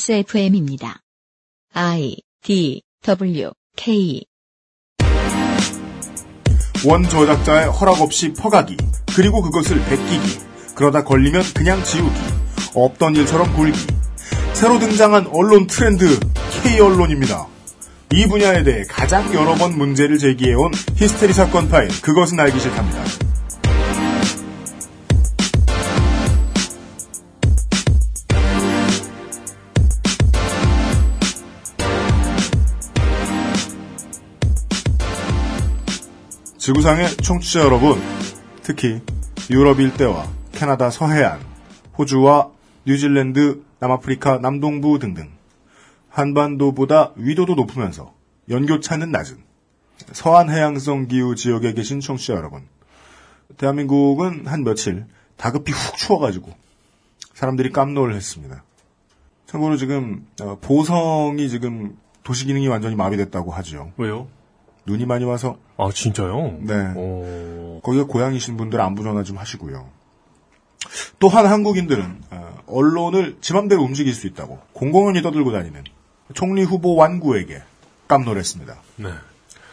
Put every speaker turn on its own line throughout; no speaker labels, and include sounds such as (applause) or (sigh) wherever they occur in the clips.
XSFM입니다. I D W K
원 저작자의 허락 없이 퍼가기, 그리고 그것을 베끼기, 그러다 걸리면 그냥 지우기, 없던 일처럼 굴기. 새로 등장한 언론 트렌드, K언론입니다. 이 분야에 대해 가장 여러 번 문제를 제기해온 히스테리 사건 파일, 그것은 알기 싫답니다. 지구상의 청취자 여러분, 특히 유럽 일대와 캐나다 서해안, 호주와 뉴질랜드, 남아프리카 남동부 등등 한반도보다 위도도 높으면서 연교차는 낮은 서한 해양성 기후 지역에 계신 청취자 여러분, 대한민국은 한 며칠 다급히 훅 추워가지고 사람들이 깜놀했습니다. 참고로 지금 어, 보성이 지금 도시 기능이 완전히 마비됐다고 하죠.
왜요?
눈이 많이 와서
아, 진짜요?
네.
어,
거기에 고향이신 분들 안부 전화 좀 하시고요. 또한 한국인들은 어, 언론을 지맘대로 움직일 수 있다고 공공연히 떠들고 다니는 총리 후보 완구에게 깜놀했습니다.
네.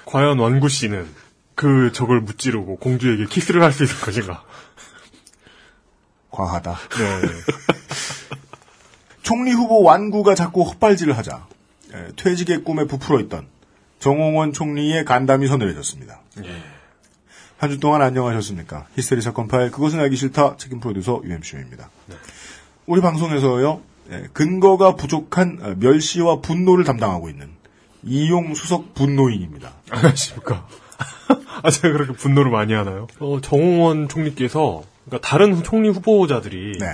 과연 원구 씨는 그 적을 무찌르고 공주에게 키스를 할 수 있을 것인가?
과하다. 네. 총리 후보 완구가 자꾸 헛발질을 하자 예, 퇴직의 꿈에 부풀어 있던 정홍원 총리의 간담이 서늘해졌습니다. 한 주 동안 안녕하셨습니까? 히스테리 사건 파일 그것은 알기 싫다 책임 프로듀서 UMC입니다.
네.
우리 방송에서요 예, 근거가 부족한 어, 멸시와 분노를 담당하고 있는 이용 수석 분노인입니다.
(laughs) 안 하십니까? (laughs) 아, 제가 그렇게 분노를 많이 하나요? 어, 정홍원 총리께서, 그러니까 다른 후- 총리 후보자들이
네,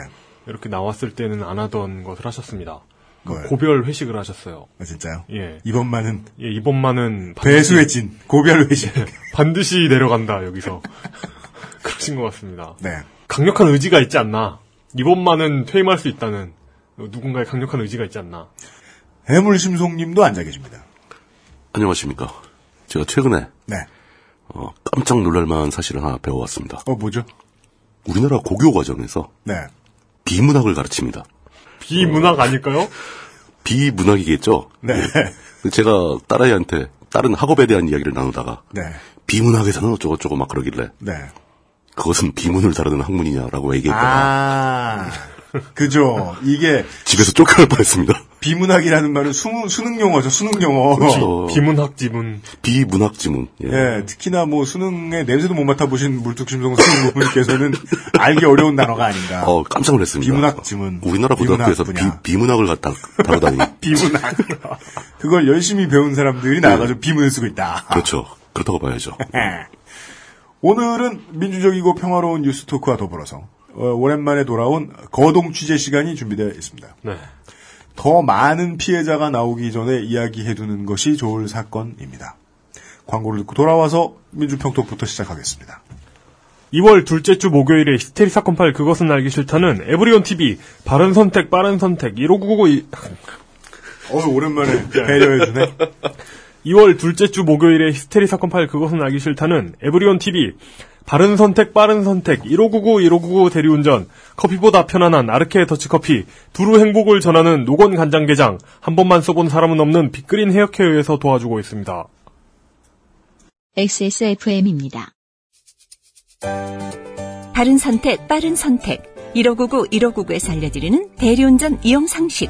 이렇게 나왔을 때는 안 하던 것을 하셨습니다.
뭐예요?
고별 회식을 하셨어요.
네. 아, 진짜요?
예.
이번만은
예, 이번만은 반-
배수의 진 고별 회식.
예. 반드시 내려간다, 여기서. (laughs) 그러신 것 같습니다.
네.
강력한 의지가 있지 않나. 이번만은 퇴임할 수 있다는 누군가의 강력한 의지가 있지 않나.
해물심송님도 앉아 계십니다.
안녕하십니까. 제가 최근에
네.
어, 깜짝 놀랄만한 사실을 하나 배워왔습니다.
어 뭐죠?
우리나라 고교 과정에서
네.
비문학을 가르칩니다.
비문학 아닐까요?
비문학이겠죠?
네.
근데 제가 딸아이한테 다른 학업에 대한 이야기를 나누다가
네.
비문학에서는 어쩌고저쩌고 막 그러길래
네.
그것은 비문을 다루는 학문이냐라고 얘기했다가
아. (laughs) 그죠. 이게
집에서 쫓겨날 뻔했습니다.
비문학이라는 말은 수능, 수능 용어죠. 수능 용어.
그렇죠.
비문학 지문.
비문학 지문. 예.
예, 특히나 뭐 수능의 냄새도 못 맡아보신 물뚝심송 선생님께서는 (laughs) 알기 어려운 단어가 아닌가.
어, 깜짝 놀랐습니다.
비문학 지문.
우리나라 고등학교에서 비,
비문학 분야.
비문학을 갖다 다루다니.
(laughs) 비문학. 그걸 열심히 배운 사람들이 나가서 비문을 쓰고 있다.
네. 그렇죠.
(laughs)
그렇다고 봐야죠.
예. 오늘은 민주적이고 평화로운 뉴스 토크와 더불어서 어, 오랜만에 돌아온 거동 취재 시간이 준비되어 있습니다.
네.
더 많은 피해자가 나오기 전에 이야기해두는 것이 좋을 사건입니다. 광고를 듣고 돌아와서 민주평톡부터 시작하겠습니다.
2월 둘째 주 목요일에 히스테리 사건 파일 그것은 알기 싫다는 에브리온 TV 바른 선택 빠른 선택 1599
어 오랜만에 (laughs) 배려해주네.
2월 둘째 주 목요일에 히스테리 사건 파일 그것은 알기 싫다는 에브리온 TV 바른 선택 빠른 선택 1599 1599 대리운전 커피보다 편안한 아르케 더치커피 두루 행복을 전하는 노건 간장게장 한 번만 써본 사람은 없는 빅그린 헤어케어에서 도와주고 있습니다.
XSFM입니다.
바른 선택, 빠른 선택. 1599, 1599에서 알려드리는 대리운전 이용 상식.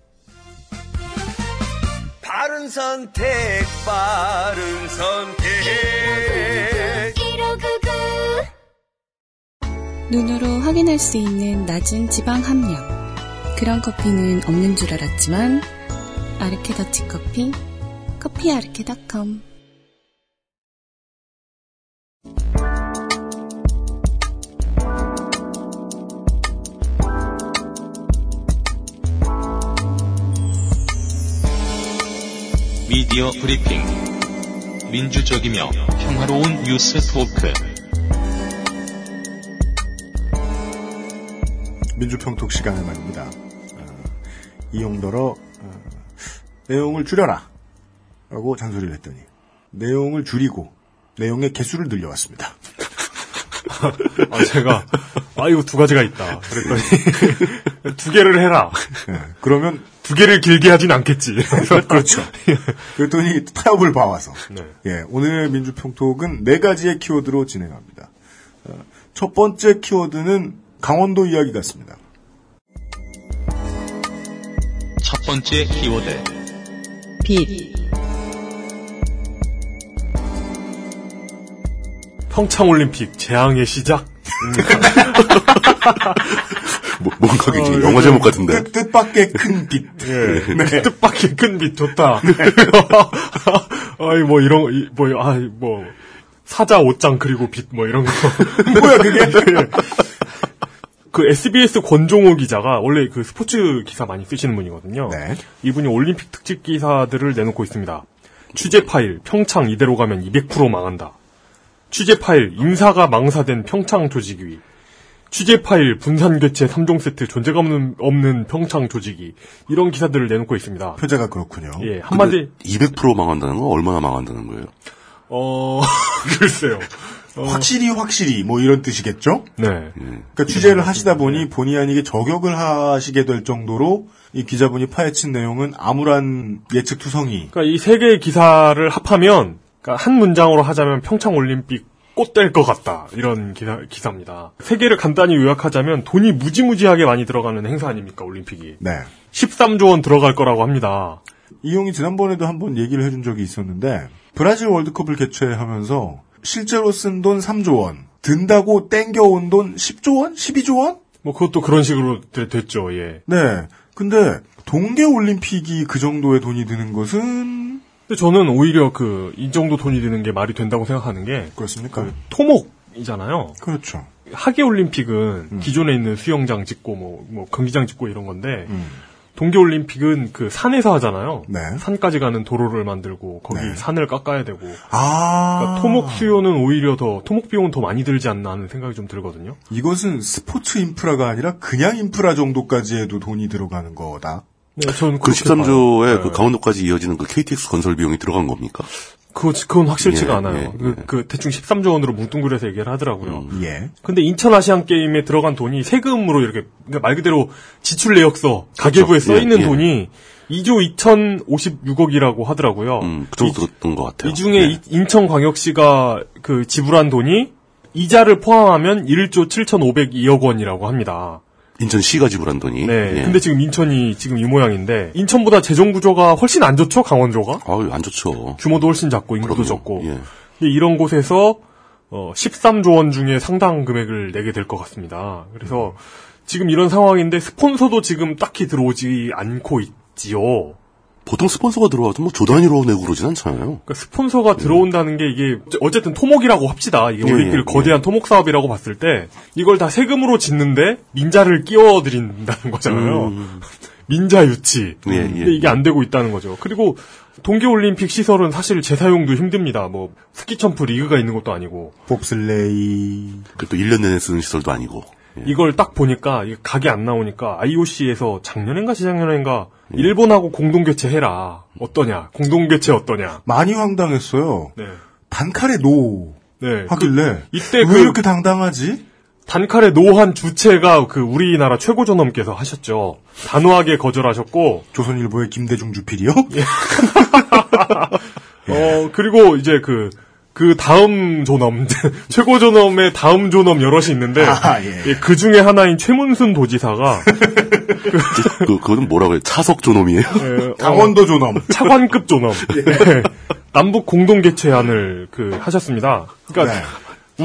바른 선택, 바른 선택.
눈으로 확인할 수 있는 낮은 지방 함량. 그런 커피는 없는 줄 알았지만, 아르케 더치 커피, 커피아르케닷컴.
미디어 브리핑 민주적이며 평화로운 뉴스 토크.
민주평톡 시간을 말입니다. 어, 이용더러 어, 내용을 줄여라 라고 잔소리를 했더니 내용을 줄이고 내용의 개수를 늘려왔습니다.
아, 제가, 아, 이거 두 가지가 있다. 그랬더니, (laughs) 두 개를 해라.
예, 그러면
두 개를 길게 하진 않겠지.
(laughs) 그렇죠. 그랬더니 타협을 봐와서
네.
예, 오늘의 민주평톡은 네 가지의 키워드로 진행합니다. 어, 첫 번째 키워드는 강원도 이야기 같습니다.
첫 번째 키워드.
빛,
평창올림픽 재앙의 시작?
뭐, 뭔가
어,
굉장히 영화
네.
제목 같은데.
뜻, 뜻밖의 큰
(laughs)
빛.
예. 뜻밖의 큰빛 좋다. (laughs) 아이, 뭐, 이런, 거, 이, 뭐, 아이, 뭐, 사자 옷장 그리고 빛, 뭐, 이런 거. (laughs) 뭐야, (laughs) 그게? 그 SBS 권종호 기자가 원래 그 스포츠 기사 많이 쓰시는 분이거든요.
네.
이분이 올림픽 특집 기사들을 내놓고 있습니다. 취재 파일, 평창 이대로 가면 200% 망한다. 취재 파일, 인사가 망사된 평창 조직위. 취재 파일, 분산 교체 3종 세트, 존재감 없는, 없는 평창 조직위. 이런 기사들을 내놓고 있습니다.
표제가 그렇군요.
예, 한마디,
200% 망한다는 건 얼마나 망한다는 거예요?
어, (laughs) 글쎄요. 어,
확실히 확실히 뭐 이런 뜻이겠죠?
네.
그러니까 취재를 하시다 보니 본의 아니게 저격을 하시게 될 정도로 이 기자분이 파헤친 내용은 암울한 예측투성이.
그러니까 이 세 개의 기사를 합하면, 그러니까 한 문장으로 하자면 평창 올림픽 꽃 될 것 같다. 이런 기사, 기사입니다. 세 개를 간단히 요약하자면 돈이 무지무지하게 많이 들어가는 행사 아닙니까, 올림픽이.
네.
13조 원 들어갈 거라고 합니다.
이용이 지난번에도 한번 얘기를 해준 적이 있었는데 브라질 월드컵을 개최하면서 실제로 쓴 돈 3조 원, 든다고 땡겨온 돈 10조 원, 12조 원?
뭐 그것도 그런 식으로 되- 됐죠, 예.
네. 근데 동계 올림픽이 그 정도의 돈이 드는 것은
근데 저는 오히려 그, 이 정도 돈이 드는 게 말이 된다고 생각하는 게,
그렇습니까?
네. 토목이잖아요.
그렇죠.
하계 올림픽은
음.
기존에 있는 수영장 짓고 뭐, 뭐 경기장 짓고 이런 건데
음.
동계 올림픽은 그 산에서 하잖아요.
네.
산까지 가는 도로를 만들고 거기
네.
산을 깎아야 되고
아
그러니까 토목 수요는 오히려 더 토목 비용은 더 많이 들지 않나 하는 생각이 좀 들거든요.
이것은 스포츠 인프라가 아니라 그냥 인프라 정도까지 해도 돈이 들어가는 거다.
네, 저는
그
그렇게 봐요.
13조에
네.
그 강원도까지 이어지는 그 KTX 건설 비용이 들어간 겁니까?
그거 그건 확실치가
예,
않아요.
예,
그,
예. 음.
그 대충 13조 원으로 뭉뚱그려서 얘기를 하더라고요.
예.
근데 인천 아시안 게임에 들어간 돈이 세금으로 이렇게 그러니까 말 그대로 지출 내역서 가계부에
그렇죠.
써 있는
예, 예.
돈이 2조 2,056억이라고 하더라고요.
음, 그 정도였던 것 같아요.
어, 이 중에
네.
이- 인천광역시가 그 지불한 돈이 이자를 포함하면 1조 7,502억 원이라고 합니다.
인천시가 지불한 돈이.
네.
예.
근데 지금 인천이 지금 이 모양인데 인천보다 재정 구조가 훨씬 안 좋죠, 강원도가?
아유, 안 좋죠.
규모도 훨씬 작고 인구도
그럼요.
적고.
예.
근데 이런 곳에서 어, 13조 원 중에 상당 금액을 내게 될 것 같습니다. 그래서 지금 이런 상황인데 스폰서도 지금 딱히 들어오지 않고 있지요.
보통 스폰서가 들어와도 뭐 조단위로 내고 그러진 않잖아요.
그러니까 스폰서가 들어온다는 게 이게 어쨌든 토목이라고 합시다. 이게
예,
올림픽을
예,
거대한 토목 사업이라고 봤을 때 이걸 다 세금으로 짓는데 민자를 끼워드린다는 거잖아요. (laughs) 민자 유치.
예, 예.
근데 이게 안 되고 있다는 거죠. 그리고 동계올림픽 시설은 사실 재사용도 힘듭니다. 뭐 스키 점프 리그가 있는 것도 아니고
봅슬레이.
그또 1년 내내 쓰는 시설도 아니고. 예.
이걸 딱 보니까 이게 각이 안 나오니까 IOC에서 작년인가 재작년인가 일본하고 공동 개최해라. 어떠냐? 공동 개최 어떠냐?
많이 황당했어요.
네.
단칼에 노.
네.
하길래.
그- 이때
왜
그-
이렇게 당당하지?
단칼의 노한 주체가 그 우리나라 최고 존엄께서 하셨죠. 단호하게 거절하셨고,
조선일보의 김대중 주필이요?
예.
예.
어, 그리고 이제 그, 그 다음 존엄, (laughs) 최고 존엄의 다음 존엄 여럿이 있는데,
아, 예.
그 중에 하나인
(laughs)
최문순 도지사가, (laughs)
그, 그거는 뭐라고 해요? 차석 존엄이에요?
예, 어,
(laughs) 강원도 존엄. (laughs)
차관급 존엄. 예. 남북 공동 개최안을 그, 하셨습니다. 그러니까,
네.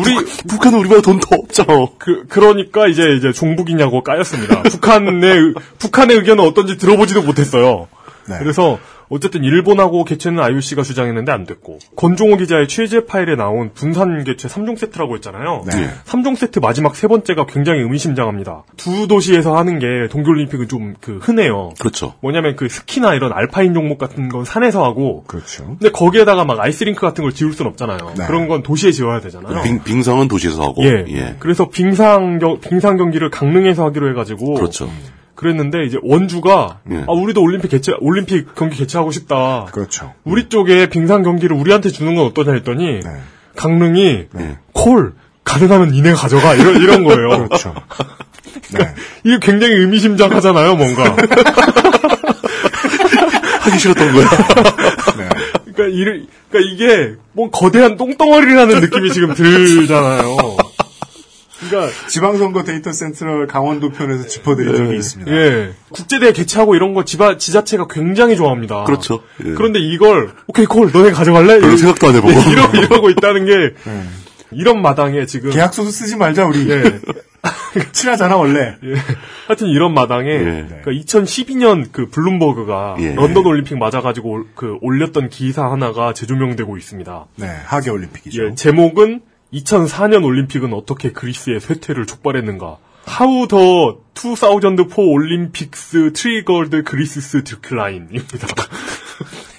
우리,
(laughs) 북한은 우리보다 돈 더 없잖아.
그, 그러니까 이제, 이제 종북이냐고 까였습니다. 북한의, 의- 북한의 의견은 어떤지 들어보지도 못했어요.
네.
그래서, 어쨌든 일본하고 개최는 IOC가 주장했는데 안 됐고 권종호 기자의 취재 파일에 나온 분산 개최 3종 세트라고 했잖아요.
네.
3종 세트 마지막 세 번째가 굉장히 의미심장합니다. 두 도시에서 하는 게 동계올림픽은 좀 그 흔해요.
그렇죠.
뭐냐면 그 스키나 이런 알파인 종목 같은 건 산에서 하고
그렇죠.
근데 거기에다가 막 아이스링크 같은 걸 지울 순 없잖아요.
네.
그런 건 도시에 지어야 되잖아요.
빙, 빙상은 도시에서 하고.
예.
예.
그래서 빙상 경 빙상 경기를 강릉에서 하기로 해가지고
그렇죠.
음. 그랬는데 이제 원주가
예.
아 우리도 올림픽 개최 올림픽 경기 개최하고 싶다.
그렇죠.
우리 쪽에 빙상 경기를 우리한테 주는 건 어떠냐 했더니
네.
강릉이
네.
콜 가능하면 니네 가져가 이런 이런
(laughs)
거예요.
그렇죠. 네.
이게 굉장히 의미심장하잖아요, 뭔가.
(laughs) 하기
(laughs)
싫었던 거야.
네.
그러니까 이를 그러니까 이게 뭔 거대한 똥덩어리라는 느낌이 지금
(laughs)
들잖아요. 그러니까
지방선거 데이터 센트럴 강원도 편에서 짚어드린 적이 있습니다.
예. 국제대회 개최하고 이런 거 지바, 지자체가 굉장히 좋아합니다.
그렇죠. 예.
그런데 이걸, 오케이, 콜, 너네 가져갈래?
별로 생각도 안 해보고.
(laughs) 이러, 이러고 있다는 게, 이런 마당에 지금,
예. 계약서도 쓰지 말자 우리. (laughs)
예.
친하잖아 원래.
하여튼 이런 마당에,
예.
그러니까 2012년 그 블룸버그가
예.
런던 올림픽 맞아가지고 올- 그 올렸던 기사 하나가 재조명되고 있습니다.
네. 하계 올림픽이죠.
예, 제목은 2004년 올림픽은 어떻게 그리스의 쇠퇴를 촉발했는가. How the 2004 Olympics triggered Greece's decline입니다.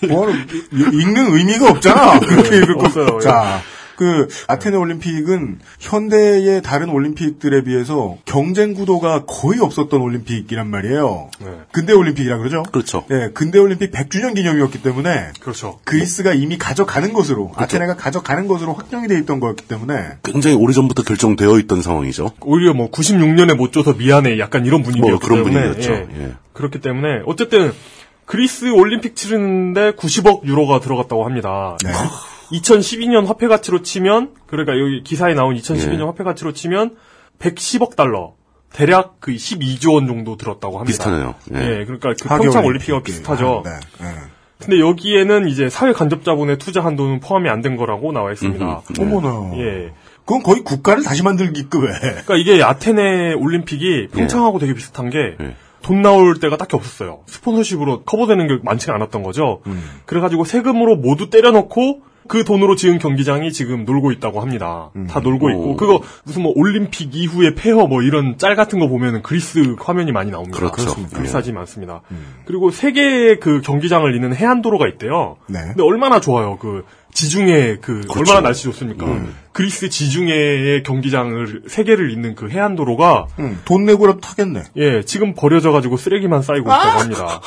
(laughs)
뭐, 이- 읽는 의미가
(laughs)
없잖아. 그렇게 읽을
없어요,
거.
예.
자, 그 아테네 올림픽은 현대의 다른 올림픽들에 비해서 경쟁 구도가 거의 없었던 올림픽이란 말이에요.
네.
근대 올림픽이라 그러죠?
그렇죠.
예, 근대 올림픽 100주년 기념이었기 때문에
그렇죠.
그리스가 이미 가져가는 것으로 아테네가 가져가는 것으로 확정이 돼 있던 거였기 때문에
굉장히 오래전부터 결정되어 있던 상황이죠.
오히려 뭐 96년에 못 줘서 미안해 약간 이런 분위기였기
뭐 그런
때문에
분위기였죠.
예.
예.
그렇기 때문에 어쨌든 그리스 올림픽 치르는데 90억 유로가 들어갔다고 합니다. (laughs)
네.
2012년 화폐 가치로 치면 그러니까 여기 기사에 나온 2012년
예.
화폐 가치로 치면 110억 달러 대략 그 12조 원 정도 들었다고 합니다.
비슷하네요. 예.
예, 그러니까 그
하계
평창 올림픽과 비슷하죠.
네, 예.
근데 여기에는 이제 사회 간접 자본의 투자한 돈은 포함이 안 된 거라고 나와 있습니다.
네. 어머나.
예.
그건 거의 국가를 다시 만들기급에.
그러니까 이게 아테네 올림픽이 평창하고 되게 비슷한 게 돈
예.
나올 때가 딱히 없었어요. 스폰서십으로 커버되는 게 많지 않았던 거죠.
음.
그래가지고 세금으로 모두 때려넣고 그 돈으로 지은 경기장이 지금 놀고 있다고 합니다. 다 놀고 있고
음. 오.
그거 무슨 뭐 올림픽 이후에 폐허 뭐 이런 짤 같은 거 보면은 그리스 화면이 많이 나옵니다.
그렇죠. 음. 그렇습니다.
그리스 사진이 많습니다. 그리고 세계의 그 경기장을 잇는 해안 도로가 있대요.
네.
근데 얼마나 좋아요. 그 지중해 그
그렇죠.
얼마나 날씨 좋습니까?
음.
그리스 지중해의 경기장을 세계를 잇는 그 해안 도로가
음, 돈 내고라도 타겠네.
예 지금 버려져 가지고 쓰레기만 쌓이고 있다고 합니다.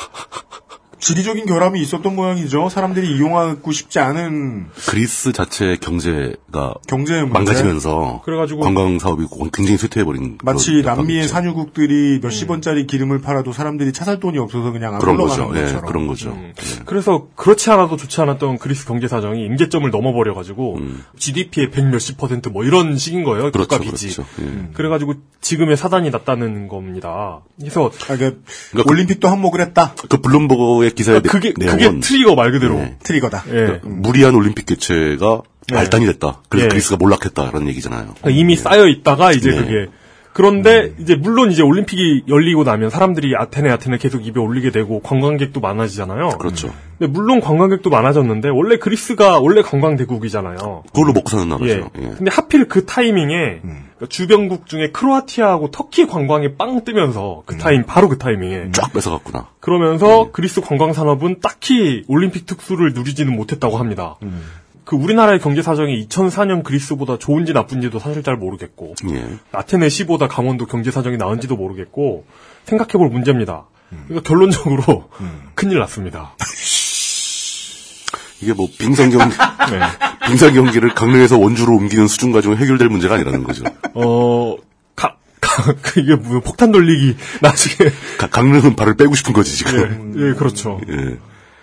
지리적인 결함이 있었던 모양이죠. 사람들이 이용하고 싶지 않은
그리스 자체의 경제가
경제 문제.
망가지면서
그래가지고-
관광 사업이 굉장히 쇠퇴해버린 그렇죠.
마치 남미의 산유국들이 몇십 원짜리 기름을 팔아도 사람들이 차 살 돈이 없어서 그냥 안
그런
흘러가는
거죠. 예,
것처럼.
그런 거죠.
음. 그래서 그렇지 않아도 좋지 않았던 그리스 경제 사정이 임계점을 넘어버려 가지고 GDP의 백 몇십 퍼센트 뭐 이런 식인 거예요.
음. 그렇죠,
국가 음. 빚이.
그렇죠. 예.
래가지고 지금의 사단이 났다는 겁니다. 그래서
아, 그러니까
그러니까
올림픽도 한몫을 했다.
그 블룸버그의 기사의
그러니까 그게
네,
그게
내용은
트리거 말 그대로.
예.
트리거다.
예.
그러니까 무리한 올림픽 개최가 말단이 됐다. 그래서
예.
그리스가 몰락했다라는 얘기잖아요. 예.
그러니까 이미 쌓여 있다가 이제
음. 네. 음.
그게 그런데 이제 물론 이제 올림픽이 열리고 나면 사람들이 아테네 아테네 계속 입에 올리게 되고 관광객도 많아지잖아요.
그렇죠.
근데 물론 관광객도 많아졌는데 원래 그리스가 원래 관광 대국이잖아요.
그걸로 먹고 사는
예.
나라죠. 예. 음.
근데 하필 그 타이밍에 그러니까 주변국 중에 크로아티아하고 터키 관광이 빵 뜨면서
음.
그 타임 바로 그 타이밍에
쫙 뺏어갔구나.
그러면서
음.
그리스 관광 산업은 딱히 올림픽 특수를 누리지는 못했다고 합니다.
음.
그 우리나라의 경제 사정이 2004년 그리스보다 좋은지 나쁜지도 사실 잘 모르겠고
예.
아테네 시보다 강원도 경제 사정이 나은지도 모르겠고 생각해볼 문제입니다. 그러니까 결론적으로 (laughs) 큰일 났습니다.
이게 뭐 빙상
(laughs)
경기,
네.
빙상 경기를 강릉에서 원주로 옮기는 수준 가지고 해결될 문제가 아니라는 거죠.
어, 가, 가, 그 이게 뭐 폭탄 돌리기 (laughs) 나중에
가- 강릉은 발을 빼고 싶은 거지 지금.
예, 예, 그렇죠.
예.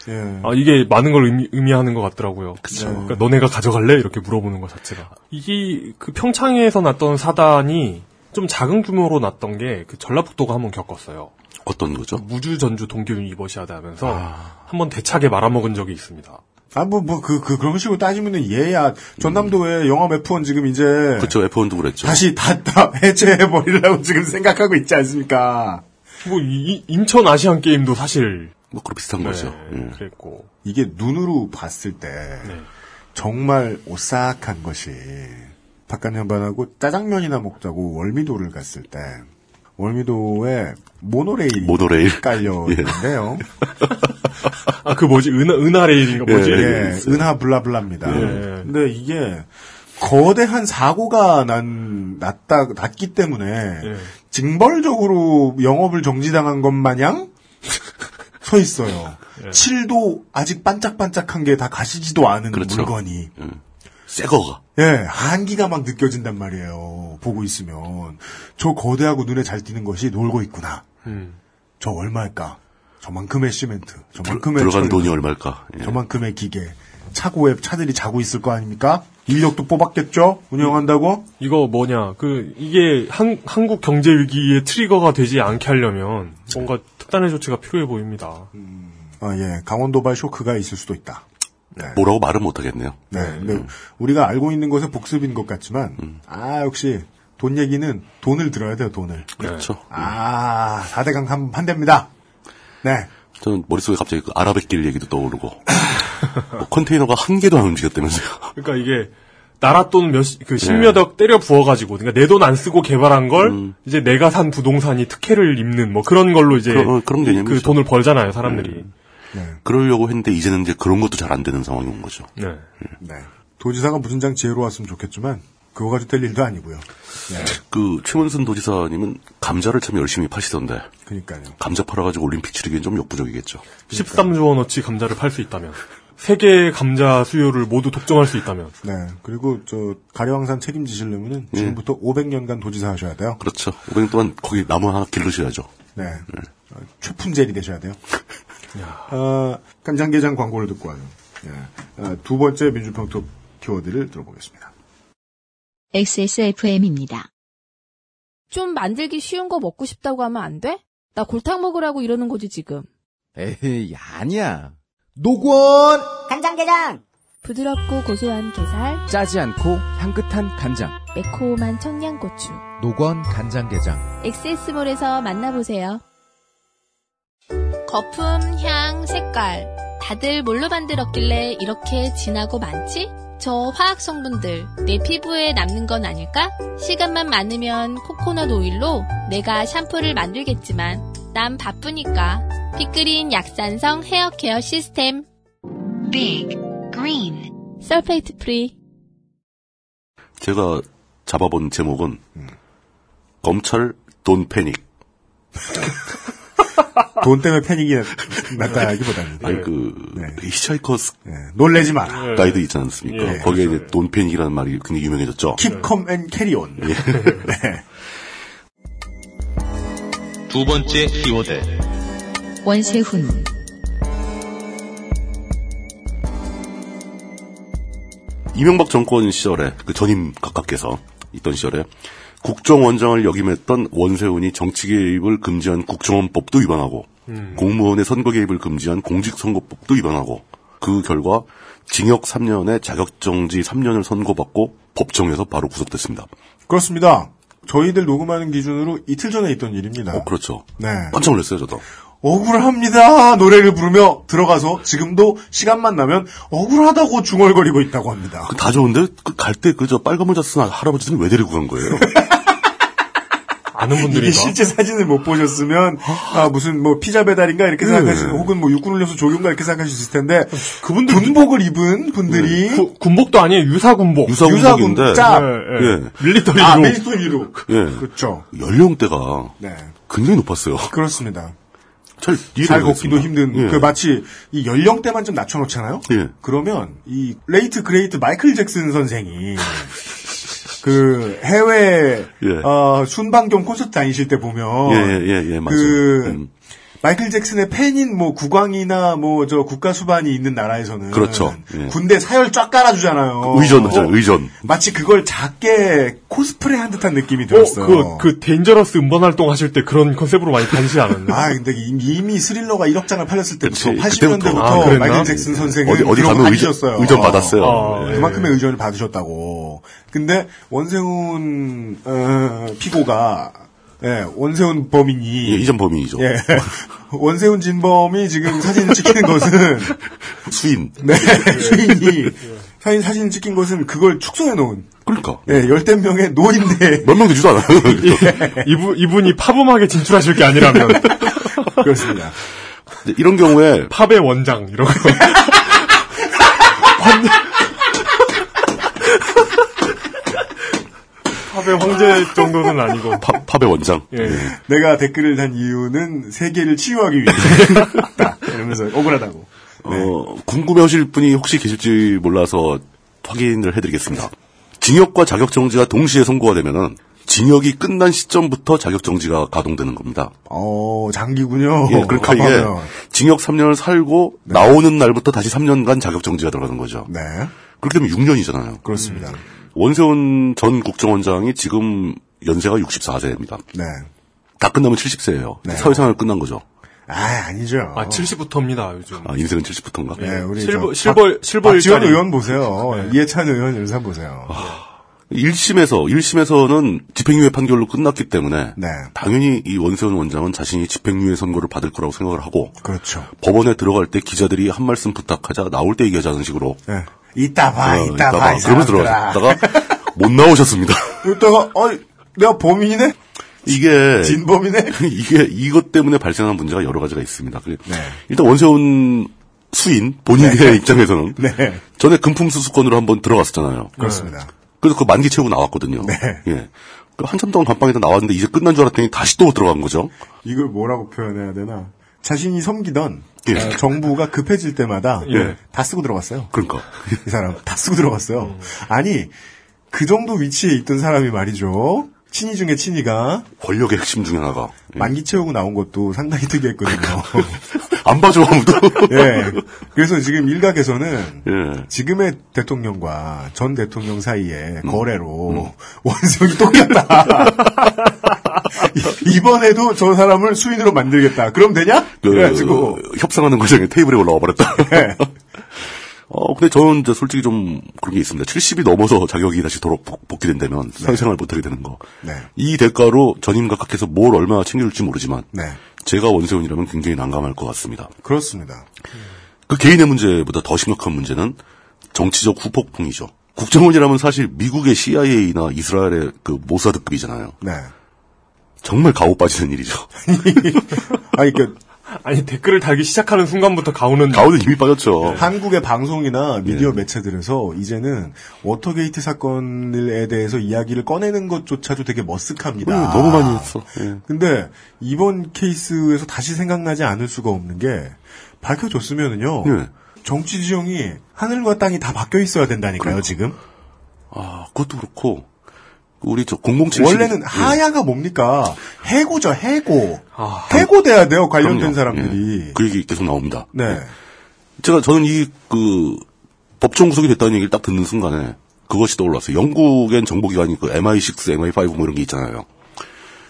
예.
아, 이게 많은 걸 의미, 하는것 같더라고요. 러니까 너네가 가져갈래? 이렇게 물어보는 것 자체가. 이게 그 평창에서 났던 사단이 좀 작은 규모로 났던 게 그 전라북도가 한번 겪었어요.
어떤 거죠?
무주 전주 동계 유니버시아드 하면서 한번 대차게 말아먹은 적이 있습니다.
아, 뭐, 뭐, 그, 그, 그런 식으로 따지면은 얘야. 전남도에 영암 F1 지금 이제.
그렇죠. F1도 그랬죠.
다시 다, 다 (laughs) 해체해버리려고 지금 생각하고 있지 않습니까?
뭐 이- 이- 인천 아시안 게임도 사실 네,
뭐 그런 비슷한 거죠. 예.
그랬고.
이게 눈으로 봤을 때
네.
정말 오싹한 것이 박간현반하고 짜장면이나 먹자고 월미도를 갔을 때 월미도에 모노레일이
모노레일.
깔려
(laughs) 예.
있는데요.
아, 그 뭐지? 은하, 은하레일인가 뭐지?
예,
예,
있어요.
은하 블라블라입니다. 근데 이게 거대한 사고가 난 났다 났기 때문에
예.
징벌적으로 영업을 정지당한 것 마냥 (laughs) 서 있어요.
예.
칠도 아직 반짝반짝한 게 다 가시지도 않은
그렇죠.
물건이
새거가.
예 한기가 막 느껴진단 말이에요. 보고 있으면 저 거대하고 눈에 잘 띄는 것이 놀고 있구나.
음.
저 얼마일까? 저만큼의 시멘트, 저만큼의
들어간
철.
돈이 얼마일까. 예.
저만큼의 기계 차고에 차들이 자고 있을 거 아닙니까? 인력도 뽑았겠죠? 운영한다고?
이거 뭐냐. 그, 이게 한, 한국 경제 위기의 트리거가 되지 않게 하려면 뭔가 특단의 조치가 필요해 보입니다.
아, 예. 강원도발 쇼크가 있을 수도 있다.
뭐라고 말은 못하겠네요.
네. 근데 우리가 알고 있는 것의 복습인 것 같지만, 아, 역시 돈 얘기는 돈을 들어야 돼요, 돈을.
그렇죠.
아, 4대강 한, 한 대입니다. 네.
저는 머릿속에 갑자기 그 아라뱃길 얘기도 떠오르고 (laughs) 뭐 컨테이너가 한 개도 안 움직였다면서요. (laughs)
그러니까 이게, 나라 돈 몇, 시- 그
네.
십몇억 때려 부어가지고, 그러니까 내 돈 안 쓰고 개발한 걸,
음.
이제 내가 산 부동산이 특혜를 입는, 뭐 그런 걸로 이제,
그런- 그런 개념이죠. 네.
그 돈을 벌잖아요, 사람들이.
그러려고 했는데 이제는 이제 그런 것도 잘 안 되는 상황이 온 거죠.
네.
그러니까.
네. 도지사가 무슨 장 지혜로 왔으면 좋겠지만, 그거 가지고 될 일도 아니고요.
그 최문순 도지사님은 감자를 참 열심히 파시던데
그니까요. 러
감자 팔아가지고 올림픽 치르기엔 좀 역부족이겠죠.
13조 원어치 감자를 팔 수 있다면 세계의 감자 수요를 모두 독점할 수 있다면
네. 그리고 저, 가려왕산 책임지시려면은 지금부터 500년간 도지사 하셔야 돼요.
그렇죠. 오백 동안 거기 나무 하나 기르셔야죠.
네. 어, 최푼젤이 되셔야 돼요. 어, 간장게장 광고를 듣고 와요. 예. 어, 두 번째 민주평토 키워드를 들어보겠습니다.
XSFM입니다.
좀 만들기 쉬운 거 먹고 싶다고 하면 안 돼? 나 골탕 먹으라고 이러는 거지 지금.
에이, 아니야. 노건!
부드럽고 고소한 게살,
짜지 않고 향긋한 간장.
매콤한 청양고추.
노건 간장게장.
엑세스몰에서 만나보세요. 거품, 향, 색깔. 다들 뭘로 만들었길래 이렇게 진하고 많지? 저 화학 성분들 내 피부에 남는 건 아닐까? 시간만 많으면 코코넛 오일로 내가 샴푸를 만들겠지만 난 바쁘니까 피크린 약산성 헤어 케어 시스템
Big Green
설페이트 프리
제가 잡아본 제목은 검찰 돈 패닉.
돈 때문에 패닉이 났다기보다는.
아. 아니 아. 그 히치하이커스
예, 놀래지 마라.
가이드 있지 않습니까? 거기에 이제 돈 패닉이라는 말이 굉장히 유명해졌죠.
킵컴 앤 캐리온. (laughs)
예.
네.
두 번째 키워드.
원세훈
이명박 정권 시절에 그 전임 각각께서 있던 시절에 국정원장을 역임했던 원세훈이 정치 개입을 금지한 국정원법도 위반하고 공무원의 선거 개입을 금지한 공직선거법도 위반하고 그 결과 징역 3년에 자격정지 3년을 선고받고 법정에서 바로 구속됐습니다.
그렇습니다. 저희들 녹음하는 기준으로 이틀 전에 있던 일입니다.
어, 그렇죠.
네.
깜짝 놀랐어요, 저도.
억울합니다. 노래를 부르며 들어가서 지금도 시간만 나면 억울하다고 중얼거리고 있다고 합니다.
그 다 좋은데 갈 때 그 저 빨간 모자 쓴 할아버지는 왜 데리고 간 거예요?
아는
이게
분들인가?
실제 사진을 못 보셨으면 아 무슨 뭐 피자 배달인가 이렇게
네.
생각하실 혹은 뭐 육군 훈련소 조교인가 이렇게 생각하실 텐데 그분들 군복을 입은
네.
분들이
그
구- 군복도 아니에요 그 유사 군복.
유사 군복인데
짜
예.
밀리터리로
아 메리토니로
예.
그렇죠
연령대가
네
굉장히 높았어요.
그렇습니다
잘,
(laughs)
이해를
잘
못했습니다.
걷기도 힘든
예.
그 마치 이 연령대만 좀 낮춰놓잖아요
예.
그러면 이 레이트 그레이트 마이클 잭슨 선생이 그 해외
예.
어, 순방경 콘서트 다니실 때 보면
예, 예, 예, 예, 맞아요.
그
음.
마이클 잭슨의 팬인 뭐 국왕이나 뭐 저 국가 수반이 있는 나라에서는
그렇죠. 예. 그
군대 사열 쫙 깔아주잖아요.
의전하잖아요,
어,
의전.
마치 그걸 작게 코스프레한 듯한 느낌이 들었어요.
어, 그, 그, 데인저러스 음반 활동 하실 때 그런 컨셉으로 많이 다니지 않았나?
아 근데 이미, 이미 스릴러가 1억 장을 그렇죠. 팔렸을 때부터
그치, 예.
80년대부터
그때부터. 아, 그랬나?
마이클 잭슨 선생은
어디,
그런
어디
거
가면 의전,
다니셨어요.
의전 받았어요.
어,
예.
네.
그만큼의 의전을 받으셨다고. 근데 원세훈 어, 피고가 예, 원세훈 범인이
예, 이전 범인이죠.
예. (laughs) 원세훈 진범이 지금 사진을 찍히는 것은, (laughs)
수인.
네, 수인이, 사진, 사진 찍힌 것은 그걸 축소해 놓은,
그러니까.
예, 열댓 명의
(laughs)
노인데,
몇 명 되지도
예.
않아요. 그렇죠.
(laughs) 이분, 이분이 팝음하게 진출하실 게 (laughs) 아니라면.
그렇습니다.
근데 이런 경우에
팝의 원장, 이런 거. (laughs) 팝의 황제 정도는 아니고.
팝, 팝의 원장.
예.
내가 댓글을 단 이유는 세계를 치유하기 위해. 다 이러면서 억울하다고.
어,
네.
궁금해하실 분이 혹시 계실지 몰라서 확인을 해드리겠습니다. 징역과 자격정지가 동시에 선고가 되면은 징역이 끝난 시점부터 자격정지가 가동되는 겁니다.
어, 장기군요.
예, 그러니까 이게
가봐요.
징역 3년을 살고 나오는 날부터 다시 3년간 자격정지가 들어가는 거죠.
네,
그렇게 되면 6년이잖아요.
그렇습니다.
원세훈 전 국정원장이 지금 연세가 64세입니다.
네.
다 끝나면 70세예요.
네.
사회생활 끝난 거죠.
아, 아니죠.
아, 70부터입니다, 요즘.
아, 인생은 70부터인가?
네, 우리
실버-
저
실버-
박-
실버
박지원
일자리.
의원 보세요. 이해찬 의원 이런 사람 보세요.
1심에서, 1심에서는 집행유예 판결로 끝났기 때문에
네.
당연히 이 원세훈 원장은 자신이 집행유예 선고를 받을 거라고 생각을 하고
그렇죠.
법원에 들어갈 때 기자들이 한 말씀 부탁하자 나올 때 얘기하자는 식으로
네. 이따 봐,
어,
이따, 봐, 이
그러면서
사람들아.
들어가셨다가 못
(laughs)
나오셨습니다.
이따가, 어이, 내가 범인이네?
이게
진범이네?
(laughs) 이게 이것 때문에 발생한 문제가 여러 가지가 있습니다. 그래-
네.
일단 원세훈 수인 본인의 입장에서는
네.
전에 금품 수수권으로 한번 들어갔었잖아요.
그렇습니다. 네.
그래서 그 만기 채우고 나왔거든요. 예. 그 한참 동안 감방에다 나왔는데 이제 끝난 줄 알았더니 다시 또 들어간 거죠.
이걸 뭐라고 표현해야 되나. 자신이 섬기던
예.
어, 정부가 급해질 때마다
예.
다 쓰고 들어갔어요.
그러니까
이 사람 다 쓰고 들어갔어요. 아니, 그 정도 위치에 있던 사람이 말이죠. 친이 중에 친이가
권력의 핵심 중에 하나가 예.
만기 채우고 나온 것도 상당히 특이했거든요. (laughs)
안 봐줘 아무도.
예. 그래서 지금 일각에서는
예.
지금의 대통령과 전 대통령 사이에
음.
거래로 원성이 똑같다. (laughs) 이- 이번에도 저 사람을 수인으로 만들겠다. 그럼 되냐?
그,
그래가지고
협상하는 과정에 테이블에 올라와
(laughs)
버렸다.
예.
어, 근데 저는 이제 솔직히 좀 그런 게 있습니다. 70이 넘어서 자격이 다시 도로 복- 복귀된다면 사회생활 못하게 되는 거.
네.
이 대가로 전임과 각해서 뭘 얼마나 챙겨줄지 모르지만
네.
제가 원세훈이라면 굉장히 난감할 것 같습니다.
그렇습니다.
그 개인의 문제보다 더 심각한 문제는 정치적 후폭풍이죠. 국정원이라면 사실 미국의 CIA나 이스라엘의 그 모사드급이잖아요.
네.
정말 가오
(laughs)
빠지는 일이죠.
아니 그
아니, 댓글을 달기 시작하는 순간부터 가오는.
가오는 이미 빠졌죠.
한국의 방송이나 미디어
네.
매체들에서 이제는 워터게이트 사건에 대해서 이야기를 꺼내는 것조차도 되게 머쓱합니다.
음, 너무 많이 했어. 예.
근데 이번 케이스에서 다시 생각나지 않을 수가 없는 게 밝혀졌으면은요.
네.
정치 지형이 하늘과 땅이 다 바뀌어 있어야 된다니까요,
그러니까.
지금.
아, 그것도 그렇고 우리 저 예, 007.
원래는 하야가 뭡니까? 해고죠, 해고. 해고돼야 돼요, 관련된 사람들이.
아, 그 예. 얘기 계속 나옵니다.
네.
제가 저는 이 그 법정 구속이 됐다는 얘기를 딱 듣는 순간에 그것이 떠올랐어요. 영국엔 정보기관이 그 MI6, MI5 뭐 이런 게 있잖아요.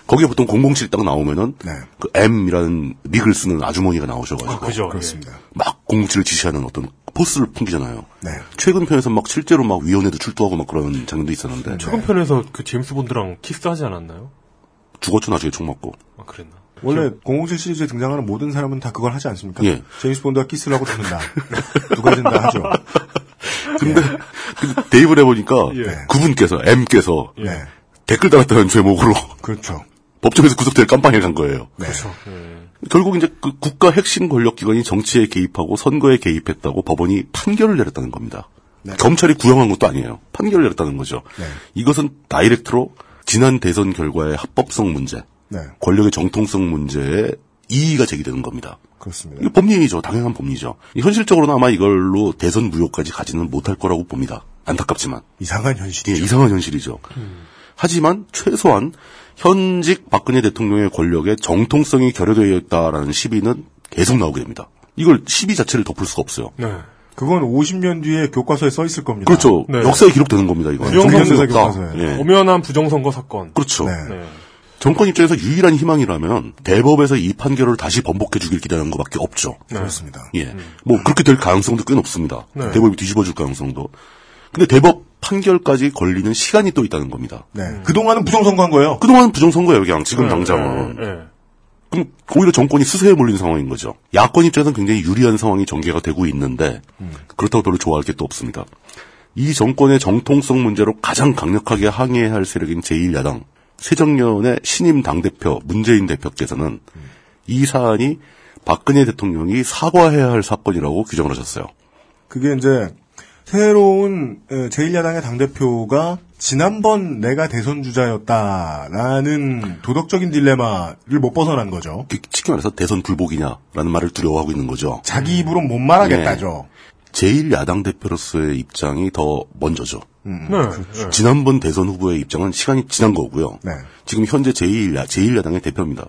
거기에 보통 007 딱 나오면은
네.
그 M이라는 닉을 쓰는 아주머니가 나오셔가지고
어, 그죠. 예.
그렇습니다.
막 007을 지시하는 어떤 포스를 풍기잖아요.
네.
최근 편에서 막 실제로 막 위원회도 출두하고 막 그런 장면도 있었는데
네.
최근 편에서 그 제임스 본드랑 키스하지 않았나요?
죽었죠 나중에 총 맞고.
아, 그랬나?
원래 007 시리즈에 등장하는 모든 사람은 다 그걸 하지 않습니까?
예.
제임스 본드가 키스를 하고 죽는다. (laughs) 누가 된다 하죠.
근데 (laughs) 그 대입을 해보니까
예.
그분께서 M께서
네.
댓글 달았다는 제목으로 (laughs)
그렇죠.
법정에서 구속될 깜빵에 간 거예요.
네.
결국 이제 그 국가 핵심 권력기관이 정치에 개입하고 선거에 개입했다고 법원이 판결을 내렸다는 겁니다. 검찰이 구형한 것도 아니에요. 판결을 내렸다는 거죠. 이것은 다이렉트로 지난 대선 결과의 합법성 문제,
네.
권력의 정통성 문제에 이의가 제기되는 겁니다.
그렇습니다.
이거 법리이죠. 당연한 법리죠. 현실적으로는 아마 이걸로 대선 무효까지 가지는 못할 거라고 봅니다. 안타깝지만.
이상한
예,
현실이죠.
이상한 현실이죠. 하지만 최소한 현직 박근혜 대통령의 권력에 정통성이 결여되어 있다라는 시비는 계속 나오게 됩니다. 이걸 시비 자체를 덮을 수가 없어요.
네.
그건 50년 뒤에 교과서에 써 있을 겁니다.
그렇죠.
네.
역사에 기록되는 겁니다. 이건
부정선거
정통성이
교과서에.
없다. 예.
엄연한 부정선거 사건.
그렇죠.
네.
네.
정권 입장에서 유일한 희망이라면 대법에서 이 판결을 다시 번복해 주길 기대하는 것밖에 없죠.
네. 그렇습니다. 음. 네.
예. 뭐 그렇게 될 가능성도 꽤 높습니다. 대법이 뒤집어질 가능성도. 근데 대법 판결까지 걸리는 시간이 또 있다는 겁니다.
네. 그동안은 부정선거한 거예요.
그동안 부정선거예요, 그냥 지금 당장은.
예, 예.
그럼 오히려 정권이 수세에 몰린 상황인 거죠. 야권 입장에서는 굉장히 유리한 상황이 전개가 되고 있는데 그렇다고 별로 좋아할 게 또 없습니다. 이 정권의 정통성 문제로 가장 강력하게 항의해야 할 세력인 제1야당 새정년의 신임 당대표 문재인 대표께서는 이 사안이 박근혜 대통령이 사과해야 할 사건이라고 규정을 하셨어요.
그게 이제 새로운 에, 제1야당의 당대표가 지난번 내가 대선 주자였다라는 도덕적인 딜레마를 못 벗어난 거죠.
그, 쉽게 말해서 대선 불복이냐라는 말을 두려워하고 있는 거죠.
자기 입으로 못 말하겠다죠.
제1야당 대표로서의 입장이 더 먼저죠.
네.
그렇죠. 지난번 대선 후보의 입장은 시간이 지난 거고요.
네.
지금 현재 제1야, 제1야당의 대표입니다.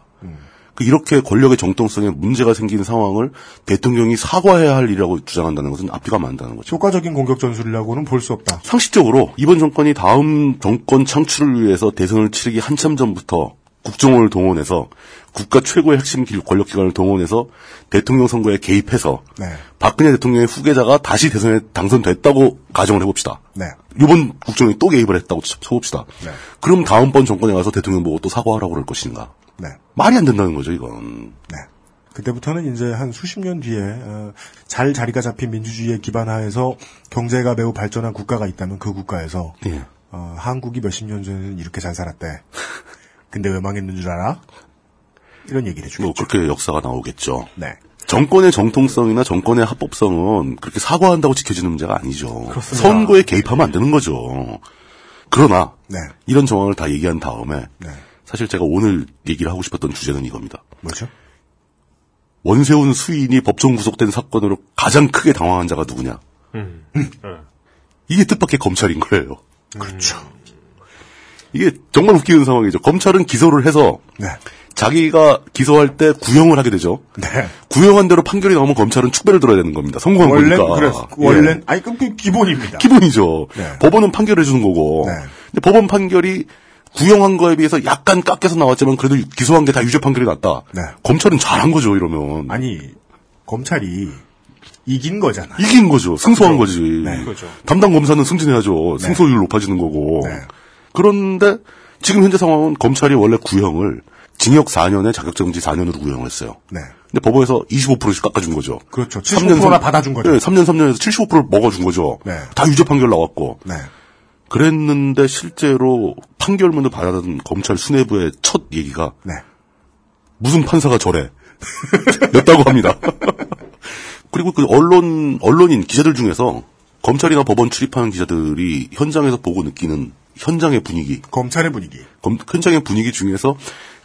그 이렇게 권력의 정통성에 문제가 생긴 상황을 대통령이 사과해야 할 일이라고 주장한다는 것은 앞뒤가 맞다는 거죠.
효과적인 공격 전술이라고는 볼 수 없다.
상식적으로 이번 정권이 다음 정권 창출을 위해서 대선을 치르기 한참 전부터 국정원을 동원해서 국가 최고의 핵심 길- 권력기관을 동원해서 대통령 선거에 개입해서
네.
박근혜 대통령의 후계자가 다시 대선에 당선됐다고 가정을 해봅시다.
네.
이번 국정에 또 개입을 했다고 쳐- 쳐봅시다.
네.
그럼 다음번 정권에 가서 대통령 보고 또 사과하라고 그럴 것인가?
네.
말이 안 된다는 거죠, 이건.
네. 그때부터는 이제 한 수십 년 뒤에 어, 잘 자리가 잡힌 민주주의의 기반하에서 경제가 매우 발전한 국가가 있다면 그 국가에서
예.
어, 한국이 몇십 년 전에는 이렇게 잘 살았대. 근데 왜 망했는 줄 알아? 이런 얘기를
뭐
해주겠죠.
그렇게 역사가 나오겠죠.
네.
정권의 정통성이나 정권의 합법성은 그렇게 사과한다고 지켜지는 문제가 아니죠. 선거에 개입하면 안 되는 거죠. 그러나
네.
이런 정황을 다 얘기한 다음에
네.
사실 제가 오늘 얘기를 하고 싶었던 주제는 이겁니다.
뭐죠?
원세훈 수인이 법정 구속된 사건으로 가장 크게 당황한 자가 누구냐?
음.
음.
네.
이게 뜻밖의 검찰인 거예요. 그렇죠. 이게 정말 웃기는 상황이죠. 검찰은 기소를 해서
네.
자기가 기소할 때 구형을 하게 되죠.
네.
구형한 대로 판결이 나오면 검찰은 축배를 들어야 되는 겁니다. 성공한
원래
거니까.
그래.
예.
원래 아니 그럼 그 기본입니다.
기본이죠.
네.
법원은 판결해 주는 거고.
네.
근데 법원 판결이 구형한 거에 비해서 약간 깎여서 나왔지만 그래도 기소한 게 다 유죄 판결이 났다.
네.
검찰은 잘한 거죠, 이러면.
아니 검찰이 이긴 거잖아.
이긴 거죠. 승소한 거지.
그렇죠.
담당 검사는 승진해야죠. 승소율 높아지는 거고.
네.
그런데 지금 현재 상황은 검찰이 원래 구형을 징역 4년에 자격정지 4년으로 구형을 했어요.
네.
근데 법원에서 25%씩 깎아준 거죠.
그렇죠.
삼 년,
75%나
삼-
받아준 거죠.
네, 3년 3년에서 75%를 먹어준 거죠.
네.
다 유죄 판결 나왔고.
네.
그랬는데 실제로 판결문을 받아든 검찰 수뇌부의 첫 얘기가
네.
무슨 판사가 저래. (laughs) 였다고 합니다. (laughs) 그리고 그 언론, 언론인 기자들 중에서 검찰이나 법원 출입하는 기자들이 현장에서 보고 느끼는 현장의 분위기,
검찰의 분위기.
검- 현장의 분위기 중에서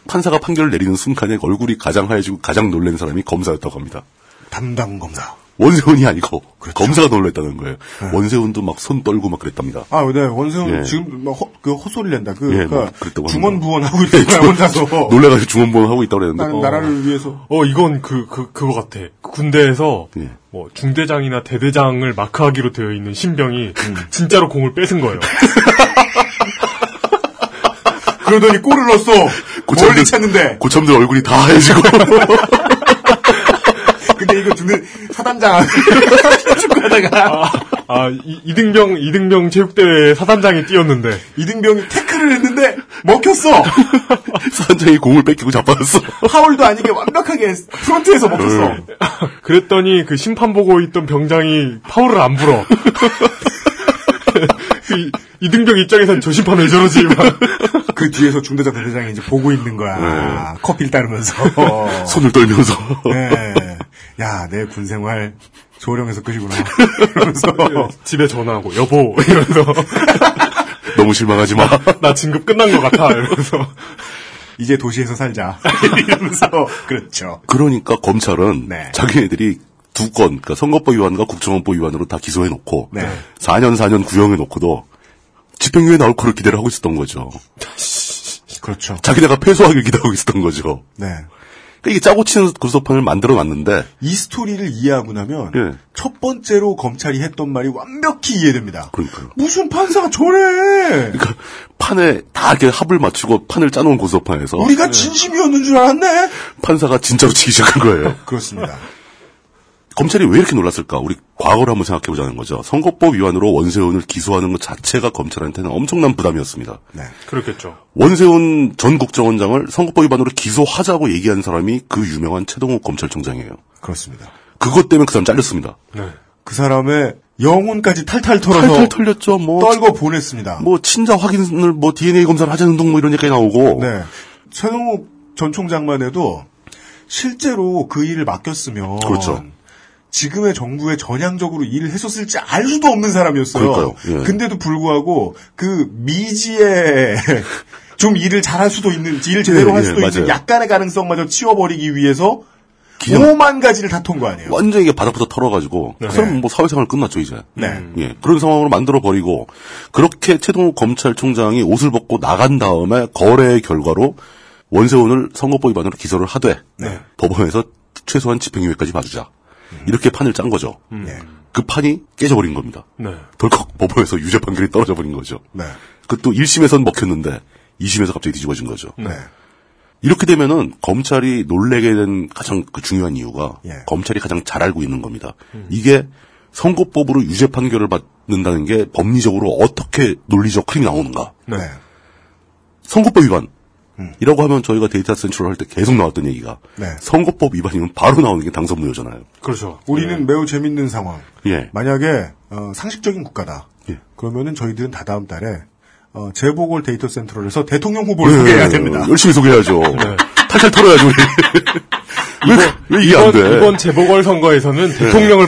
판사가 판결을 내리는 순간에 얼굴이 가장 하얘지고 가장 놀란 사람이 검사였다고 합니다.
담당 검사.
원세훈이 아니고
그렇죠.
검사가 놀랬다는 거예요.
네.
원세훈도 막 손 떨고 막 그랬답니다.
아, 네. 원세훈
예.
지금 막 허, 그 헛소리 낸다. 그,
예,
그러니까
뭐 그랬다고
중원
합니다.
부원하고 있다. 혼자서.
놀래가지고 중원보험 하고 있다고 그랬는데
어. 나는
어.
나라를 위해서.
어, 이건 그, 그, 그거 같아. 군대에서,
예.
뭐, 중대장이나 대대장을 마크하기로 되어 있는 신병이,
음.
(laughs) 진짜로 공을 뺏은 거예요.
그러더니 골을 넣었어. 멀리 찾는데.
고참들 얼굴이 다 하얘지고 (laughs)
(laughs) 근데 이거 듣는 사단장. (laughs) 축구하다가
아, 이, 이등병, 이등병 체육대회 사단장에 뛰었는데, (laughs)
이등병이 태클을 했는데 먹혔어.
사장이 공을 뺏기고 자빠졌어.
파울도 아니게 완벽하게 프론트에서 먹혔어.
네. 그랬더니 그 심판 보고 있던 병장이 파울을 안 불어. (laughs) 이, 이등병 입장에선 저 심판 왜 저러지? 막.
그 뒤에서 중대장 대대장이 이제 보고 있는 거야.
네.
커피를
(laughs)
따르면서.
어.
손을 떨면서
어. 네. 야, 내 군생활 조령에서 끝이구나. 그러면서
(laughs) 집에 전화하고, 여보, 이러면서,
(laughs) 너무
(laughs)
실망하지 마.
나 진급 끝난 것 같아, 이러면서.
이제 도시에서
(laughs)
살자. 이러면서 그렇죠.
그러니까 검찰은
네.
자기네들이 두 건, 그러니까 선거법 위반과 국정원법 위반으로 다 기소해놓고
네.
4년 4년 구형해놓고도 집행유예 나올 거를 기대를 하고 있었던 거죠.
그렇죠.
자기네가 패소하길 기대하고 있었던 거죠.
네.
그러니까 이게 짜고 치는 구소판을 만들어놨는데
이 스토리를 이해하고 나면
예.
첫 번째로 검찰이 했던 말이 완벽히 이해됩니다.
그러니까요.
무슨 판사가 저래?
그러니까 판에 다 이렇게 합을 맞추고 판을 짜놓은 고소판에서
우리가 진심이었는 줄 알았네?
(laughs) 판사가 진짜로 치기 시작한 거예요.
그렇습니다.
검찰이 왜 이렇게 놀랐을까? 우리 과거를 한번 생각해 보자는 거죠. 선거법 위반으로 원세훈을 기소하는 것 자체가 검찰한테는 엄청난 부담이었습니다.
네,
그렇겠죠.
원세훈 전 국정원장을 선거법 위반으로 기소하자고 얘기한 사람이 그 유명한 최동욱 검찰총장이에요.
그렇습니다.
그것 때문에 그 사람 잘렸습니다.
그 사람의 영혼까지 탈탈 털어서
탈탈 털렸죠. 뭐
떨고 보냈습니다.
뭐 친자 확인을 뭐 DNA 검사를 하자는 둥뭐 이런 얘기가 나오고
네. 최동욱 전 총장만 해도 실제로 그 일을 맡겼으면
그렇죠.
지금의 정부에 전향적으로 일을 했었을지 알 수도 없는 사람이었어요.
그러니까요. 예.
근데도 불구하고 그 미지의 (laughs) 좀 일을 잘할 수도 있는, 일을 제대로
예,
할
예,
수도 있는
맞아요.
약간의 가능성마저 치워버리기 위해서
기념-
오만 가지를 다 통과하네요.
완전 이게 바닥부터 털어가지고 그 사람 뭐 사회생활 끝났죠 이제.
네.
예, 그런 상황으로 만들어 버리고 그렇게 최동욱 검찰총장이 옷을 벗고 나간 다음에 거래의 결과로 원세훈을 선거법 위반으로 기소를 하되
네.
법원에서 최소한 집행유예까지 봐주자
음.
이렇게 판을 짠 거죠.
예.
그 판이 깨져버린 겁니다.
네.
덜컥 법원에서 유죄 판결이 떨어져 버린 거죠.
네.
그것도 1심에선 먹혔는데 2심에서 갑자기 뒤집어진 거죠.
네.
이렇게 되면은 검찰이 놀래게 된 가장 그 중요한 이유가
예.
검찰이 가장 잘 알고 있는 겁니다. 이게 선거법으로 유죄 판결을 받는다는 게 법리적으로 어떻게 논리적 흐름이 나오는가.
네. 음.
선거법 위반. 이라고 하면 저희가 데이터 센트럴 할 때 계속 나왔던 얘기가
네.
선거법 위반이면 바로 나오는 게 당선무효잖아요.
그렇죠.
우리는 매우 재밌는 상황.
예.
만약에 어, 상식적인 국가다.
예.
그러면은 저희들은 다 다음 달에 어, 재보궐 데이터 센터에서 대통령 후보를 소개해야
예,
됩니다. 네.
열심히 소개해야죠.
(laughs)
탈탈 털어야죠. 예. 왜, 왜 이게 안
이번,
돼?
이번 음, 재보궐 선거에서는
예.
대통령을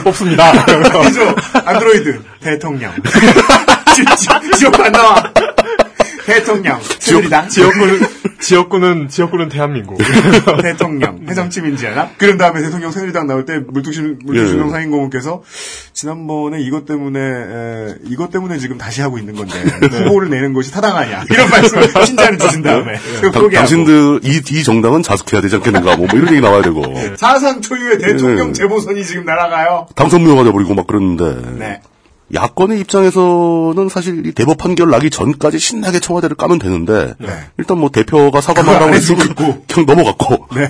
(laughs)
뽑습니다.
그죠? 안드로이드 대통령. (laughs) 지- 지- 지옥 안 나와. 대통령. 새누리당.
지역구는 지역구는 지역구는 대한민국.
(laughs)
대통령.
네.
해정치민지 하나? 그런 다음에 대통령 새누리당 나올 때 물뚝심, 물뚝심용
예.
상인고문께서 지난번에 이것 때문에, 에, 이것 때문에 지금 다시 하고 있는
(laughs)
건데,
네.
후보를 내는 것이 타당하냐. 이런 말씀을 신자를 주신 다음에. 그거
예. 당-
포기하고.
당신들 이, 이 정당은 자숙해야 되지 않겠는가 뭐, 뭐 이런 얘기 나와야 되고
네. 사상 초유의 대통령
예.
재보선이 지금 날아가요.
당선무효가 돼버리고 막 그러는데
네.
야권의 입장에서는 사실 이 대법 판결 나기 전까지 신나게 청와대를 까면 되는데 일단 뭐 대표가 사과만
네. 그거 안
하라고
해주고
했으니까 그냥 넘어갔고
네.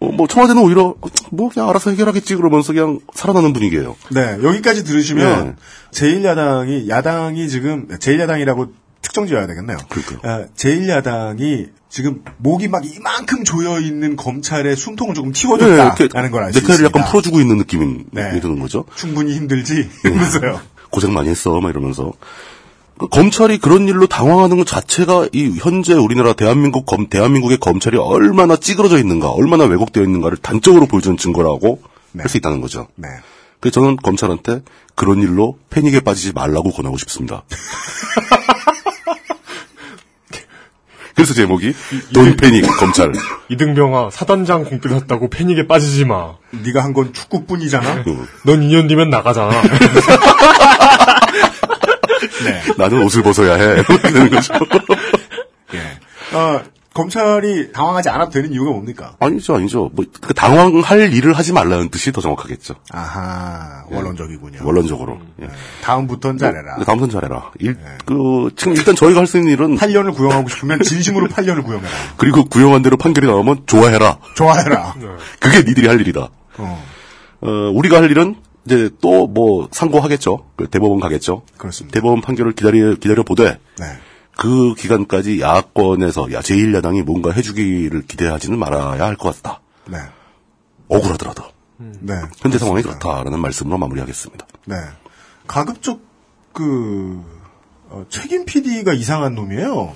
어, 뭐 청와대는 오히려 뭐 그냥 알아서 해결하겠지 그러면서 그냥 살아나는 분위기예요.
네, 여기까지 들으시면
예.
제1야당이 야당이 지금 제1야당이라고 특정 지어야 되겠네요.
그러니까요.
아, 제1야당이 지금 목이 막 이만큼 조여 있는 검찰의 숨통을 조금 틔워줬다라는
네, 이렇게
걸 알 수
넥타이를
있습니다.
약간 네. 풀어주고 있는 느낌이
네.
드는 거죠.
충분히 힘들지 이러면서요.
고생 많이 했어 막 이러면서 그 검찰이 그런 일로 당황하는 것 자체가 이 현재 우리나라 대한민국 검 대한민국의 검찰이 얼마나 찌그러져 있는가, 얼마나 왜곡되어 있는가를 단적으로 보여주는 증거라고 할 수 있다는 거죠.
네.
그래서 저는 검찰한테 그런 일로 패닉에 빠지지 말라고 권하고 싶습니다. (laughs) 그래서 제목이 돈 패닉 검찰.
이등병아 사단장 공필했다고 패닉에 빠지지 마.
네가 한 건 축구뿐이잖아.
네.
넌 2년
(laughs)
뒤면 나가잖아.
나는 옷을 벗어야 해. 되는 거죠. (laughs)
아, 검찰이 당황하지 않아도 되는 이유가 뭡니까?
아니죠, 아니죠. 뭐그 당황할 일을 하지 말라는 뜻이 더 정확하겠죠.
아하, 원론적이군요.
원론적으로. 예.
다음부터는 잘해라.
네, 당선 잘해라. 일, 그, 지금 일단 저희가 할 수 있는 일은
8년을 구형하고 싶으면 진심으로 8년을 구형해라.
그리고 구형한 대로 판결이 나오면 좋아해라.
좋아해라.
네. 그게 니들이 할 일이다.
어,
어, 우리가 할 일은 이제 또 뭐 상고하겠죠. 그 대법원 가겠죠.
그렇습니다.
대법원 판결을 기다려 기다려 보되
네.
그 기간까지 야권에서 야 제1야당이 뭔가 해주기를 기대하지는 말아야 할 것 같다.
네.
억울하더라도
네.
현재 상황이 그렇다라는 말씀으로 마무리하겠습니다.
네. 가급적 그 어, 책임 PD가 이상한 놈이에요.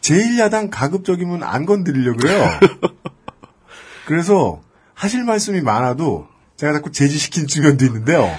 제1야당 가급적이면 안 건드리려고 그래요. 그래서 하실 말씀이 많아도 제가 자꾸 제지시킨 측면도 있는데요.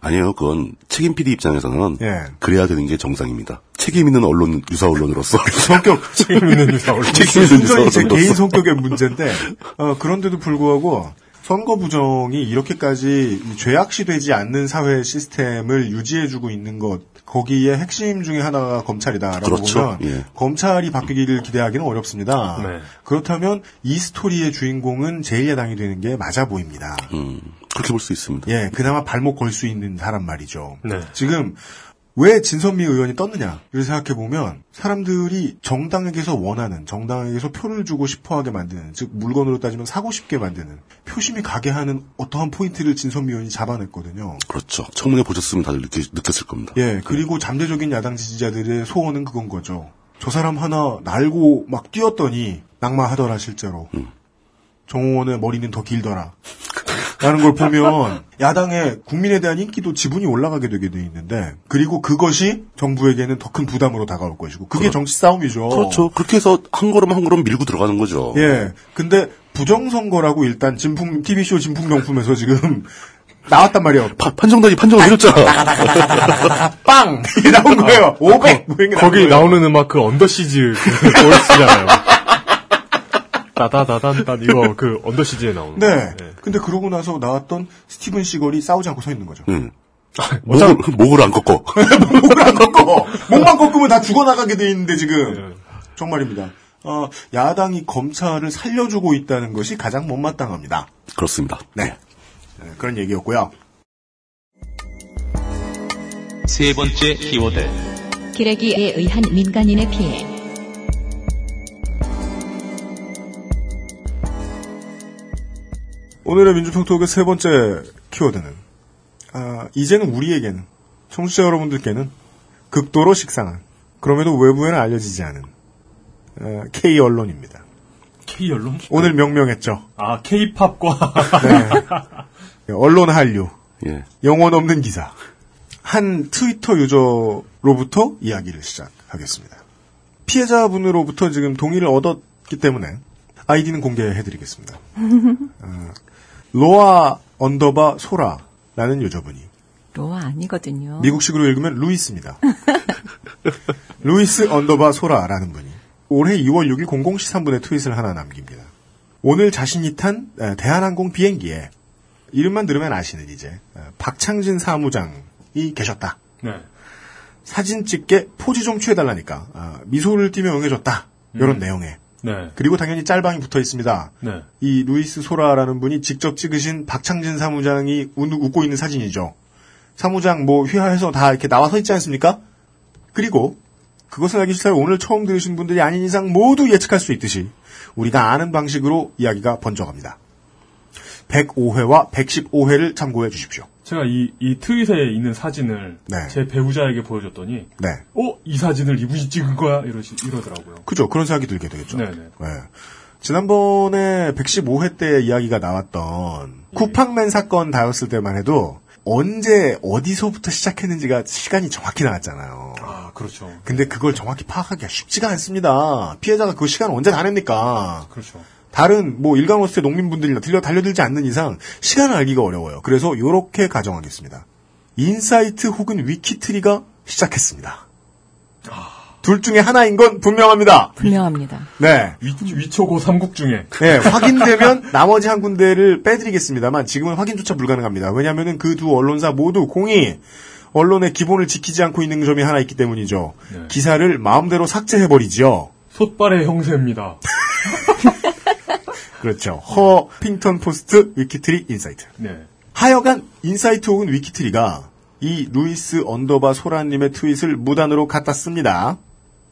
아니에요. 그건 책임 PD 입장에서는
예.
그래야 되는 게 정상입니다. 책임 있는 언론 유사 언론으로서
(laughs) 성격
책임있는 유사 올림.
(laughs) 책임 있는 유사
순전히 제 개인
언론으로서
성격의 문제인데 어, 그런데도 불구하고 선거 부정이 이렇게까지 이 죄악시되지 않는 사회 시스템을 유지해주고 있는 것 거기에 핵심 중에 하나가 검찰이다라고
그렇죠.
보면
예.
검찰이 바뀌기를 기대하기는 어렵습니다.
네.
그렇다면 이 스토리의 주인공은 제1야당이 되는 게 맞아 보입니다.
음, 그렇게 볼 수 있습니다.
예, 그나마 발목 걸 수 있는 사람 말이죠.
네.
지금 왜 진선미 의원이 떴느냐를 생각해 보면 사람들이 정당에게서 원하는 정당에게서 표를 주고 싶어하게 만드는 즉 물건으로 따지면 사고 싶게 만드는 표심이 가게 하는 어떠한 포인트를 진선미 의원이 잡아냈거든요.
그렇죠. 청문회 보셨으면 다들 느끼, 느꼈을 겁니다.
예, 그리고 잠재적인 야당 지지자들의 소원은 그건 거죠. 저 사람 하나 날고 막 뛰었더니 낙마하더라 실제로. 정호원의 머리는 더 길더라. 라는 걸 보면 야당의 국민에 대한 인기도 지분이 올라가게 되게 돼 있는데 그리고 그것이 정부에게는 더 큰 부담으로 다가올 것이고 그게 정치 싸움이죠.
그렇죠. 그렇게 해서 한 걸음 한 걸음 밀고 들어가는 거죠.
예. 근데 부정선거라고 일단 진품 TV쇼 진품 명품에서 지금 (laughs) 나왔단 말이에요. (laughs)
파- 판정단이 판정을 해줬잖아.
빵! (laughs) 이게 나온 거예요. 500! 뭐 이런 게
거기
나온 거예요.
나오는 음악 그 언더시즈 그거였잖아요. 따다다단단 이거 그 언더시즈에 나오는.
네.
거. 네.
근데 그러고 나서 나왔던 스티븐 시걸이 싸우지 않고 서 있는 거죠.
응.
아.
(laughs) 목을, 목을 안 꺾어.
목을 안 꺾어. 목만 꺾으면 다 죽어나가게 돼 있는데 지금. 정말입니다. 어, 야당이 검찰을 살려주고 있다는 것이 가장 못마땅합니다.
(laughs) 그렇습니다.
네. 네, 그런 얘기였고요.
세 번째 키워드.
기레기에 의한 민간인의 피해.
오늘의 민주평톡의 세 번째 키워드는 아, 이제는 우리에게는 청취자 여러분들께는 극도로 식상한 그럼에도 외부에는 알려지지 않은 어, K 언론입니다.
K 언론?
오늘 명명했죠.
아 K-팝과 (laughs)
네. 언론 한류
예.
영혼 없는 기사 한 트위터 유저로부터 이야기를 시작하겠습니다. 피해자분으로부터 지금 동의를 얻었기 때문에 아이디는 공개해드리겠습니다. 어, 로아 언더바 소라라는 유저분이
로아 아니거든요.
미국식으로 읽으면 루이스입니다. (laughs) 루이스 언더바 소라라는 분이 올해 2월 6일 00시 3분에 트윗을 하나 남깁니다. 오늘 자신이 탄 에, 대한항공 비행기에 이름만 들으면 아시는 이제 에, 박창진 사무장이 계셨다.
네.
사진 찍게 포즈 좀 취해달라니까 아, 미소를 띠며 응해줬다. 이런 내용에
네.
그리고 당연히 짤방이 붙어 있습니다.
네.
이 루이스 소라라는 분이 직접 찍으신 박창진 사무장이 웃, 고 있는 사진이죠. 사무장 뭐 휘하해서 다 이렇게 나와서 있지 않습니까? 그리고 그것을 알기 싫다를 오늘 처음 들으신 분들이 아닌 이상 모두 예측할 수 있듯이 우리가 아는 방식으로 이야기가 번져갑니다. 105회와 115회를 참고해 주십시오.
제가 이, 이 트윗에 있는 사진을
네.
제 배우자에게 보여줬더니
네.
어? 이 사진을 이분이 찍은 거야? 이러시, 이러더라고요.
그죠. 그런 생각이 들게 되겠죠.
네네.
네. 지난번에 115회 때 이야기가 나왔던 쿠팡맨 사건 다뤘을 때만 해도 언제 어디서부터 시작했는지가 시간이 정확히 나왔잖아요.
아, 그렇죠.
근데 그걸 정확히 파악하기가 쉽지가 않습니다. 피해자가 그 시간 언제 다 냅니까?
그렇죠.
다른 뭐 일강로스의 농민분들이나 들려 달려들지 않는 이상 시간을 알기가 어려워요. 그래서 이렇게 가정하겠습니다. 인사이트 혹은 위키트리가 시작했습니다. 둘 중에 하나인 건 분명합니다.
분명합니다.
네.
위, 위초고 삼국 중에.
네, 확인되면 (laughs) 나머지 한 군데를 빼드리겠습니다만 지금은 확인조차 불가능합니다. 왜냐하면 그 두 언론사 모두 공이 언론의 기본을 지키지 않고 있는 점이 하나 있기 때문이죠.
네.
기사를 마음대로 삭제해버리지요.
솥발의 형세입니다.
그렇죠. 허 핑턴 포스트 위키트리 인사이트.
네.
하여간 인사이트 혹은 위키트리가 이 루이스 언더바 소라님의 트윗을 무단으로 갖다 씁니다.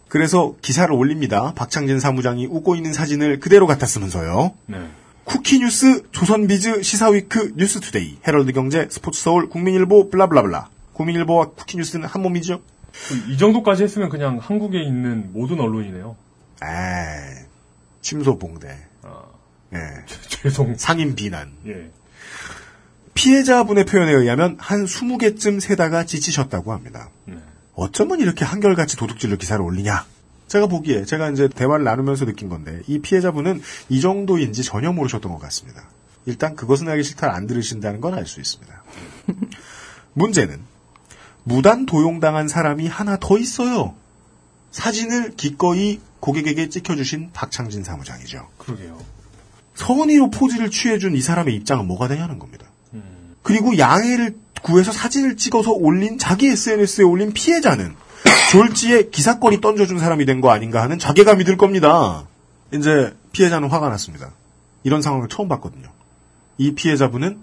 그래서 기사를 올립니다. 박창진 사무장이 웃고 있는 사진을 그대로 갖다 쓰면서요.
네.
쿠키뉴스, 조선비즈, 시사위크, 뉴스투데이, 헤럴드경제, 스포츠서울, 국민일보, 블라블라블라. 국민일보와 쿠키뉴스는 한 몸이죠?
그이 정도까지 했으면 그냥 한국에 있는 모든 언론이네요.
에이, 침소봉대. (laughs)
아,
예.
죄송.
상인 비난.
예.
피해자분의 표현에 의하면 한 20개쯤 세다가 지치셨다고 합니다.
네.
어쩌면 이렇게 한결같이 도둑질로 기사를 올리냐? 제가 보기에 제가 이제 대화를 나누면서 느낀 건데 이 피해자분은 이 정도인지 전혀 모르셨던 것 같습니다. 일단 그것은 알기 싫다를 안 들으신다는 건 알 수 있습니다. 문제는 무단 도용당한 사람이 하나 더 있어요. 사진을 기꺼이 고객에게 찍혀주신 박창진 사무장이죠.
그러게요.
선의로 포즈를 취해준 이 사람의 입장은 뭐가 되냐는 겁니다. 그리고 양해를 구해서 사진을 찍어서 올린 자기 SNS에 올린 피해자는 졸지에 기사거리 던져준 사람이 된 거 아닌가 하는 자괴감이 들 겁니다. 이제 피해자는 화가 났습니다. 이런 상황을 처음 봤거든요. 이 피해자분은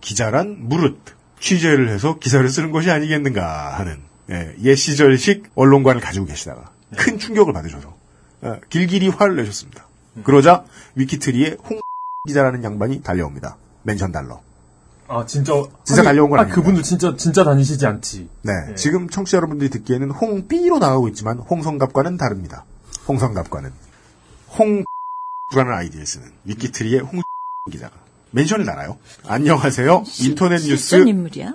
기자란 무릇 취재를 해서 기사를 쓰는 것이 아니겠는가 하는 예, 옛 시절식 언론관을 가지고 계시다가 큰 충격을 받으셔서 예, 길길이 화를 내셨습니다. 그러자 위키트리에 홍 기자라는 양반이 달려옵니다. 맨션 달러.
아 진짜
진짜 달려온 건
아,
아닙니다.
그분도 진짜 진짜 다니시지 않지.
네, 지금 청취자 여러분들이 듣기에는 홍삐로 나가고 있지만 홍성갑과는 다릅니다. 홍성갑과는 홍라는 아이디를 쓰는 위키트리의 홍 기자가 멘션을 달아요. 안녕하세요. 인터넷 뉴스
실존 인물이야?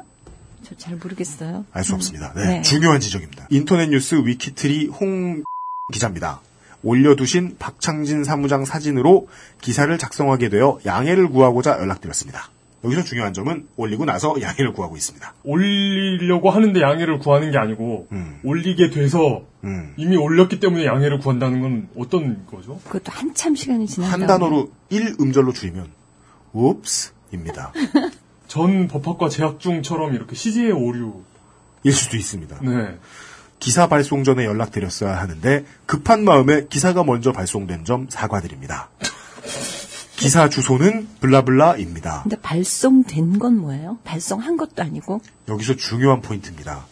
저 잘 모르겠어요.
알 수
음.
없습니다. 네,
네.
중요한 지적입니다. 인터넷 뉴스 위키트리 홍 기자입니다. 올려두신 박창진 사무장 사진으로 기사를 작성하게 되어 양해를 구하고자 연락드렸습니다. 여기서 중요한 점은 올리고 나서 양해를 구하고 있습니다.
올리려고 하는데 양해를 구하는 게 아니고
음.
올리게 돼서
음.
이미 올렸기 때문에 양해를 구한다는 건 어떤 거죠?
그것도 한참 시간이 지난
한
다음에.
단어로 1 음절로 줄이면 웁스입니다.
전 법학과 재학 중처럼 이렇게 시제의 오류.
일 수도 있습니다.
네.
기사 발송 전에 연락드렸어야 하는데 급한 마음에 기사가 먼저 발송된 점 사과드립니다. 기사 주소는 블라블라입니다.
근데 발송된 건 뭐예요? 발송한 것도 아니고
여기서 중요한 포인트입니다.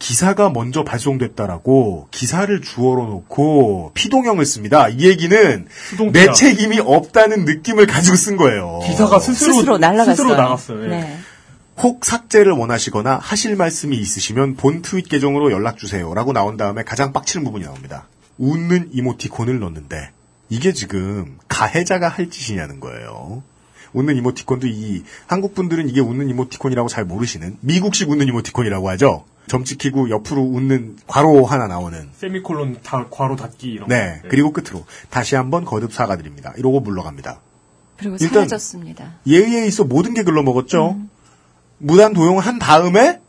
기사가 먼저 발송됐다라고 기사를 주어로 놓고 피동형을 씁니다. 이 얘기는
수동태야.
내 책임이 없다는 느낌을 가지고 쓴 거예요.
기사가 스스로
스스로 날라갔어요.
스스로 나갔어요. 예.
네.
혹 삭제를 원하시거나 하실 말씀이 있으시면 본 트윗 계정으로 연락주세요라고 나온 다음에 가장 빡치는 부분이 나옵니다. 웃는 이모티콘을 넣는데 이게 지금 가해자가 할 짓이냐는 거예요. 웃는 이모티콘도 이 한국 분들은 이게 웃는 이모티콘이라고 잘 모르시는 미국식 웃는 이모티콘이라고 하죠. 점 찍히고 옆으로 웃는 괄호 하나 나오는
세미콜론 다 괄호 닫기 이런
네
거. 예.
그리고 끝으로 다시 한번 거듭 사과드립니다. 이러고 물러갑니다.
그리고
일단-
사라졌습니다.
예의에 있어 모든 게 글러먹었죠.
음.
무단 도용한 다음에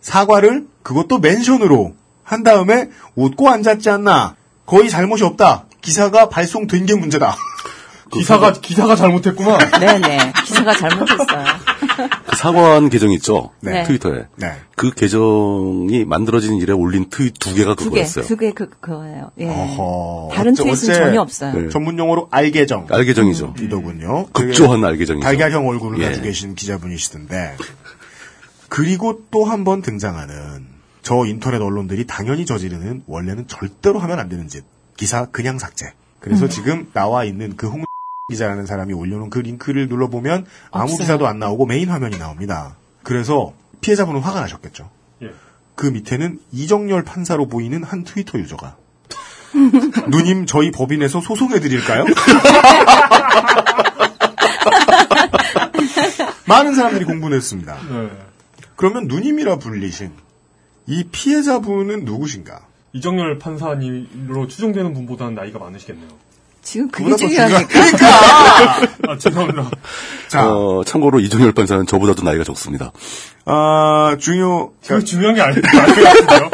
사과를 그것도 멘션으로 한 다음에 웃고 앉았지 않나. 거의 잘못이 없다. 기사가 발송된 게 문제다. 그 네.
기사가
(laughs)
기사가 잘못했구만.
네네. 기사가 잘못했어요.
그 사과한 계정 있죠?
네.
트위터에.
네.
그 계정이 만들어진 일에 올린 트윗 두 개가 그거였어요.
두개두개 그, 그거예요. 예.
어허.
다른
어째-
트윗은
어째-
전혀 없어요.
네.
전문 용어로 알계정.
알
음.
계정이죠.
이더군요.
음. 극조한 알 계정이죠.
달걀형 얼굴을
예.
가지고 계신 기자분이시던데. 그리고 또 한 번 등장하는 저 인터넷 언론들이 당연히 저지르는 원래는 절대로 하면 안 되는 짓. 기사 그냥 삭제. 그래서
음.
지금 나와 있는 그 홍 기자라는 사람이 올려놓은 그 링크를 눌러보면 아무
없어요.
기사도 안 나오고 메인 화면이 나옵니다. 그래서 피해자분은 화가 나셨겠죠.
예.
그 밑에는 이정열 판사로 보이는 한 트위터 유저가 누님 저희 법인에서 소송해드릴까요? (laughs) 많은 사람들이 공분했습니다.
네.
그러면 누님이라 불리신 이 피해자분은 누구신가?
이정열 판사님으로 추정되는 분보다는 나이가 많으시겠네요.
지금 그게
그보다 더
(laughs)
그러니까!
중요하니까.
아 죄송합니다.
자,
어, 참고로 이정열 판사는 저보다도 나이가 적습니다.
아, 중요,
그거 중요한 게 아닐 것 같은데요.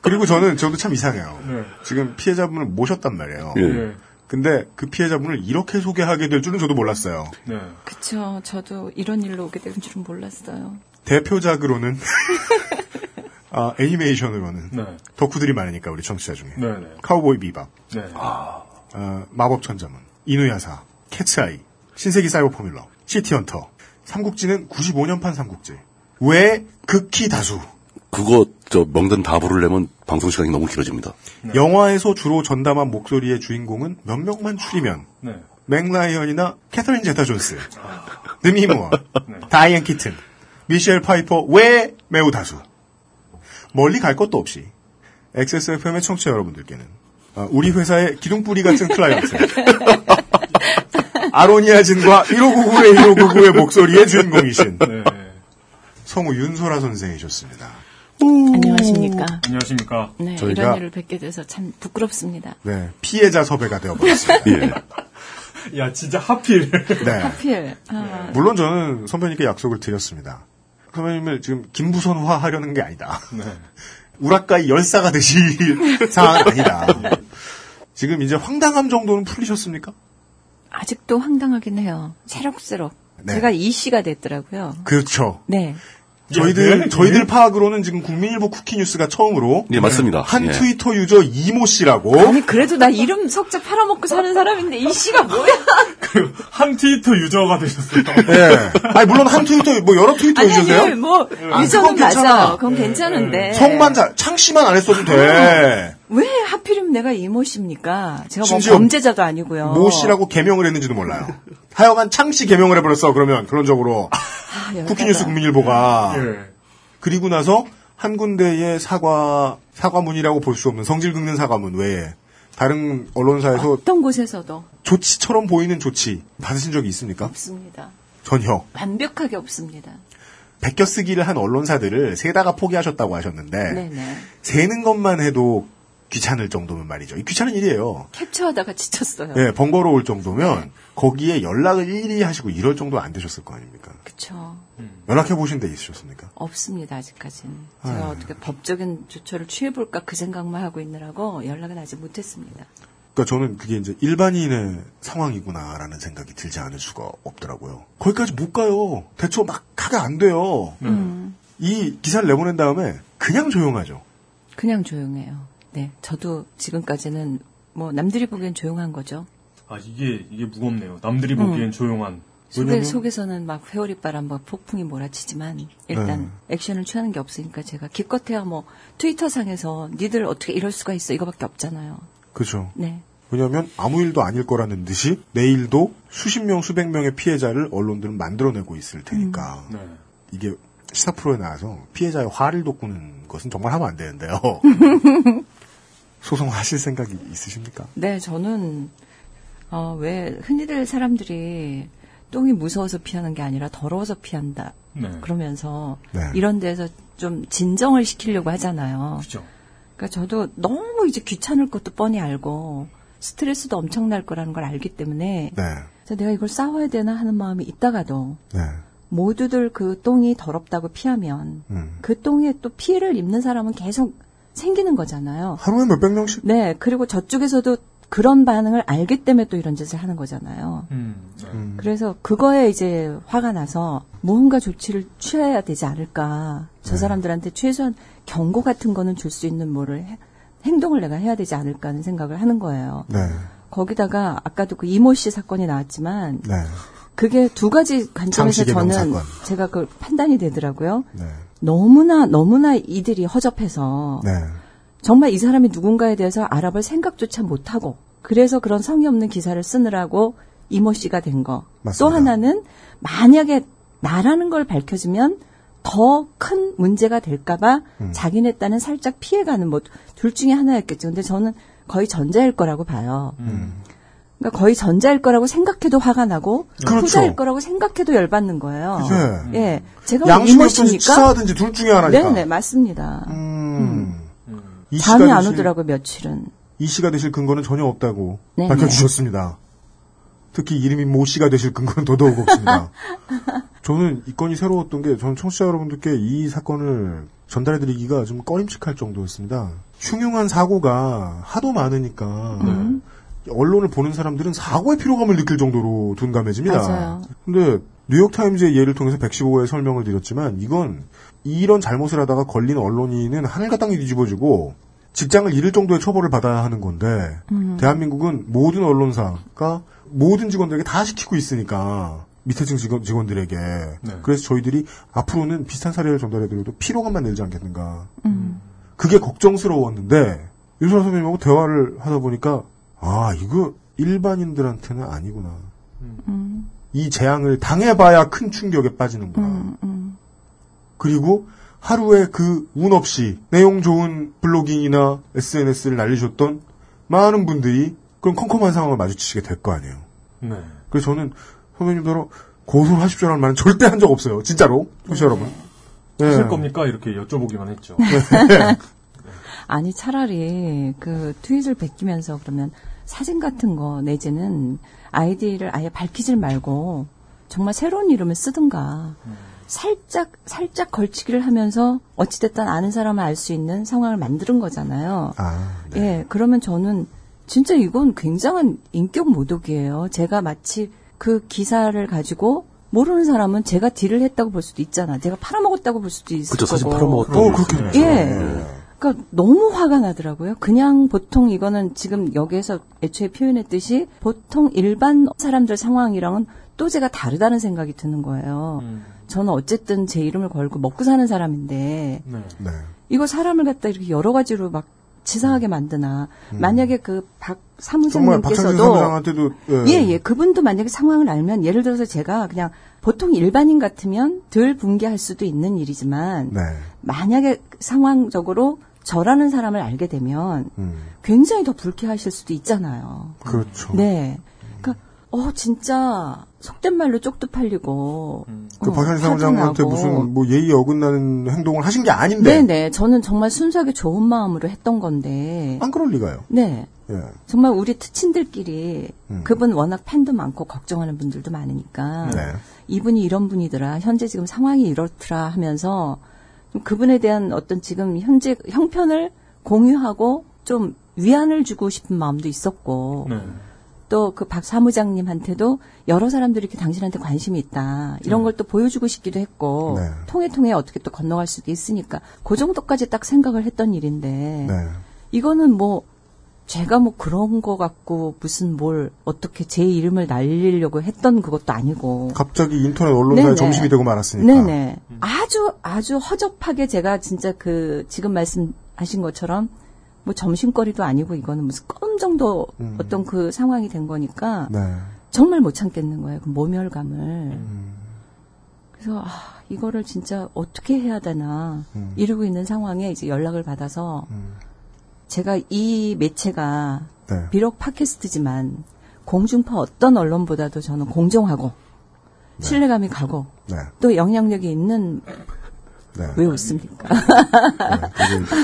그리고 저는, 저도 참 이상해요.
네.
지금 피해자분을 모셨단 말이에요.
예.
예.
근데 그 피해자분을 이렇게 소개하게 될 줄은 저도 몰랐어요.
네.
그쵸. 저도 이런 일로 오게 될 줄은 몰랐어요.
(laughs)
대표작으로는, 아, 애니메이션으로는
네.
덕후들이 많으니까, 우리 청취자 중에.
네. 네.
카우보이 비밥,
네.
어, 마법 천자문, 이누야사, 캣츠아이, 신세기 사이버 포뮬러, 시티헌터, 삼국지는 95년판 삼국지. 왜 극히 다수.
그거 저 명단 다 부르려면 방송 시간이 너무 길어집니다.
네.
영화에서 주로 전담한 목소리의 주인공은 몇 명만 추리면
네.
맥라이언이나 캐서린 제타 존스, 드미 무어, 다이앤 키튼, 미셸 파이퍼 외 매우 다수. 멀리 갈 것도 없이 XSFM의 청취자 여러분들께는 아, 우리 회사의 기둥뿌리 같은 클라이언트 아로니아 진과 1599의 1599의 목소리의 주인공이신
네.
성우 윤소라 선생이셨습니다.
안녕하십니까.
안녕하십니까.
네,
저희가-
이런 일을 뵙게 돼서 참 부끄럽습니다.
네, 피해자 섭외가 되어버렸습니다. (laughs)
예.
야 진짜 하필. (laughs)
네.
필. 아,
물론 저는 선배님께 약속을 드렸습니다. 선배님을 지금 김부선화 하려는 게 아니다.
네.
(laughs) 우라카이 열사가
(laughs)
되실 상황은 아니다. 지금 이제 황당함 정도는 풀리셨습니까?
아직도 황당하긴 해요. 새록새록.
네.
제가 이 씨가 됐더라고요.
그렇죠.
네.
예,
저희들
네.
저희들 파악으로는 지금 국민일보 쿠키 뉴스가 처음으로
예, 맞습니다.
한
예.
트위터 유저 이모 씨라고
아니 그래도 나 이름 석자 팔아먹고 사는 사람인데 이
(laughs)
씨가 뭐야?
한 트위터 유저가 되셨어요.
예. 아니 물론 한 트위터 뭐 여러 트위터
아니 아니
유저세요?
뭐 예.
아,
유저는
그건 괜찮아. 네,
맞아요. 그건 괜찮은데
성만 잘 창씨만 안 했어도
아,
돼.
왜 하필이면 내가 이모 씨입니까? 제가 뭐
심지어
범죄자도 아니고요.
모뭐 씨라고 개명을 했는지도 몰라요. (laughs) 하여간 창씨 개명을 해버렸어 그러면 그런적으로
아, 열받아.
쿠키뉴스 국민일보가
예.
그리고 나서 한 군데의 사과 사과문이라고 볼 수 없는 성질 긁는 사과문 외에 다른 언론사에서
어떤 곳에서도
조치처럼 보이는 조치 받으신 적이 있습니까?
없습니다.
전혀.
완벽하게 없습니다.
베껴쓰기를 한 언론사들을 세다가 포기하셨다고 하셨는데
네네.
세는 것만 해도 귀찮을 정도면 말이죠. 이 귀찮은 일이에요.
캡처하다가 (laughs) 지쳤어요.
예, 번거로울 정도면 거기에 연락을 일일이 하시고 이럴 정도 안 되셨을 거 아닙니까?
그쵸.
연락해 보신 데 있으셨습니까?
없습니다 아직까지는. 제가 어떻게 법적인 조처를 취해볼까 그 생각만 하고 있느라고 연락은 아직 못했습니다.
그러니까 저는 그게 이제 일반인의 상황이구나라는 생각이 들지 않을 수가 없더라고요. 거기까지 못 가요. 대처 막 하게 안 돼요.
네.
이 기사를 내보낸 다음에 그냥 조용하죠.
그냥 조용해요. 네, 저도 지금까지는 뭐 남들이 보기엔 조용한 거죠.
아 이게 이게 무겁네요. 남들이 보기엔 조용한.
속에, 속에서는 막 회오리바람 막 폭풍이 몰아치지만 일단 액션을 취하는 게 없으니까 제가 기껏해야 뭐 트위터상에서 니들 어떻게 이럴 수가 있어 이거밖에 없잖아요.
그죠.
네.
왜냐하면 아무 일도 아닐 거라는 듯이 내일도 수십 명 수백 명의 피해자를 언론들은 만들어내고 있을 테니까
네.
이게 시사 프로에 나와서 피해자의 화를 돋구는 것은 정말 하면 안 (laughs) 되는데요. 소송하실 생각이 있으십니까?
네, 저는 어, 왜 흔히들 사람들이 똥이 무서워서 피하는 게 아니라 더러워서 피한다.
네.
그러면서
네.
이런 데서 좀 진정을 시키려고 하잖아요.
그죠.
그러니까 저도 너무 이제 귀찮을 것도 뻔히 알고 스트레스도 엄청날 거라는 걸 알기 때문에
네,
그래서 내가 이걸 싸워야 되나 하는 마음이 있다가도
네,
모두들 그 똥이 더럽다고 피하면
음.
그 똥에 또 피해를 입는 사람은 계속 생기는 거잖아요.
하루에 몇백 명씩
네, 그리고 저쪽에서도 그런 반응을 알기 때문에 또 이런 짓을 하는 거잖아요.
음. 네.
그래서 그거에 이제 화가 나서 무언가 조치를 취해야 되지 않을까.
네.
저 사람들한테 최소한 경고 같은 거는 줄 수 있는 뭐를 해- 행동을 내가 해야 되지 않을까 하는 생각을 하는 거예요.
네,
거기다가 아까도 그 이모 씨 사건이 나왔지만
네,
그게 두 가지 관점에서
장식의
저는
명사건.
제가 그 판단이 되더라고요.
네,
너무나 너무나 이들이 허접해서
네,
정말 이 사람이 누군가에 대해서 알아볼 생각조차 못하고 그래서 그런 성의 없는 기사를 쓰느라고 이모 씨가 된 거. 또
맞습니다.
하나는 만약에 나라는 걸 밝혀지면 더 큰 문제가 될까봐
음.
자기네 딴은 살짝 피해가는 뭐 둘 중에 하나였겠죠. 근데 저는 거의 전자일 거라고 봐요.
음.
그러니까 거의 전자일 거라고 생각해도 화가 나고
그렇죠.
후자일 거라고 생각해도 열받는 거예요.
네.
예, 제가 뭐 이모
양심이든지
씨니까.
치사하든지 둘 중에 하나니까.
네네 맞습니다.
음. 이
잠이
시간이신-
안 오더라고 요 며칠은.
이 씨가 되실 근거는 전혀 없다고
네,
밝혀주셨습니다. 특히 이름이 모 씨가 되실 근거는 더더욱
(laughs)
없습니다. 저는 이 건이 새로웠던 게 저는 청취자 여러분들께 이 사건을 전달해드리기가 좀 꺼림칙할 정도였습니다. 흉흉한 사고가 하도 많으니까
음.
언론을 보는 사람들은 사고의 피로감을 느낄 정도로 둔감해집니다.
맞아요.
근데 뉴욕타임즈의 예를 통해서 115회 설명을 드렸지만 이건 이런 잘못을 하다가 걸린 언론인은 하늘과 땅이 뒤집어지고 직장을 잃을 정도의 처벌을 받아야 하는 건데 대한민국은 모든 언론사가 모든 직원들에게 다 시키고 있으니까 밑에층 직원, 직원들에게 그래서 저희들이 앞으로는 비슷한 사례를 전달해드려도 피로감만 늘지 않겠는가 그게 걱정스러웠는데 윤선 선생님하고 대화를 하다 보니까 아 이거 일반인들한테는 아니구나 이 재앙을 당해봐야 큰 충격에 빠지는구나
음,
그리고 하루에 그 운 없이 내용 좋은 블로깅이나 SNS를 날리셨던 많은 분들이 그런 컴컴한 상황을 마주치시게 될 거 아니에요
네.
그래서 저는 선배님들로 고소를 하십시오라는 말은 절대 한 적 없어요 진짜로 혹시 여러분 네.
하실
(laughs)
겁니까? 이렇게 여쭤보기만 했죠.
아니 차라리 그 트윗을 베끼면서 그러면 사진 같은 거 내지는 아이디를 아예 밝히질 말고 정말 새로운 이름을 쓰든가 살짝 살짝 걸치기를 하면서 어찌됐든 아는 사람을 알 수 있는 상황을 만드는 거잖아요.
아, 네.
예, 그러면 저는 진짜 이건 굉장한 인격 모독이에요. 제가 마치 그 기사를 가지고 모르는 사람은 제가 딜을 했다고 볼 수도 있잖아. 내가 팔아먹었다고 볼 수도 있을
그쵸, 사실
거고.
팔아먹었다고 어, 볼 수도 그렇게 있죠.
예.
네.
그러니까 너무 화가 나더라고요. 그냥 보통 이거는 지금 여기에서 애초에 표현했듯이 보통 일반 사람들 상황이랑은 또 제가 다르다는 생각이 드는 거예요.
음,
저는 어쨌든 제 이름을 걸고 먹고 사는 사람인데
네.
이거 사람을 갖다 이렇게 여러 가지로 막 치사하게 만드나 만약에 그 음. 박
정말 박찬진
사무장님께서도
사무장한테도 예.
예예 그분도 만약에 상황을 알면 예를 들어서 제가 그냥 보통 일반인 같으면 덜 붕괴할 수도 있는 일이지만
네.
만약에 상황적으로 저라는 사람을 알게 되면
음.
굉장히 더 불쾌하실 수도 있잖아요.
그렇죠.
네. 그러니까 어 진짜 속된 말로 쪽도 팔리고
그
어,
박찬진
화도
사무장한테
나고.
무슨 뭐 예의 어긋나는 행동을 하신 게 아닌데
네네. 저는 정말 순수하게 좋은 마음으로 했던 건데.
안 그럴 리가요.
네.
예.
정말 우리 특친들끼리
음.
그분 워낙 팬도 많고 걱정하는 분들도 많으니까
네.
이분이 이런 분이더라. 현재 지금 상황이 이렇더라 하면서 좀 그분에 대한 어떤 지금 현재 형편을 공유하고 좀 위안을 주고 싶은 마음도 있었고
네.
네.
또 그 박 사무장님한테도 여러 사람들이 이렇게 당신한테 관심이 있다 이런 걸 또 보여주고 싶기도 했고
네.
통해 통해 어떻게 또 건너갈 수도 있으니까 그 정도까지 딱 생각을 했던 일인데
네.
이거는 뭐 제가 뭐 그런 거 갖고 무슨 뭘 어떻게 제 이름을 날리려고 했던 그것도 아니고
갑자기 인터넷 언론사에
네네.
점심이 되고 말았으니까. 음.
네네 아주 아주 허접하게 제가 진짜 그 지금 말씀하신 것처럼 뭐 점심거리도 아니고 이거는 무슨 껌 정도
음.
어떤 그 상황이 된 거니까
네.
정말 못 참겠는 거예요 그 모멸감을
음.
그래서 아 이거를 진짜 어떻게 해야 되나
음.
이러고 있는 상황에 이제 연락을 받아서
음.
제가 이 매체가
네.
비록 팟캐스트지만 공중파 어떤 언론보다도 저는 공정하고 신뢰감이 가고
네.
또 영향력이 있는
네.
왜 웃습니까?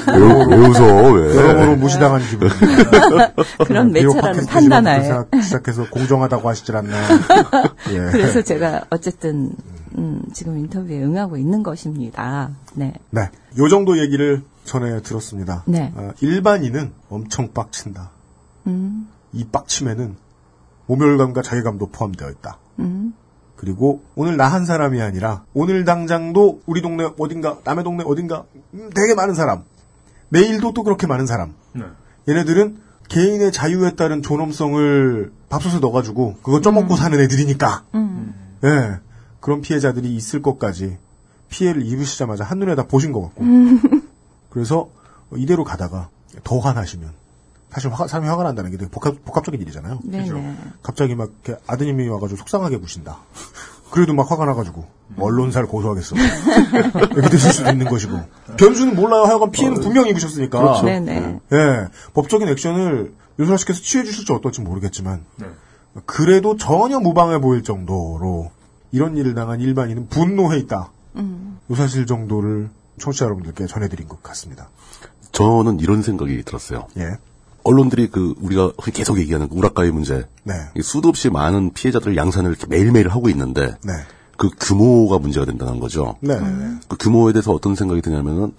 왜, 왜 웃어, 왜.
여러모로 무시당한 기분.
(laughs)
비록
그런 매체라는
팟캐스트지만
판단하에
그렇게 생각- 시작해서 공정하다고 하시질 않나. 예.
그래서 제가 어쨌든 음, 지금 인터뷰에 응하고 있는 것입니다. 네,
네. 요 정도 얘기를 전에 들었습니다.
네.
아, 일반인은 엄청 빡친다.
음,
이 빡침에는 모멸감과 자괴감도 포함되어 있다.
음,
그리고 오늘 나 한 사람이 아니라 오늘 당장도 우리 동네 어딘가 남의 동네 어딘가 음, 되게 많은 사람 내일도 또 그렇게 많은 사람
네.
얘네들은 개인의 자유에 따른 존엄성을 밥솥에 넣어가지고 그거 쪄먹고 사는 애들이니까
음,
예 그런 피해자들이 있을 것까지 피해를 입으시자마자 한눈에 다 보신 것 같고
음.
그래서 이대로 가다가 더 화나시면 사실 화, 사람이 화가 난다는 게 되게 복합, 복합적인 일이잖아요
네, 네,
갑자기 막 이렇게 아드님이 와가지고 속상하게 구신다. 그래도 막 화가 나가지고
음.
언론사를 고소하겠어. 이렇게 되실 수도 있는 것이고 변수는 몰라요. 하여간 피해는
아,
분명히 입으셨으니까.
그렇죠.
네, 네,
예, 법적인 액션을 유소라 씨께서 취해 주실지 어떨지 모르겠지만
네.
그래도 전혀 무방해 보일 정도로 이런 일을 당한 일반인은 분노해 있다.
음.
요 사실 정도를 청취자 여러분들께 전해드린 것 같습니다.
저는 이런 생각이 들었어요.
예,
언론들이 그 우리가 흔히 계속 얘기하는 그 우라카이 문제,
네,
이 수도 없이 많은 피해자들 양산을 이렇게 매일매일 하고 있는데
네,
그 규모가 문제가 된다는 거죠.
네, 네,
그 규모에 대해서 어떤 생각이 드냐면은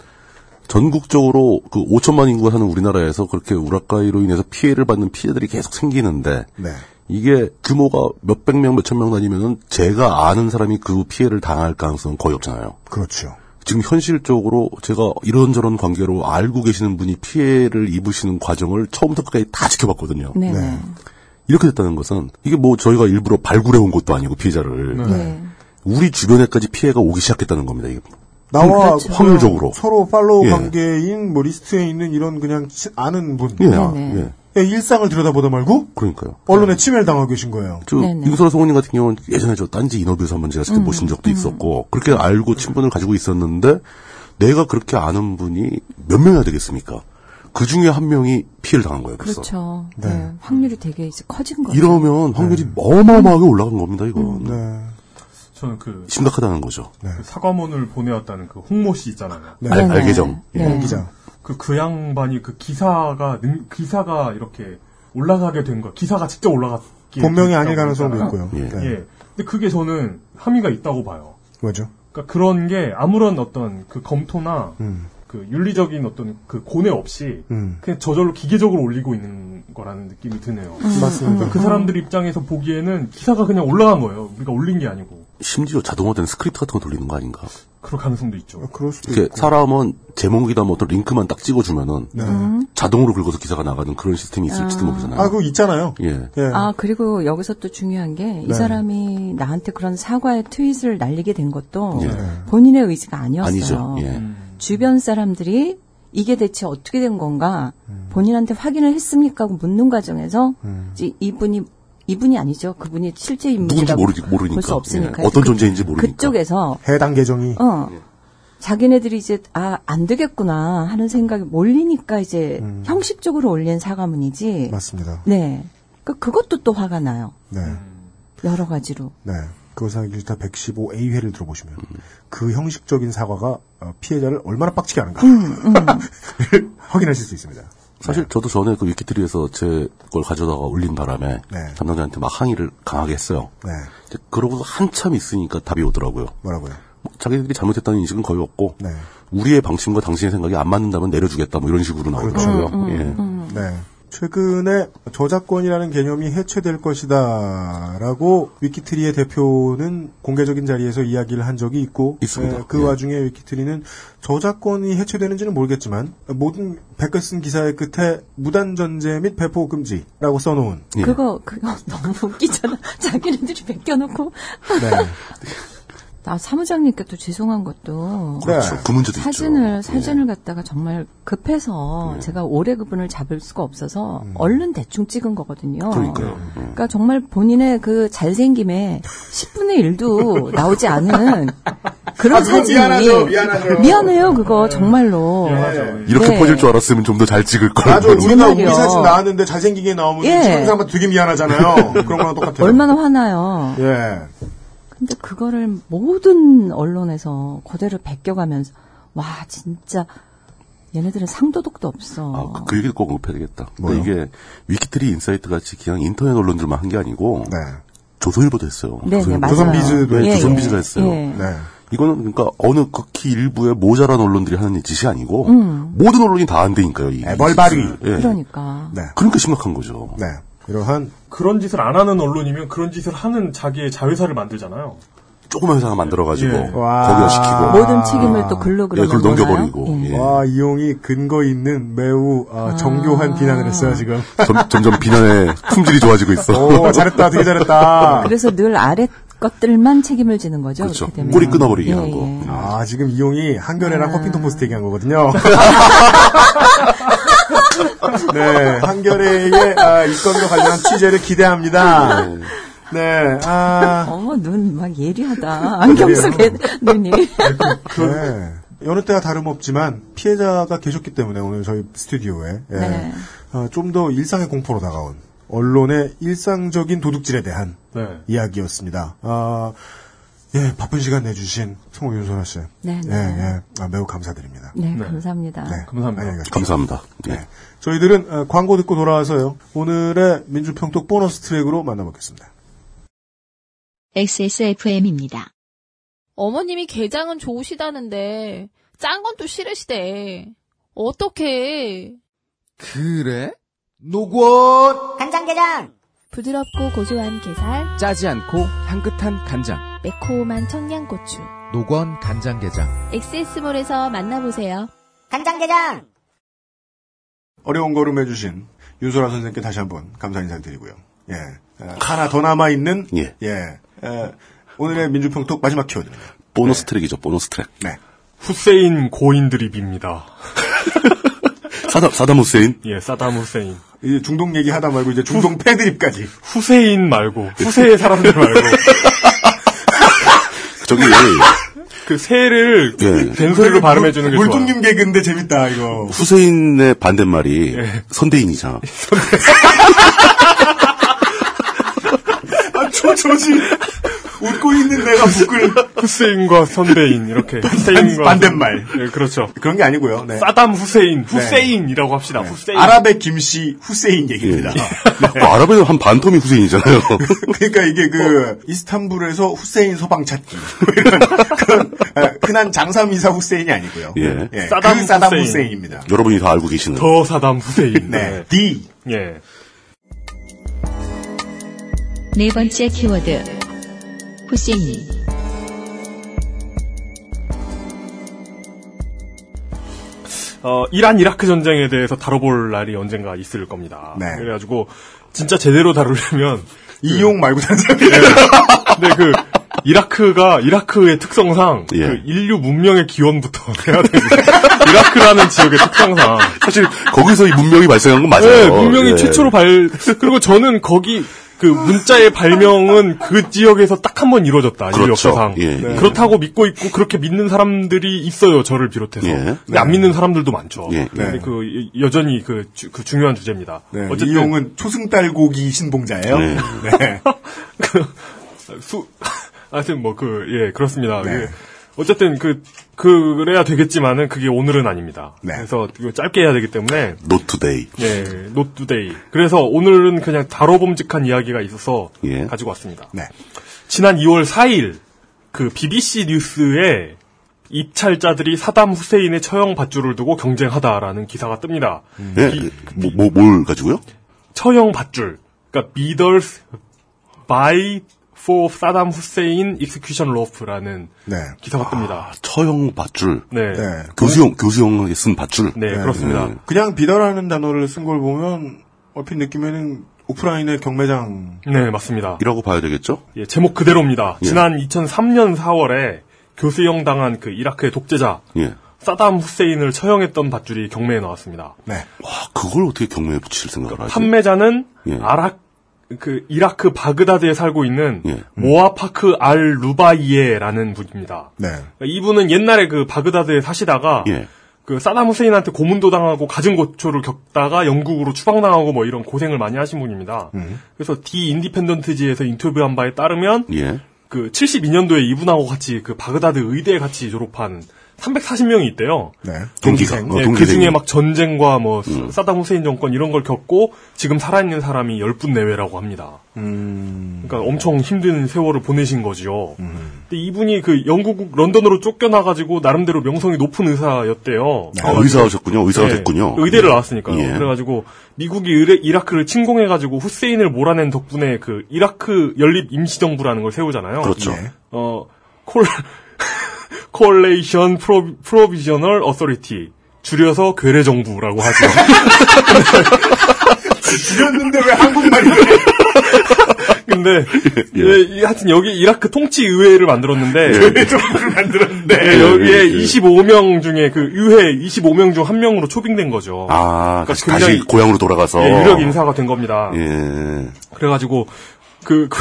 전국적으로 그 5천만 인구 사는 우리나라에서 그렇게 우라카이로 인해서 피해를 받는 피해들이 계속 생기는데
네,
이게 규모가 몇백 명, 몇천 명 다니면은 제가 아는 사람이 그 피해를 당할 가능성은 거의 없잖아요.
그렇죠.
지금 현실적으로 제가 이런저런 관계로 알고 계시는 분이 피해를 입으시는 과정을 처음부터 끝까지 다 지켜봤거든요.
네, 네,
이렇게 됐다는 것은 이게 뭐 저희가 일부러 발굴해 온 것도 아니고 피해자를
네,
우리 주변에까지 피해가 오기 시작했다는 겁니다. 이게
나와
그렇죠. 확률적으로.
서로 팔로우
예.
관계인 뭐 리스트에 있는 이런 그냥 치- 아는 분
예, 아,
네네.
예. 네.
의 일상을 들여다보다 말고
그러니까요.
언론에 침해를 당하고 계신 거예요.
저
네네. 음.
윤소라 성우님 같은 경우는 예전에 저 딴지 인터뷰에서 한번 제가 직접 모신 적도 있었고 그렇게 알고 친분을 가지고 있었는데 내가 그렇게 아는 분이 몇 명이나 되겠습니까? 그 중에 한 명이 피해를 당한 거예요. 벌써.
그렇죠. 네. 확률이 되게 이제 커진 거죠.
이러면 확률이 어마어마하게 올라간 겁니다.
음.
이건
네.
저는 그,
심각하다는 거죠.
그 사과문을 보내왔다는 그 홍모 씨 있잖아요.
네.
알,
네네.
알계정. 예.
네.
기자.
그, 그 양반이 그 기사가, 능- 기사가 이렇게 올라가게 된 거, 기사가 직접 올라갔기
본명이 아닐 가능성도 있고요.
예.
네.
예. 근데 그게 저는 함의가 있다고 봐요.
뭐죠?
그러니까 그런 게 아무런 어떤 그 검토나
음.
그 윤리적인 어떤 그 고뇌 없이
음.
그냥 저절로 기계적으로 올리고 있는 거라는 느낌이 드네요.
음.
그러니까
맞습니다.
음. 그 사람들 입장에서 보기에는 기사가 그냥 올라간 거예요. 우리가 올린 게 아니고.
심지어 자동화된 스크립트 같은 거 돌리는 거 아닌가?
그럴 가능성도 있죠.
아, 그럴 수도
이렇게
있고.
사람은 제목이다 뭐 어떤 링크만 딱 찍어주면은
네.
음.
자동으로 긁어서 기사가 나가는 그런 시스템이 있을지도 모르잖아요.
아, 그거 있잖아요.
예.
예.
아, 그리고 여기서 또 중요한 게, 이
네.
사람이 나한테 그런 사과의 트윗을 날리게 된 것도
예.
본인의 의지가 아니었어요.
아니죠. 예.
주변 사람들이 이게 대체 어떻게 된 건가, 본인한테 확인을 했습니까? 하고 묻는 과정에서, 이제 이분이, 이분이 아니죠. 그분이 실제
누군지
인물이라고
모르지, 모르니까.
볼수 없으니까.
예. 어떤 존재인지 모르니까. 예.
그쪽에서,
해당 계정이
어, 자기네들이 이제, 아, 안 되겠구나 하는 생각이 몰리니까 이제
음.
형식적으로 올린 사과문이지,
맞습니다.
네. 그, 그것도 또 화가 나요.
네.
여러 가지로.
네. 그것은 기타 115A회를 들어보시면 그 형식적인 사과가 어, 피해자를 얼마나 빡치게 하는가 (laughs) 확인하실 수 있습니다. 네.
사실 저도 전에 그 위키트리에서 제 걸 가져다가 올린 바람에
네.
담당자한테 막 항의를 강하게 했어요.
네.
이제 그러고서 한참 있으니까 답이 오더라고요.
뭐라고요?
뭐 자기들이 잘못했다는 인식은 거의 없고
네.
우리의 방침과 당신의 생각이 안 맞는다면 내려주겠다 뭐 이런 식으로
그렇죠.
나오더라고요.
음,
예.
네. 최근에 저작권이라는 개념이 해체될 것이다라고 위키트리의 대표는 공개적인 자리에서 이야기를 한 적이 있고
있습니다.
예, 그
예.
와중에 위키트리는 저작권이 해체되는지는 모르겠지만 모든 백글 쓴 기사의 끝에 무단 전제 및 배포 금지라고 써놓은
예.
그거, 그거 (laughs) 너무 웃기잖아. 자기네들이 벗겨놓고.
네.
나 사무장님께 또 죄송한 것도.
그렇죠.
네.
그 문제도
사진을,
있죠.
사진을 갖다가 정말
예.
급해서 제가 오래 그분을 잡을 수가 없어서 얼른 대충 찍은 거거든요.
음. 그러니까요.
그러니까 정말 본인의 그 잘생김에 10분의 1도 나오지 않은 그런
아, 그거
사진이.
미안하죠, 미안하죠.
미안해요, 그거 정말로.
예. 이렇게
네.
퍼질 줄 알았으면 좀 더 잘 찍을 걸.
맞아, 우리가 우리
정말요.
사진 나왔는데 잘생기게 나오면
예.
찍은 사람한테 되게
(laughs)
미안하잖아요. 그런 거랑 똑같아요.
얼마나 화나요.
예.
근데 그거를 모든 언론에서 그대로 베껴가면서 와 진짜 얘네들은 상도덕도
음.
없어.
아, 그, 그 얘기도 꼭 언급해야 되겠다. 근데 이게 위키트리 인사이트 같이 그냥 인터넷 언론들만 한 게 아니고
네.
조선일보도 했어요.
네, 네, 맞아요.
조선비즈도
네,
했죠.
조선비즈가 했어요.
예.
네.
이거는 그러니까 어느 극히 일부의 모자란 언론들이 하는 짓이 아니고 모든 언론이 다 안 되니까요. 이
네, 애벌바리.
짓을. 예.
음. 그러니까
네.
그러니까 심각한 거죠.
네. 이러한
그런 짓을 안 하는 언론이면 그런 짓을 하는 자기의 자회사를 만들잖아요.
조그만 회사가 만들어가지고
예.
와.
거기다 시키고
모든 책임을 또 글로
예,
그러면
그걸 넘겨버리고 예.
와 아, 이용이 근거 있는 매우 아, 정교한 비난을 했어요 지금.
(laughs)
점, 점점 비난의 품질이 좋아지고 있어.
오 잘했다, 되게 잘했다.
예. 그래서 늘 아래 것들만 책임을 지는 거죠.
그렇죠.
그렇게 되면. 예,
꼬리 끊어버리게 한 거.
아 지금 이용이
아.
한겨레랑 커피통 포스트 얘기한
(laughs)
거거든요. 네, 한겨레의 아, 이 건과 관련한 취재를 기대합니다. 네, 아
어머 눈 막 예리하다. (laughs) 안경 속에
(laughs)
눈이.
네. 여느 때와 다름없지만 피해자가 계셨기 때문에 오늘 저희 스튜디오에 예.
네.
좀 더 일상의 공포로 다가온 언론의 일상적인 도둑질에 대한
네.
이야기였습니다. 아, 예, 바쁜 시간 내주신 성우 윤소라 씨.
네, 네.
예, 예. 아, 매우 감사드립니다.
네, 감사합니다.
네.
감사합니다.
안녕히 가십시오.
감사합니다. 예.
네. 저희들은 어, 광고 듣고 돌아와서요. 오늘의 민주평톡 보너스 트랙으로 만나보겠습니다.
XSFM입니다.
어머님이 게장은 좋으시다는데 짠 건 또 싫으시대. 어떡해.
그래? 노건!
부드럽고 고소한 게살,
짜지 않고 향긋한 간장.
매콤한 청양고추.
노건 간장게장.
엑세스몰에서 만나보세요.
어려운 걸음 해주신 윤소라 선생님께 다시 한번 감사 인사드리고요. 예. 어, 하나 더 남아있는,
예.
어, 오늘의 민주평톡 마지막 키워드입니다.
보너스 트랙이죠. 보너스 트랙.
네.
후세인 고인 드립입니다.
사담 사담 후세인.
예, 사담 후세인.
이제 중동 얘기 하다 말고 이제 중동 패드립까지.
후세인 말고 후세의
(laughs)
사람들 말고
저기
그 새를
예.
된소리로 발음해 주는 게 좋아.
그 물뚱님 개그인데 재밌다, 이거.
후세인의 반대말이
네.
선대인이잖아.
아, 초조지. 웃고 있는 내가 북을.
후세인과 선대인
(laughs)
이렇게 후세인과
반대말.
선- 예, 그렇죠.
그런 게 아니고요. 네.
사담 후세인 후세인이라고 합시다. 후세인. 예.
아랍의 김씨 후세인 얘기입니다.
또 아랍에는 한 반톰이 후세인이잖아요.
(laughs)
(laughs)
그러니까 이게
어.
그 이스탄불에서 후세인 소방 찾기 뭐 이런 그런 아, 흔한 장사미사 후세인이 아니고요.
예.
사담
사담
그 사담
후세인.
후세인입니다.
여러분이 다 알고 계시는.
더 사담 후세인.
네, D
네. 예.
네 번째 키워드. 후세인.
어, 이란 이라크 전쟁에 대해서 다뤄볼 날이 언젠가 있을 겁니다.
네.
그래가지고 진짜 제대로 다루려면
이용 말고 다른 사람이
네. 근데 그 이라크가 이라크의 특성상
예.
그 인류 문명의 기원부터 (laughs) 해야 되는 이라크라는 지역의 특성상
사실 거기서 이 문명이 발생한 건 맞아요.
네, 분명히
예.
최초로 발 그리고 저는 거기 그 문자의 발명은 그 지역에서 딱 한 번 이루어졌다 인류
그렇죠.
역사상 네.
예, 예.
그렇다고 믿고 있고 그렇게 믿는 사람들이 있어요 저를 비롯해서
예.
근데 안 믿는 사람들도 많죠.
예, 예.
근데 그 여- 여전히 그, 주- 그 중요한 주제입니다.
네,
어쨌든
이용은 초승달고기 신봉자예요.
네.
네.
(laughs) 그, 수, (laughs) 하여튼 뭐 그, 예, 그렇습니다.
네.
예. 어쨌든 그, 그- 그래야 되겠지만은 그게 오늘은 아닙니다.
네.
그래서 이거 짧게 해야 되기 때문에,
Not today.
예, 노트데이. 그래서 오늘은 그냥 다뤄봄직한 이야기가 있어서
예.
가지고 왔습니다.
네.
지난 2월 4일 그 BBC 뉴스에 입찰자들이 사담 후세인의 처형 밧줄을 두고 경쟁하다라는 기사가 뜹니다.
예.
네.
이-
뭐, 뭐, 뭘 가지고요?
처형 밧줄. 그러니까 Leaders by for Saddam Hussein Execution Rope라는
네.
기사가
아,
뜹니다.
처형 밧줄.
네. 네.
네.
교수형, 교수형에 쓴 밧줄.
그렇습니다.
네.
그냥 비더라는 단어를 쓴 걸 보면 얼핏 느낌에는 오프라인의 경매장
네, 맞습니다.
이라고 봐야 되겠죠?
예, 제목 그대로입니다.
예.
지난 2003년 4월에 교수형 당한 그 이라크의 독재자
예.
사담 후세인을 처형했던 밧줄이 경매에 나왔습니다.
네.
와, 그걸 어떻게 경매에 붙일 생각을
그러니까
하지?
판매자는
예.
아락 그 이라크 바그다드에 살고 있는
예.
모아파크 알 루바이에라는 분입니다.
네.
이분은 옛날에 그 바그다드에 사시다가
예.
그 사담 후세인한테 고문도 당하고 가진 고초를 겪다가 영국으로 추방당하고 뭐 이런 고생을 많이 하신 분입니다.
음.
그래서 디 인디펜던트지에서 인터뷰한 바에 따르면
예.
그 72년도에 이분하고 같이 그 바그다드 의대에 같이 졸업한 340명이 있대요.
네.
동기가. 어,
네, 그
동기생이. 음.
중에 막 전쟁과 뭐 사담 후세인 정권 이런 걸 겪고 지금 살아있는 사람이 10분 내외라고 합니다. 음.
음.
그러니까
음.
엄청 힘든 세월을 보내신 거지요. 근데 이분이 그 영국 런던으로 쫓겨나가지고 나름대로 명성이 높은 의사였대요.
아, 의사하셨군요. 의사가
어, 네,
됐군요.
의대를
예.
나왔으니까요.
예.
그래가지고 미국이 의레- 이라크를 침공해가지고 후세인을 몰아낸 덕분에 그 이라크 연립 임시정부라는 걸 세우잖아요.
그렇죠.
예.
어, 콜, (laughs) 콜레이션 프로, 프로비저널 어서리티. 줄여서 괴뢰정부라고 하죠.
(laughs) 줄였는데 왜 한국말이 래
(laughs) 근데, 예, 이- 하여튼 여기 이라크 통치의회를 만들었는데,
정부를 만들었는데.
예, 여기에
예, 예, 예.
25명 중에 그 의회 25명 중 한 명으로 초빙된 거죠.
아, 어. 다시, 다시
그러니까 굉장히-
고향으로 돌아가서.
예, 유력 인사가 된 겁니다.
예.
그래가지고 그, 그,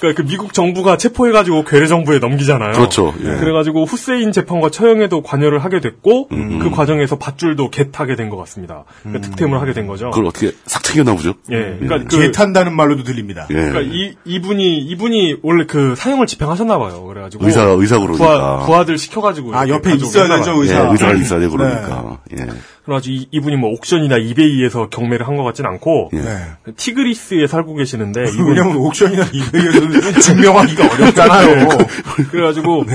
그러니까 그 미국 정부가 체포해가지고 괴뢰 정부에 넘기잖아요. 네.
그렇죠. 예.
그래가지고 후세인 재판과 처형에도 관여를 하게 됐고
음.
그 과정에서 밧줄도 개타게 된 것 같습니다. 그러니까 득템을 하게 된 거죠.
그걸 어떻게 싹 챙겼나 보죠?
예, 그러니까 그
개 탄다는 말로도 들립니다.
음. 예.
그러니까 이 이분이 이분이 원래 그 사형을 집행하셨나 봐요. 그래가지고
의사, 의사
부하,
그러니까.
부하들 시켜가지고
아,
이렇게
옆에
가지고
있어야
했나
되죠,
봐요.
예,
의사.
의사가 있어야 되고
네.
그러니까. 예.
그래가지고 이, 분이뭐 옥션이나 이베이에서 경매를 한 것 같진 않고
예.
네.
티그리스에 살고 계시는데 이분
왜냐면 옥션이나 이베이에서는 증명하기가 어렵잖아요.
네, 그 그래가지고
네.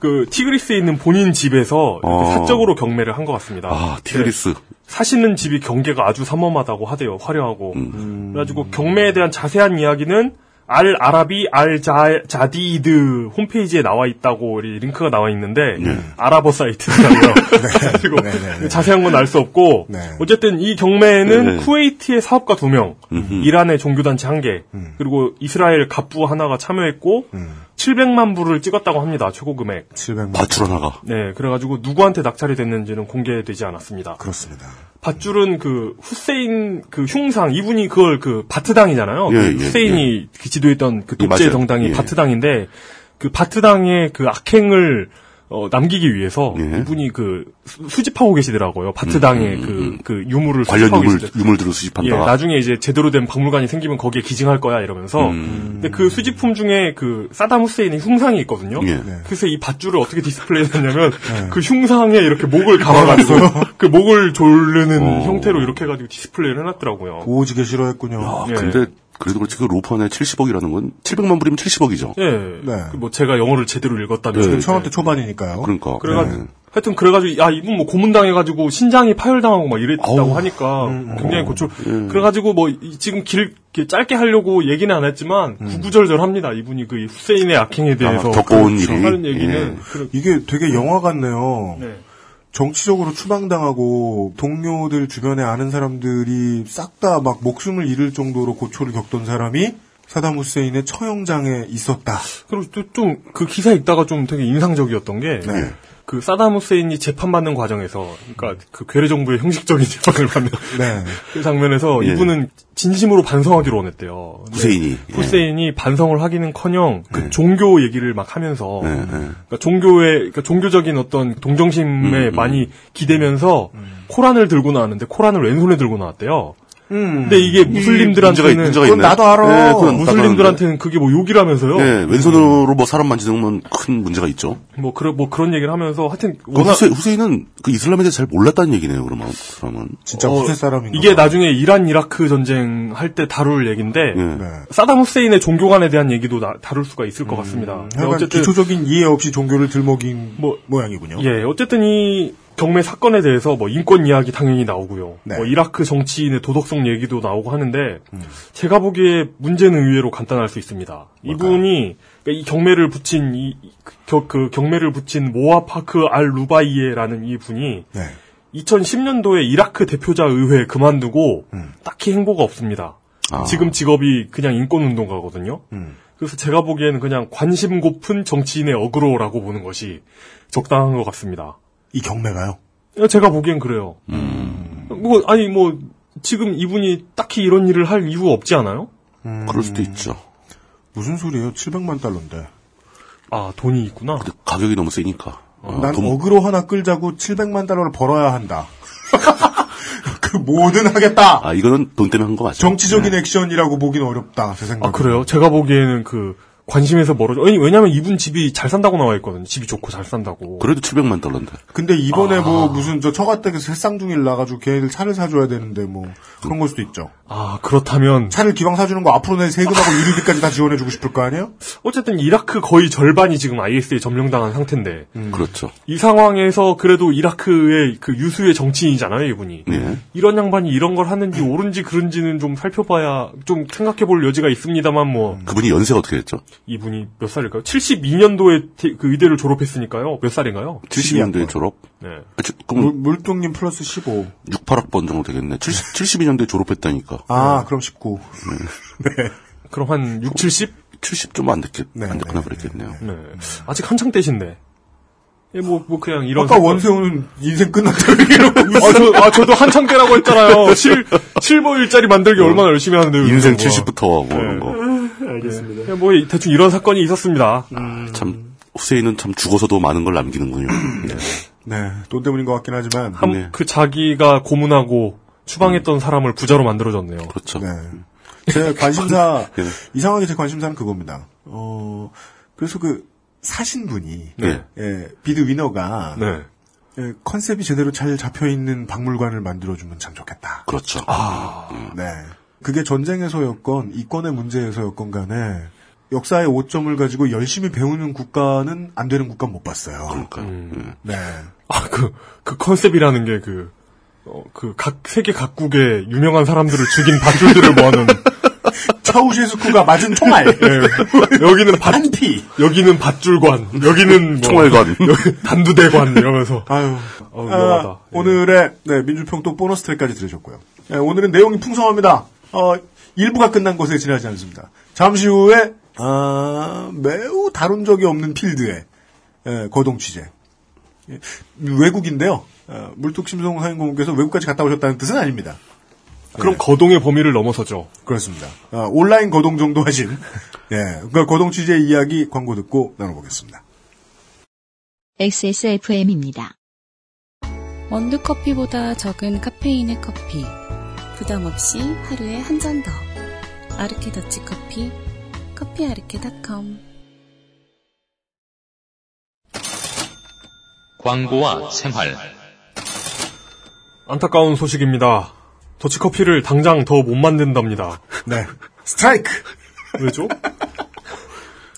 그 티그리스에 있는 본인 집에서 이렇게
어.
사적으로 경매를 한 것 같습니다.
아, 티그리스.
사시는 집이 경계가 아주 삼엄하다고 하대요. 화려하고.
음.
그래가지고 경매에 대한 자세한 이야기는 알 아라비 알 자, 자디드 홈페이지에 나와 있다고 이 링크가 나와 있는데
(laughs)
아랍어 사이트잖아요. (laughs) 그래가지고
네, 네, 네.
자세한 건 알 수 없고
네.
어쨌든 이 경매에는
네, 네.
쿠웨이트의 사업가 두 명, 이란의 종교단체 한 개, 그리고 이스라엘 갑부 하나가 참여했고 700만 불을 찍었다고 합니다. 최고 금액.
700만.
다 줄어나가.
네, 그래가지고 누구한테 낙찰이 됐는지는 공개되지 않았습니다.
그렇습니다.
밧줄은 그 후세인 그 흉상 이분이 그걸 그 바트당이잖아요.
예,
그
예,
후세인이 그 지도했던 그
예,
독재
맞아요.
정당이
예.
바트당인데 그 바트당의 그 악행을 어, 남기기 위해서
예.
이분이 그 수- 수집하고 계시더라고요. 바트당의 그, 그 유물을
관련
수집하고
유물,
계시더-
유물들을
예,
수집한다.
나중에 이제 제대로 된 박물관이 생기면 거기에 기증할 거야 이러면서
음.
근데 그 수집품 중에 그 사담 후세인의 흉상이 있거든요.
예.
네.
그래서 이 밧줄을 어떻게
(laughs)
디스플레이했냐면 그 흉상에 이렇게 목을
어.
감아가지고 (laughs) 그 목을 조르는
어.
형태로 이렇게 해가지고 디스플레이를 해놨더라고요.
오지게 싫어했군요.
아,
예.
근데 그래도 그렇지 그 로퍼네 70억이라는 건 700만 불이면 70억이죠.
예,
네. 그
그뭐 제가 영어를 제대로 읽었다면서
네.
지금 천원대 초반이니까요.
그러니까.
네, 그래가
예.
하여튼 그래가지고 야 이분 뭐 고문당해가지고 신장이 파열당하고 막 이랬다고 하니까
음,
굉장히 고초. 그래가지고 뭐 이- 지금 길 이렇게 짧게 하려고 얘기는 안 했지만 구구절절합니다. 이분이 그 후세인의 악행에 대해서
음. 아, 겪어온
그
일이.
하는 얘기는
예.
그런-
이게 되게 영화 같네요.
네.
정치적으로 추방당하고 동료들 주변에 아는 사람들이 싹 다 막 목숨을 잃을 정도로 고초를 겪던 사람이 사담 후세인의 처형장에 있었다.
그리고 좀 그 기사 읽다가 좀 되게 인상적이었던 게.
네.
네.
그 사담 후세인이 재판받는 과정에서, 그러니까 그 괴뢰 정부의 형식적인 (laughs) 재판을 받는
네.
그 장면에서
예.
이분은 진심으로 반성하기로 원했대요. 근데
후세인이. 예. 네.
후세인이 반성을 하기는커녕 그 종교 얘기를 막 하면서
예, 예.
그러니까 종교의 그러니까 종교적인 어떤
음,
동정심에 많이 기대면서 코란을 들고 나왔는데 코란을 왼손에 들고 나왔대요. 근데 이게
음. 문제가-
무슬림들한테는
문제가 그건 있나요? 나도 알아. 예, 그건
무슬림들한테는 음. 그게 뭐 욕이라면서요.
예, 왼손으로 뭐 사람 만지는 건 큰 문제가 있죠.
뭐 그런 뭐 그런 얘기를 하면서 하여튼
그
워낙-
후세, 후세인은 그 이슬람에 대해서 잘 몰랐다는 얘기네요, 그러면. 그러면.
진짜
어,
후세 사람인가?
이게 나중에 이란 이라크 전쟁 할 때 다룰 얘기인데
예.
네.
사담 후세인의 종교관에 대한 얘기도 나- 다룰 수가 있을
음.
것 같습니다. 근데
하여간
그
기초적인 이해 없이 종교를 들먹인
네, 뭐-
모양이군요.
예, 어쨌든 이 경매 사건에 대해서 뭐 인권 이야기 당연히 나오고요.
네.
뭐 이라크 정치인의 도덕성 얘기도 나오고 하는데 제가 보기에 문제는 의외로 간단할 수 있습니다. 이분이 그러니까 이 경매를 붙인 이 그- 겨- 그 경매를 붙인 모아 파크 알 루바이에라는 이 분이
네.
2010년도에 이라크 대표자 의회 그만두고 딱히 행보가 없습니다.
아.
지금 직업이 그냥 인권운동가거든요. 그래서 제가 보기에는 그냥 관심 고픈 정치인의 어그로라고 보는 것이 적당한 것 같습니다.
이 경매가요.
제가 보기엔 그래요. 뭐 아니 뭐 지금 이분이 딱히 이런 일을 할 이유 없지 않아요? 음.
그럴 수도 있죠.
무슨 소리예요? 700만 달러인데.
아 돈이 있구나.
근데 가격이 너무 세니까.
아,
어,
난
돈-
어그로 하나 끌자고 700만 달러를 벌어야 한다. (laughs) 그 뭐든 하겠다.
아, 이거는 돈 때문에 한 거 예. 맞죠?
정치적인 액션이라고 보긴 어렵다. 제 생각에.
네. 아 그래요? 제가 보기에는 그 관심에서 멀어져. 아니, 왜냐면 이분 집이 잘 산다고 나와 있거든요. 집이 좋고 잘 산다고.
그래도 700만 달러인데.
근데 이번에
아.
뭐 무슨 저 처가댁에서 햇상둥이를 나가지고 걔네들 차를 사줘야 되는데 뭐 그런 걸 수도 있죠.
아 그렇다면
차를 기왕 사주는 거 앞으로 내 세금하고 유류비까지 다 지원해주고 싶을 거 아니에요?
어쨌든 이라크 거의 절반이 지금 IS에 점령당한 상태인데
그렇죠.
이 상황에서 그래도 이라크의 그 유수의 정치인이잖아요 이분이
네.
예.
이런 양반이 이런 걸 하는지 옳은지 그른지는 좀 살펴봐야 좀 생각해볼 여지가 있습니다만 뭐
음.
그분이 연세가 어떻게 됐죠?
이분이 몇 살일까요? 72년도에 그 의대를 졸업했으니까요 몇 살인가요?
72년도에 졸업?
네.
아, 저-
물,
그럼
물뚱님 플러스 15.
6, 8학번 정도 되겠네. 70, 72년도에 졸업했다니까.
아,
네.
그럼 19.
그럼 한 6, 70?
70좀 안 됐겠,
네,
안 됐구나
네,
그랬겠네요.
네. 아직 한창 때신데 예, 뭐, 뭐, 그냥 이런.
아까
생각-
원세훈은 인생 끝났다고 얘기해놓고 (laughs)
아, 저, 아, 저도 한창 때라고 했잖아요. 7, 7보 일자리 만들기
어.
얼마나 열심히 하는데.
인생 70부터 하고 그런 거.
그냥 뭐 대충 이런 사건이 있었습니다.
참, 후세인은 참 죽어서도 많은 걸 남기는군요. 음. 네.
네, 돈 때문인 것 같긴 하지만.
한-
네. 음.
그 자기가 고문하고 추방했던 사람을 부자로 만들어줬네요.
그렇죠.
네.
(laughs)
제 관심사,
예.
이상하게 제 관심사는 그겁니다. 어, 그래서 그, 사신 분이,
네.
예, 비드 위너가,
네.
예, 컨셉이 제대로 잘 잡혀있는 박물관을 만들어주면 참 좋겠다.
그렇죠.
네. 그게 전쟁에서였건, 이권의 문제에서였건 간에, 역사의 오점을 가지고 열심히 배우는 국가는 안 되는 국가 못
음.
봤어요.
그러니까요. 예.
네.
아, 그, 그 컨셉이라는 게 그, 어, 그, 각, 세계 각국의 유명한 사람들을 죽인 밧줄들을
(laughs)
모아놓은,
차우셰스쿠가 맞은
(laughs)
총알.
예. 여기는 밧,
한피.
여기는 밧줄관, 여기는 뭐,
총알관.
여기 단두대관, 이러면서.
아유.
어, 위험하다.
아, 오늘의 네, 민주평도 보너스 트랙까지 들으셨고요. 네, 오늘은 내용이 풍성합니다. 어, 일부가 끝난 것에 지나지 않습니다. 잠시 후에 아, 매우 다룬 적이 없는 필드의 예, 거동 취재. 예, 외국인데요. 어, 물뚝심송 하인공께서 외국까지 갔다 오셨다는 뜻은 아닙니다.
그럼 거동의 범위를 넘어서죠.
그렇습니다. 아, 온라인 거동 정도 하신 예, 그 거동 취재 이야기 광고 듣고 나눠보겠습니다.
XSFM입니다.
원두 커피보다 적은 카페인의 커피. 부담 없이 하루에 한 잔 더. 아르케 더치 커피. 커피 아르케닷컴.
광고와 생활.
안타까운 소식입니다. 더치커피를 당장 더 못 만든답니다.
네, 스트라이크.
왜죠?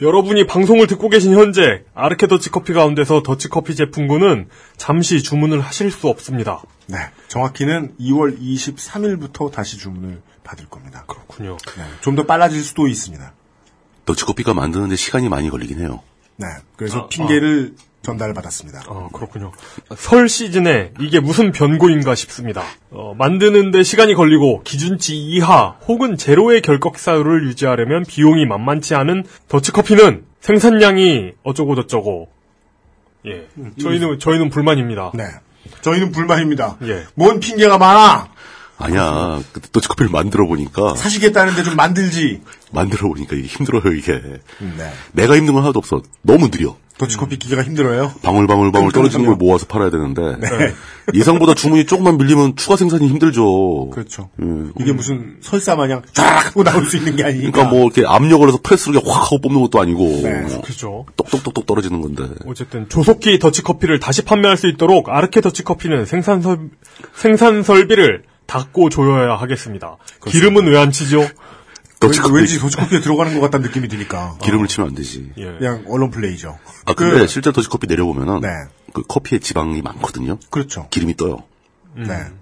여러분이 방송을 듣고 계신 현재 아르케 더치커피 가운데서 더치커피 제품군은 잠시 주문을 하실 수 없습니다.
네, 정확히는 2월 23일부터 다시 주문을 받을 겁니다. 네,
그렇군요.
좀 더 빨라질 수도 있습니다.
더치커피가 만드는데 시간이 많이 걸리긴 해요.
네. 그래서 핑계를 전달받았습니다.
아, 그렇군요. 설 시즌에 이게 무슨 변고인가 싶습니다. 어, 만드는데 시간이 걸리고 기준치 이하 혹은 제로의 결격사유를 유지하려면 비용이 만만치 않은 더치커피는 생산량이 어쩌고저쩌고. 예. 저희는, 저희는 불만입니다.
네. 저희는 불만입니다.
예.
뭔 핑계가 많아!
아니야. 그때 더치커피를 만들어 보니까
사시겠다는데 좀 만들지!
만들어 보니까 이게 힘들어요 이게.
네.
내가 힘든 건 하나도 없어. 너무 느려.
도치코피 기계가 힘들어요.
방울방울방울 떨어지는 걸
그러니까요. 네.
모아서 팔아야 되는데 예상보다 주문이 조금만 밀리면 추가 생산이 힘들죠.
그렇죠.
음.
이게 무슨 설사 마냥 쫙 하고 나올 수 있는 게 아니니까.
그러니까 뭐 이렇게 압력을 해서 프레스로 그냥 확 하고 뽑는 것도 아니고
네.
그죠.
똑똑똑똑 떨어지는 건데.
어쨌든 조속히 더치커피를 다시 판매할 수 있도록 아르케 더치커피는 생산 설 생산 설비를 닦고 조여야 하겠습니다. 기름은 왜 안 치죠?
더치커피 아, 네.
왠- 왠지 도치코피에 들어가는 것 같다는 느낌이 드니까.
기름을 치면 안 되지.
예.
그냥 언론 플레이죠.
아 근데 실제 더치커피 내려보면은
그 네.
그 커피에 지방이 많거든요.
그렇죠.
기름이 떠요.
네.
음.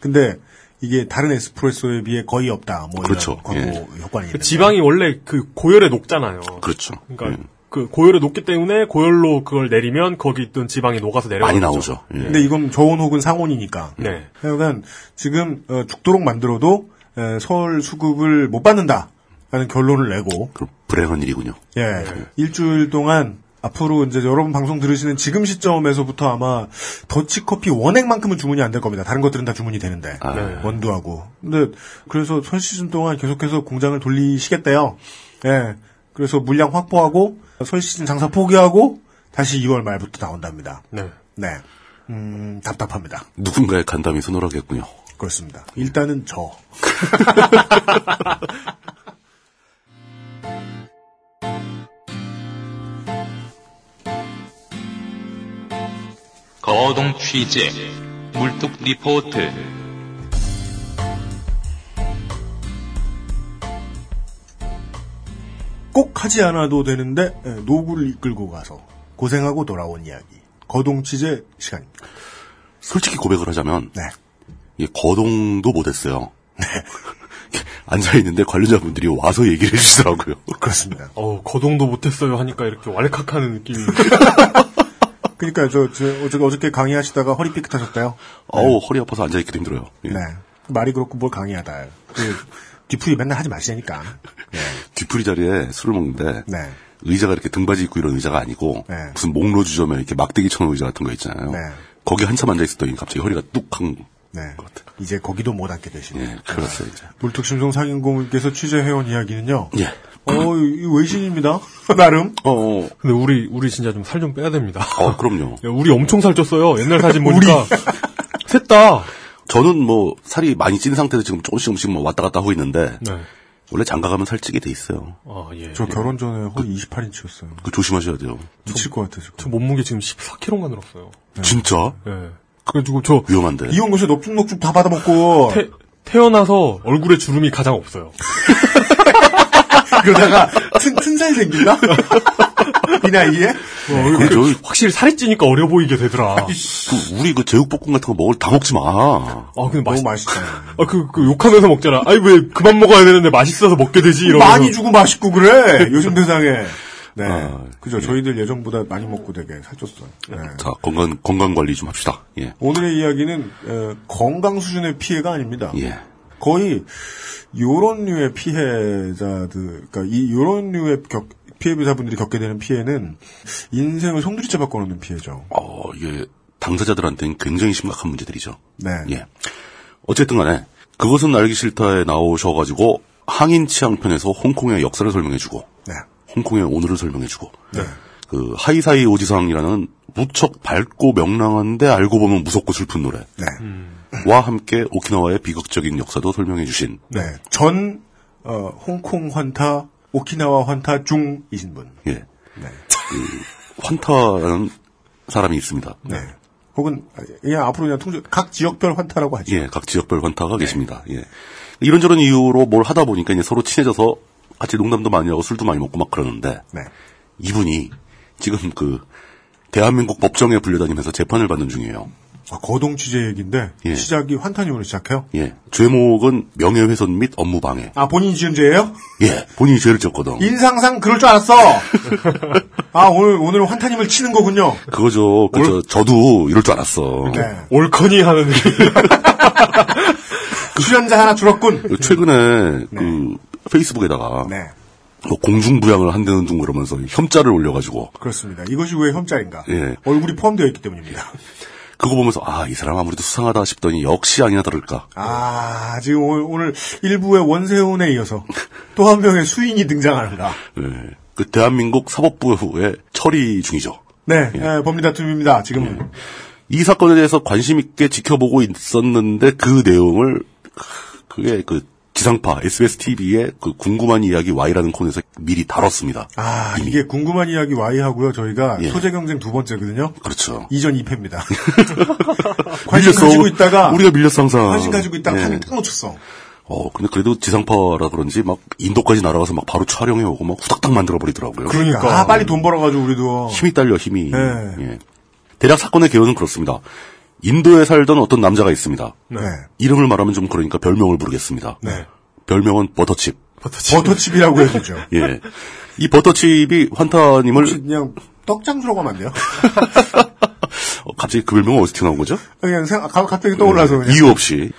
근데 이게 다른 에스프레소에 비해 거의 없다. 뭐
그렇죠.
이런 광고 효과는
그
있는데.
지방이 원래 그 고열에 녹잖아요. 그
그렇죠.
러니까
예.
그 고열에 녹기 때문에 고열로 그걸 내리면 거기 있던 지방이 녹아서 내려가죠.
많이 나오죠. 예.
근데 이건 저온 혹은 상온이니까.
네.
하여간 지금 어, 죽도록 만들어도 에, 서울 수급을 못 받는다. 라는 결론을 내고
그럼 불행한 일이군요.
예. 일주일 동안 앞으로 이제 여러분 방송 들으시는 지금 시점에서부터 아마 더치커피 원액만큼은 주문이 안 될 겁니다. 다른 것들은 다 주문이 되는데. 네.
아,
원두하고. 근데 그래서 설 시즌 동안 계속해서 공장을 돌리시겠대요. 예. 그래서 물량 확보하고 설 시즌 장사 포기하고 다시 2월 말부터 나온답니다.
네.
네. 음, 답답합니다.
누군가의 간담이 서늘하겠군요.
그렇습니다. 일단은 저.
거동 취재 물뚝 리포트
꼭 하지 않아도 되는데 예, 노구를 이끌고 가서 고생하고 돌아온 이야기. 거동 취재 시간입니다.
솔직히 고백을 하자면
네.
이 예,
(laughs)
거동도 못했어요. (laughs) 앉아 있는데 관련자분들이 와서 얘기를 해주시더라고요.
네. 그렇습니다.
어 거동도 못했어요 하니까 이렇게 왈칵하는 느낌이. (laughs)
그러니까 저, 저 어저께, 어저께 강의하시다가 허리 삐끗하셨대요.
어우 허리 아파서 앉아 있기도 힘들어요. 예.
네. 말이 그렇고 뭘 강의하다. 그 뒤풀이 맨날 하지 마시니까.
뒤풀이 자리에 술을 먹는데
네.
의자가 이렇게 등받이 있고 이런 의자가 아니고
네.
무슨 목로 주점에 이렇게 막대기 쳐놓은 의자 같은 거 있잖아요.
네.
거기 한참 앉아 있었더니 갑자기 허리가 뚝한
네. 이제 거기도 못 앉게 되시네.
예, 그렇어요 이제.
물특심성 상인공님께서 취재해온 이야기는요.
예.
어, 이 외신입니다. (laughs) 나름.
어, 어,
근데 우리 우리 진짜 좀 살 좀 빼야 됩니다. (laughs)
아.
어, 그럼요.
야, 우리 엄청 살쪘어요. 옛날 사진 (laughs) 보니까 셋다.
저는 뭐 살이 많이 찐 상태에서 지금 조금씩 조금씩 뭐 왔다 갔다 하고 있는데
네.
원래 장가가면 살찌게 돼 있어요.
아 예.
저 결혼 전에 허리 28인치였어요.
그 조심하셔야 돼요.
미칠 것 같아, 지금.
저 몸무게 지금 14kg가 늘었어요.
네.
진짜
예. 그래가지고 저
위험한데.
이혼 곳에 넙죽넙죽 다 받아먹고. (laughs)
태, 태어나서 얼굴에 주름이 가장 없어요.
그러다가 튼, 튼살 생긴다? (laughs) 이 나이에?
근데 저기
확실히 살이 찌니까 어려 보이게 되더라.
그 우리 그 제육볶음 같은 거 먹을 다 먹지 마.
아, 근데
너무
맛있,
맛있잖아요.
아, 그, 그 욕하면서 먹잖아. 아니, 왜 그만 먹어야 되는데 맛있어서 먹게 되지? 이러면서.
많이 주고 맛있고 그래! 요즘 세상에. 네.
아,
그죠. 저희들 예전보다 많이 먹고 되게 살쪘어요. 네.
자 건강 건강 관리 좀 합시다. 예.
오늘의 이야기는 에, 건강 수준의 피해가 아닙니다.
예.
거의 요런 류의 피해자들, 그러니까 이 요런 류의 겪- 피해자분들이 겪게 되는 피해는 인생을 송두리째 바꿔놓는 피해죠.
어 이게 당사자들한테는 굉장히 심각한 문제들이죠.
네.
예. 어쨌든 간에 그것은 알기 싫다에 나오셔가지고 항인 취향 편에서 홍콩의 역사를 설명해주고
네.
홍콩의 오늘을 설명해주고 그 하이사이 오지상이라는 무척 밝고 명랑한데 알고 보면 무섭고 슬픈 노래와
네.
음. 함께 오키나와의 비극적인 역사도 설명해주신
네. 전 어, 홍콩 환타, 오키나와 환타 중이신 분.
예. 그 환타라는 사람이 있습니다.
네. 혹은 예, 그냥 앞으로 그냥 통제 각 지역별 환타라고 하죠.
예, 각 지역별 관타가 계십니다. 예. 이런저런 이유로 뭘 하다 보니까 이제 서로 친해져서 같이 농담도 많이 하고 술도 많이 먹고 막 그러는데
네.
이분이 지금 그 대한민국 법정에 불려다니면서 재판을 받는 중이에요.
아, 거동 취재 얘기인데
예.
시작이 환타님으로 시작해요.
예. 죄목은 명예훼손 및 업무방해.
아 본인이 지은 죄예요?
예. 본인이 죄를 졌거든.
인상상 그럴 줄
(laughs)
알았어. 아 오늘 오늘 환타님을 치는 거군요.
그거죠. 그, 저, 저도 이럴 줄 알았어.
네.
올커니 하는 일.
(laughs) 출연자 하나 줄었군.
최근에 그 페이스북에다가
네
뭐 공중부양을 한다는 둥 그러면서 혐자를 올려가지고
그렇습니다. 이것이 왜 혐자인가?
예.
얼굴이 포함되어 있기 때문입니다.
그거 보면서 아 이 사람 아무래도 수상하다 싶더니 역시 아니나 다를까
아 지금 오늘, 오늘 일부의 원세훈에 이어서 또 한 명의 수인이 등장한다.
예. 그 대한민국 사법부의 처리 중이죠.
네 예, 법리다툼입니다. 지금은.
예.
이 사건에 대해서 관심 있게 지켜보고 있었는데 그 내용을 그게 그 지상파 SBS TV의 그 궁금한 이야기 Y라는 코너에서 미리 다뤘습니다.
아, 이게 궁금한 이야기 Y하고요. 저희가
예.
소재 경쟁 두 번째거든요.
그렇죠.
이전
(laughs)
2패입니다. 관심 가지고 있다가
우리가 밀렸어 항상.
관심 가지고 있다가
예.
판이 딱 놓쳤어.
어 근데 그래도 지상파라 그런지 막 인도까지 날아가서 막 바로 촬영해 오고 막 후닥닥 만들어 버리더라고요.
그러니까 아, 빨리 돈 벌어가지고 우리도
힘이 딸려 힘이.
네.
예. 대략 사건의 개요는 그렇습니다. 인도에 살던 어떤 남자가 있습니다.
네.
이름을 말하면 좀 그러니까 별명을 부르겠습니다.
네.
별명은 버터칩.
버터칩이라고
(laughs)
해주죠.
예. 이 버터칩이
혹시
환타님을
그냥 떡장수라고 하면 안 돼요?
(laughs) 어, 갑자기 그 별명은 어디서 튀어나온 거죠?
(laughs)
예.
그냥 생각, 가- 갑자기 떠올라서 그냥.
네. 이유 없이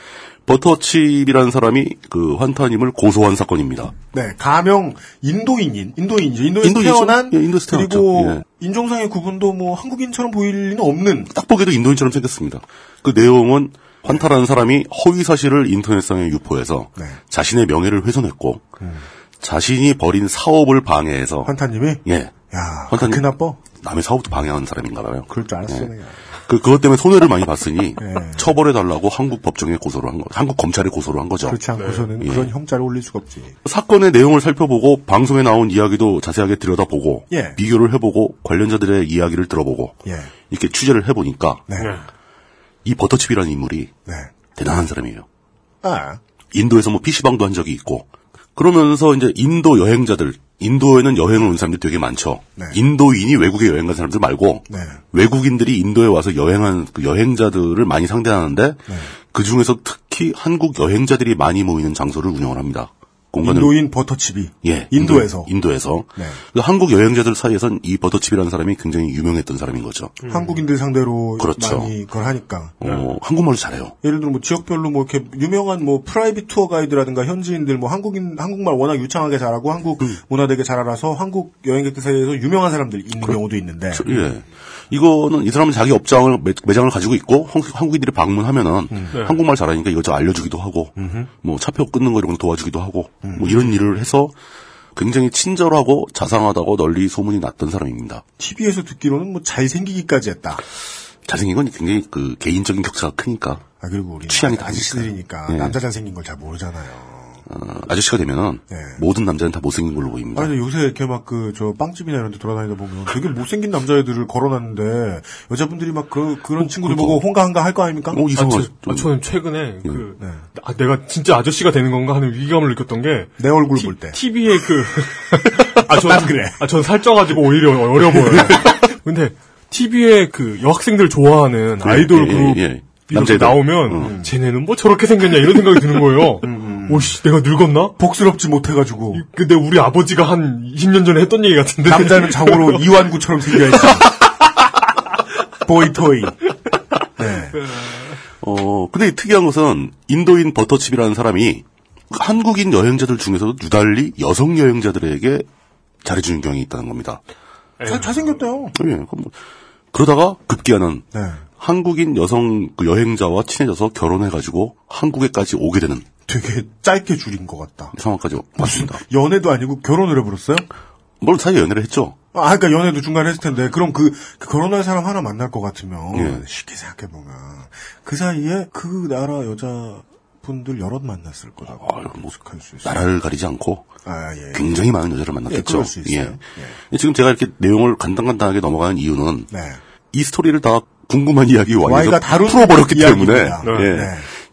버터칩이라는 사람이 그 환타님을 고소한 사건입니다.
네, 가명 인도인인, 인도인이죠. 인도에서
인도인이죠.
태어난
예, 인도에서 태어났죠.
그리고
예.
인종상의 구분도 뭐 한국인처럼 보일 리는 없는
딱 보기에도 인도인처럼 생겼습니다. 그 내용은 환타라는 사람이 허위 사실을 인터넷상에 유포해서
네.
자신의 명예를 훼손했고 자신이 벌인 사업을 방해해서
환타님이
예
야,
환타님.
그렇게 나빠?
남의 사업도 방해하는 사람인가 봐요.
그럴 줄 알았어요.
예.
내가.
그 그것 때문에 손해를
(laughs)
많이 봤으니
예.
처벌해 달라고 한국 법정에 고소를 한 거, 한국 검찰에 고소를 한 거죠.
그렇지 않고서는
예.
그런 형자를 올릴 수가 없지.
사건의 내용을 살펴보고 방송에 나온 이야기도 자세하게 들여다보고
예.
비교를 해보고 관련자들의 이야기를 들어보고
예.
이렇게 취재를 해보니까
네.
이 버터칩이라는 인물이
네.
대단한 사람이에요.
아,
인도에서 뭐 PC방도 한 적이 있고 그러면서 이제 인도 여행자들 인도에는 여행을 온 사람들이 되게 많죠.
네.
인도인이 외국에 여행 간 사람들 말고
네.
외국인들이 인도에 와서 여행한 그 여행자들을 많이 상대하는데
네.
그 중에서 특히 한국 여행자들이 많이 모이는 장소를 운영을 합니다. 공간을
인도인 버터칩이
예,
인도에서
인도, 에서 그러니까
네.
한국 여행자들 사이에선 이 버터칩이라는 사람이 굉장히 유명했던 사람인 거죠.
한국인들 상대로
그렇죠.
많이 그걸 하니까
어, 한국말도 잘해요.
예를 들어 뭐 지역별로 뭐 이렇게 유명한 뭐 프라이빗 투어 가이드라든가 현지인들 뭐 한국인 한국말 워낙 유창하게 잘하고 한국
음.
문화 되게 잘 알아서 한국 여행객들 사이에서 유명한 사람들 있는 경우도 있는데
예. 이거는 이 사람은 자기 업장을 매- 매장을 가지고 있고 헝- 한국인들이 방문하면은
네.
한국말 잘하니까 이거 저 알려주기도 하고 뭐 차표 끊는 거 이런 거 도와주기도 하고 뭐 이런 일을 해서 굉장히 친절하고 자상하다고 널리 소문이 났던 사람입니다.
TV에서 듣기로는 뭐 잘생기기까지 했다.
잘생긴 건 굉장히 그 개인적인 격차가 크니까
아 그리고 우리
취향이
아저씨들이니까
예.
남자 잘생긴 걸 잘 모르잖아요.
어, 아저씨가 되면은
예.
모든 남자는 다 못생긴 걸로
아
보입니다.
근데 요새 이렇게 막 그 저 빵집이나 이런 데 돌아다니다 보면
(laughs)
되게 못생긴 남자애들을 걸어놨는데 여자분들이 막 그, 그런 친구들
어, 그거.
보고 홍가홍가 할 거 아닙니까?
어,
아,
이상하죠.
저, 아, 저는 최근에
예.
그
네.
아, 내가 진짜 아저씨가 되는 건가 하는 위기감을 느꼈던 게
내 얼굴 볼 때.
TV에 그 (laughs) 아, 전,
난 그래. 네.
아, 전 살쪄가지고 오히려 어려 보여요. (laughs) 근데 TV에 그 여학생들 좋아하는 아이돌
예,
그룹
예, 예.
이렇게
남자애들. 음.
나오면 쟤네는 뭐 저렇게 생겼냐 이런 생각이 드는 거예요. 오씨 내가 늙었나?
복스럽지 못해가지고
근데 우리 아버지가 한 20년 전에 했던 얘기 같은데 (laughs)
(laughs)
남자는 자고로 이완구처럼 생겨있어. 보이토이. 네.
어, 근데 이 특이한 것은 인도인 버터칩이라는 사람이 한국인 여행자들 중에서도 유달리 여성 여행자들에게 잘해주는 경향이 있다는 겁니다. 네.
잘, 잘생겼대요.
예, 그럼 뭐, 그러다가 급기야는
네.
한국인 여성 그 여행자와 친해져서 결혼해가지고 한국에까지 오게 되는
되게 짧게 줄인 것 같다.
상황까지 왔습니다.
연애도 아니고 결혼을 해버렸어요?
물론 사이 연애를 했죠.
아, 그러니까 연애도 중간에 했을 텐데 그럼 그, 그 결혼할 사람 하나 만날 것 같으면
예.
쉽게 생각해 보면 그 사이에 그 나라 여자 분들 여럿 만났을 거라고
아유, 뭐,
모색할 수 있어.
나라를 가리지 않고
아 예.
굉장히 많은 여자를
예,
만났겠죠.
그럴 수 있어요. 예.
지금 제가 이렇게 내용을 간단간단하게 넘어가는 이유는
네.
이 스토리를 다 궁금한 이야기
Y가
와이가
다룬
풀어버렸기 때문에
이야기입니다.
예.
네.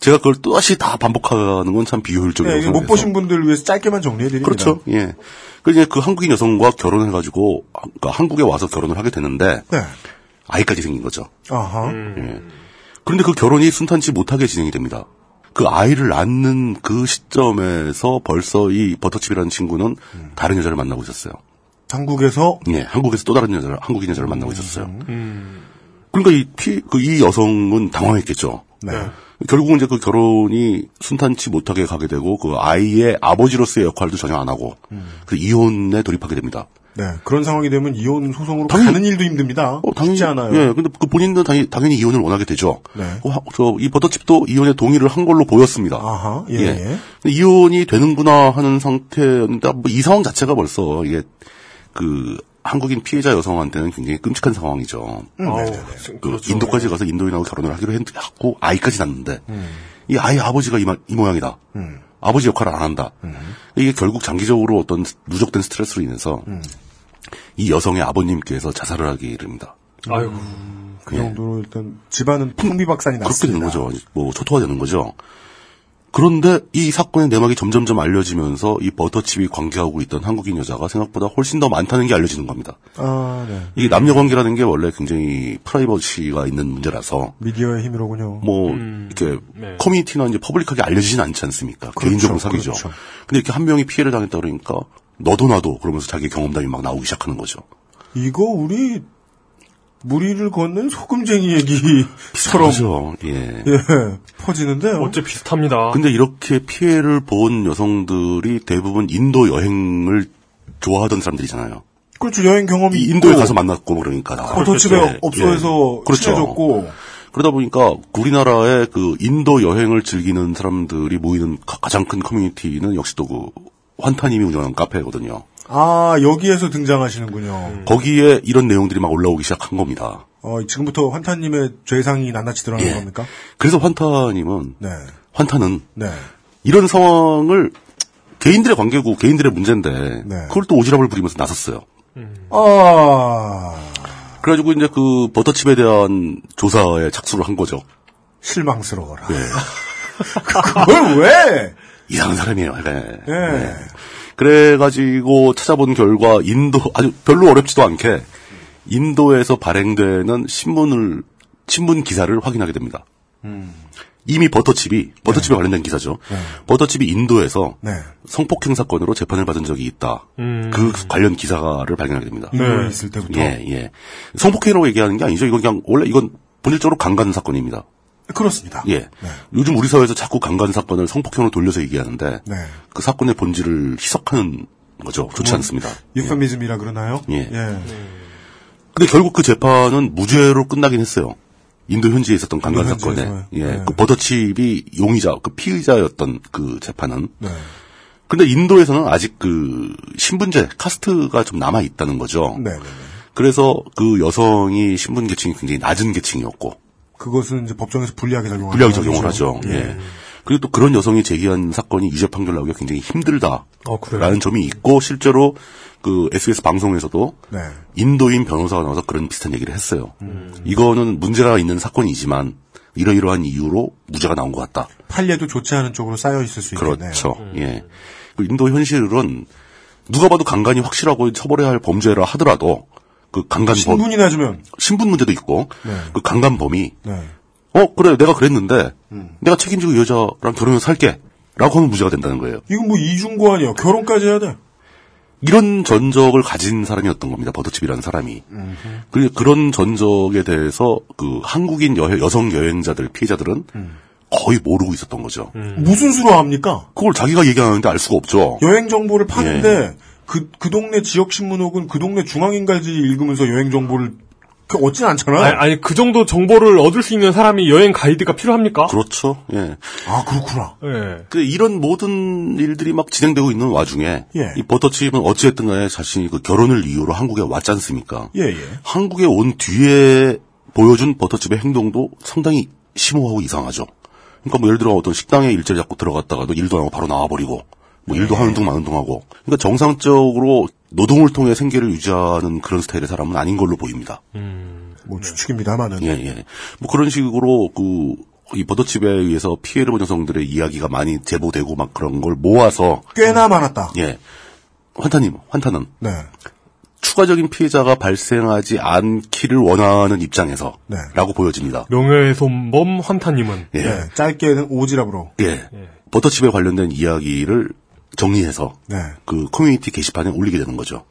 제가 그걸 또다시 다 반복하는 건 참 비효율적이라고
네, 이거 못
생각해서.
보신 분들 위해서 짧게만 정리해 드립니다.
그렇죠. 예. 그 이제 그 한국인 여성과 결혼해가지고 아, 그러니까 한국에 와서 결혼을 하게 되는데
네.
아이까지 생긴 거죠.
아하.
예. 그런데 그 결혼이 순탄치 못하게 진행이 됩니다. 그 아이를 낳는 그 시점에서 벌써 이 버터칩이라는 친구는
음.
다른 여자를 만나고 있었어요.
한국에서
예, 한국에서 또 다른 여자를 한국인 여자를 만나고 있었어요.
음.
그러니까 이 피, 그 이 여성은 당황했겠죠.
네.
결국은 이제 그 결혼이 순탄치 못하게 가게 되고 그 아이의 아버지로서의 역할도 전혀 안 하고
음.
그 이혼에 돌입하게 됩니다.
네, 그런 상황이 되면 이혼 소송으로
당연히-
가는 일도 힘듭니다.
어, 당연히
쉽지 않아요.
예, 근데 그 본인은 당연히, 당연히 이혼을 원하게 되죠.
네.
어, 하- 저, 이 버터칩도 이혼에 동의를 한 걸로 보였습니다.
아하, 예, 예.
근데 이혼이 되는구나 하는 상태였는데 뭐이 상황 자체가 벌써 이게 그 한국인 피해자 여성한테는 굉장히 끔찍한 상황이죠.
음. 아우,
그
그렇죠.
인도까지 가서 인도인하고 결혼을 하기로 했고 아이까지 낳는데
음.
이 아이 아버지가 이, 마- 이 모양이다. 아버지 역할을 안 한다.
음.
이게 결국 장기적으로 어떤 누적된 스트레스로 인해서
음.
이 여성의 아버님께서 자살을 하게 됩니다.
아이고.
그 정도로 일단 집안은 풍비박산이
예. 그렇게
났습니다.
되는 거죠. 뭐 초토화되는 거죠. 그런데 이 사건의 내막이 점점점 알려지면서 이 버터칩이 관계하고 있던 한국인 여자가 생각보다 훨씬 더 많다는 게 알려지는 겁니다.
아, 네.
이게 남녀 관계라는 게 원래 굉장히 프라이버시가 있는 문제라서
미디어의 힘이로군요.
뭐 이렇게 커뮤니티나 이제 퍼블릭하게 알려지진 않지 않습니까? 개인적으로 사귀죠.
음, 네. 그렇죠.
근데 이렇게 한 명이 피해를 당했다 그러니까 너도 나도 그러면서 자기 경험담이 막 나오기 시작하는 거죠.
이거 우리 무리를 걷는 소금쟁이 얘기처럼
(laughs) 그렇죠. 예.
예, 퍼지는데요.
어째
아.
비슷합니다.
근데 이렇게 피해를 본 여성들이 대부분 인도 여행을 좋아하던 사람들이잖아요.
그렇죠. 여행 경험이
이 인도에
있고,
가서 만났고 그러니까 다.
그렇죠. 포토집에
예,
업소에서
예. 그렇죠.
친해졌고
그러다 보니까 우리나라의 그 인도 여행을 즐기는 사람들이 모이는 가- 가장 큰 커뮤니티는 역시 또 그 환타님이 운영하는 카페거든요.
아 여기에서 등장하시는군요.
음. 거기에 이런 내용들이 막 올라오기 시작한 겁니다.
어, 지금부터 환타님의 죄상이 낱낱이 드러나는
예.
겁니까?
그래서 환타님은
네,
환타는
네,
이런 상황을 개인들의 관계고 개인들의 문제인데
네.
그걸 또 오지랖을 부리면서 나섰어요. 음.
아
그래가지고 이제 그 버터칩에 대한 조사에 착수를 한 거죠.
실망스러워라.
네.
(laughs) 그걸 왜?
이상한 사람이에요. 네.
예.
네. 그래가지고 찾아본 결과 인도 아주 별로 어렵지도 않게 인도에서 발행되는 신문을 신문 기사를 확인하게 됩니다.
음.
이미 버터칩이 버터칩에 관련된 기사죠. 버터칩이 인도에서
네. 음.
성폭행 사건으로 재판을 받은 적이 있다. 그 관련 기사를 발견하게 됩니다.
인도에 있을 때부터
예, 예. 성폭행이라고 얘기하는 게 아니죠. 이건 그냥 원래 이건 본질적으로 강간 사건입니다.
그렇습니다.
예. 요즘 우리 사회에서 자꾸 강간 사건을 성폭행으로 돌려서 얘기하는데
네.
그 사건의 본질을 희석하는 거죠. 좋지 않습니다.
음, 유페미즘이라 그러나요?
예. 근데 결국 그 재판은 무죄로 끝나긴 했어요. 인도 현지에 있었던 강간
인도
사건에
현지에서요?
예,
네.
그 버터칩이 용의자, 그 피의자였던 그 재판은.
네.
근데 인도에서는 아직 그 신분제 카스트가 좀 남아 있다는 거죠.
네, 네, 네.
그래서 그 여성이 신분 계층이 굉장히 낮은 계층이었고
그것은 이제 법정에서 불리하게 작용하죠.
불량 적용을 하죠. 예. 그리고 또 그런 여성이 제기한 사건이 유죄 판결 나오기가 굉장히 힘들다라는
어, 그래요?
점이 있고 실제로 그 SBS 방송에서도
네.
인도인 변호사가 나와서 그런 비슷한 얘기를 했어요. 이거는 문제가 있는 사건이지만 이러이러한 이유로 무죄가 나온 것 같다.
판례도 좋지 않은 쪽으로 쌓여 있을 수 있겠네요.
그렇죠. 예. 그 인도 현실은 누가 봐도 강간이 확실하고 처벌해야 할 범죄라 하더라도 그 강간 범
신분이 낮으면
신분 문제도 있고 그 강간 범이
네. 음.
어 그래 내가 그랬는데 내가 책임지고 이 여자랑 결혼해서 살게라고 하면 무죄가 된다는 거예요.
이건 뭐 이중고 아니에요. 결혼까지 해야 돼.
이런 전적을 가진 사람이었던 겁니다. 버터칩이라는 사람이. 그리고 그런 전적에 대해서 그 한국인 여, 여성 여행자들 피해자들은
음.
거의 모르고 있었던 거죠.
무슨 수로 압니까?
그걸 자기가 얘기하는데 알 수가 없죠.
여행 정보를 파는데
예.
그, 그 동네 지역 신문 혹은 그 동네 중앙인까지 읽으면서 여행 정보를 그 얻진
어.
않잖아요.
아니, 아니, 그 정도 정보를 얻을 수 있는 사람이 여행 가이드가 필요합니까?
그렇죠. 예.
아, 그렇구나.
예.
그 이런 모든 일들이 막 진행되고 있는 와중에
예.
이 버터칩은 어찌됐든 간에 자신이 그 결혼을 이유로 한국에 왔지 않습니까?
예, 예.
한국에 온 뒤에 보여준 버터칩의 행동도 상당히 심오하고 이상하죠. 그러니까 뭐 예를 들어 어떤 식당에 일자리 잡고 들어갔다가도 일도 안 하고 바로 나와버리고 뭐 일도 하는 둥 마는 둥 하고 그러니까 정상적으로 노동을 통해 생계를 유지하는 그런 스타일의 사람은 아닌 걸로 보입니다.
뭐 추측입니다만은.
예, 예. 뭐 그런 식으로 그, 이 버터칩에 의해서 피해를 본 여성들의 이야기가 많이 제보되고 막 그런 걸 모아서,
꽤나 많았다.
예. 환타님, 환타는
네.
추가적인 피해자가 발생하지 않기를 원하는 입장에서라고
네.
보여집니다.
명예훼손범 환타님은
예.
네. 짧게는 오지랖으로.
예. 버터칩에 관련된 이야기를 정리해서
네.
그 커뮤니티 게시판에 올리게 되는 거죠.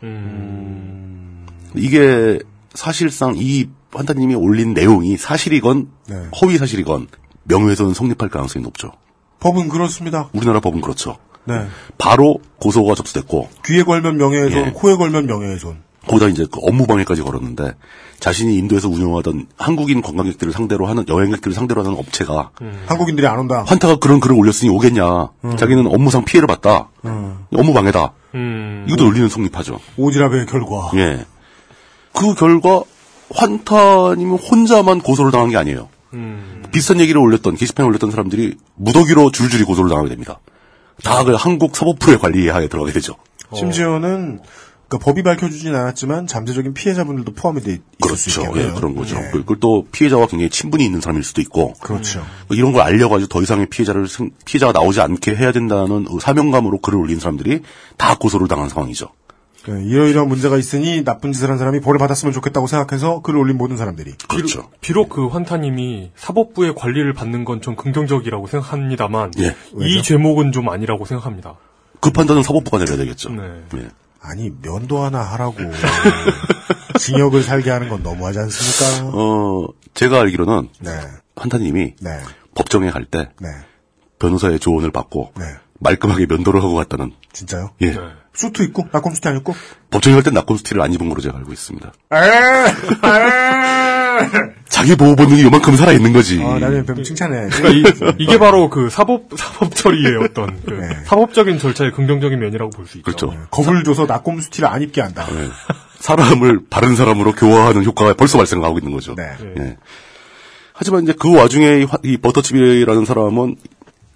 이게 사실상 이 환타님이 올린 내용이 사실이건
네.
허위 사실이건 명예훼손은 성립할 가능성이 높죠.
법은 그렇습니다.
우리나라 법은 그렇죠.
네.
바로 고소가 접수됐고
귀에 걸면 명예훼손,
예.
코에 걸면 명예훼손.
거기다 이제 그 업무방해까지 걸었는데 자신이 인도에서 운영하던 한국인 관광객들을 상대로 하는 여행객들을 상대로 하는 업체가
음. 한국인들이 안 온다.
환타가 그런 글을 올렸으니 오겠냐. 자기는 업무상 피해를 봤다. 업무방해다.
음.
이것도 논리는 성립하죠.
오지랖의 결과.
예. 그 결과 환타님은 혼자만 고소를 당한 게 아니에요. 비슷한 얘기를 올렸던 게시판에 올렸던 사람들이 무더기로 줄줄이 고소를 당하게 됩니다. 다그 한국 사법부의 관리하에 들어가게 되죠.
심지어는 그러니까 법이 밝혀주진 않았지만 잠재적인 피해자분들도 포함이 돼 있을 수
그렇죠.
있겠네요.
예, 그런 거죠.
예.
그걸 또 피해자와 굉장히 친분이 있는 사람일 수도 있고 뭐
그렇죠.
이런 걸 알려가지고 더 이상의 피해자를 생- 피해자가 나오지 않게 해야 된다는 그 사명감으로 글을 올린 사람들이 다 고소를 당한 상황이죠.
예, 이러이러한 문제가 있으니 나쁜 짓을 한 사람이 벌을 받았으면 좋겠다고 생각해서 글을 올린 모든 사람들이
그렇죠.
비록 그 환타님이 사법부의 관리를 받는 건 전 긍정적이라고 생각합니다만
예.
이 죄목은 좀 아니라고 생각합니다.
그 판단은 사법부가 내려야 되겠죠.
네.
예.
아니 면도 하나
(laughs)
하라고 징역을 살게 하는 건 너무하지 않습니까?
어, 제가 알기로는
네,
한타님이
네,
법정에 갈 때
네,
변호사의 조언을 받고
네.
말끔하게 면도를 하고 갔다는
진짜요?
예.
수트 입고 낙검 수트 안 입고?
법정에 갈 때 낙검수티를 안 입은 걸로 제가 알고 있습니다.
에,
아!
에.
자기 보호 본능이 요만큼 살아있는 거지.
아, 나중에 뱀 칭찬해.
(laughs) 네.
그러니까 이, 게 바로 그 사법 사법 처리의 어떤 그
네.
사법적인 절차의 긍정적인 면이라고 볼 수 있죠.
그렇죠.
겁을 줘서 낙검 수티를 안 입게 한다.
예. 사람을 바른 사람으로 교화하는 효과가 벌써 발생하고 있는 거죠.
네.
예. 하지만 이제 그 와중에 이 화- 이 버터칩이라는 사람은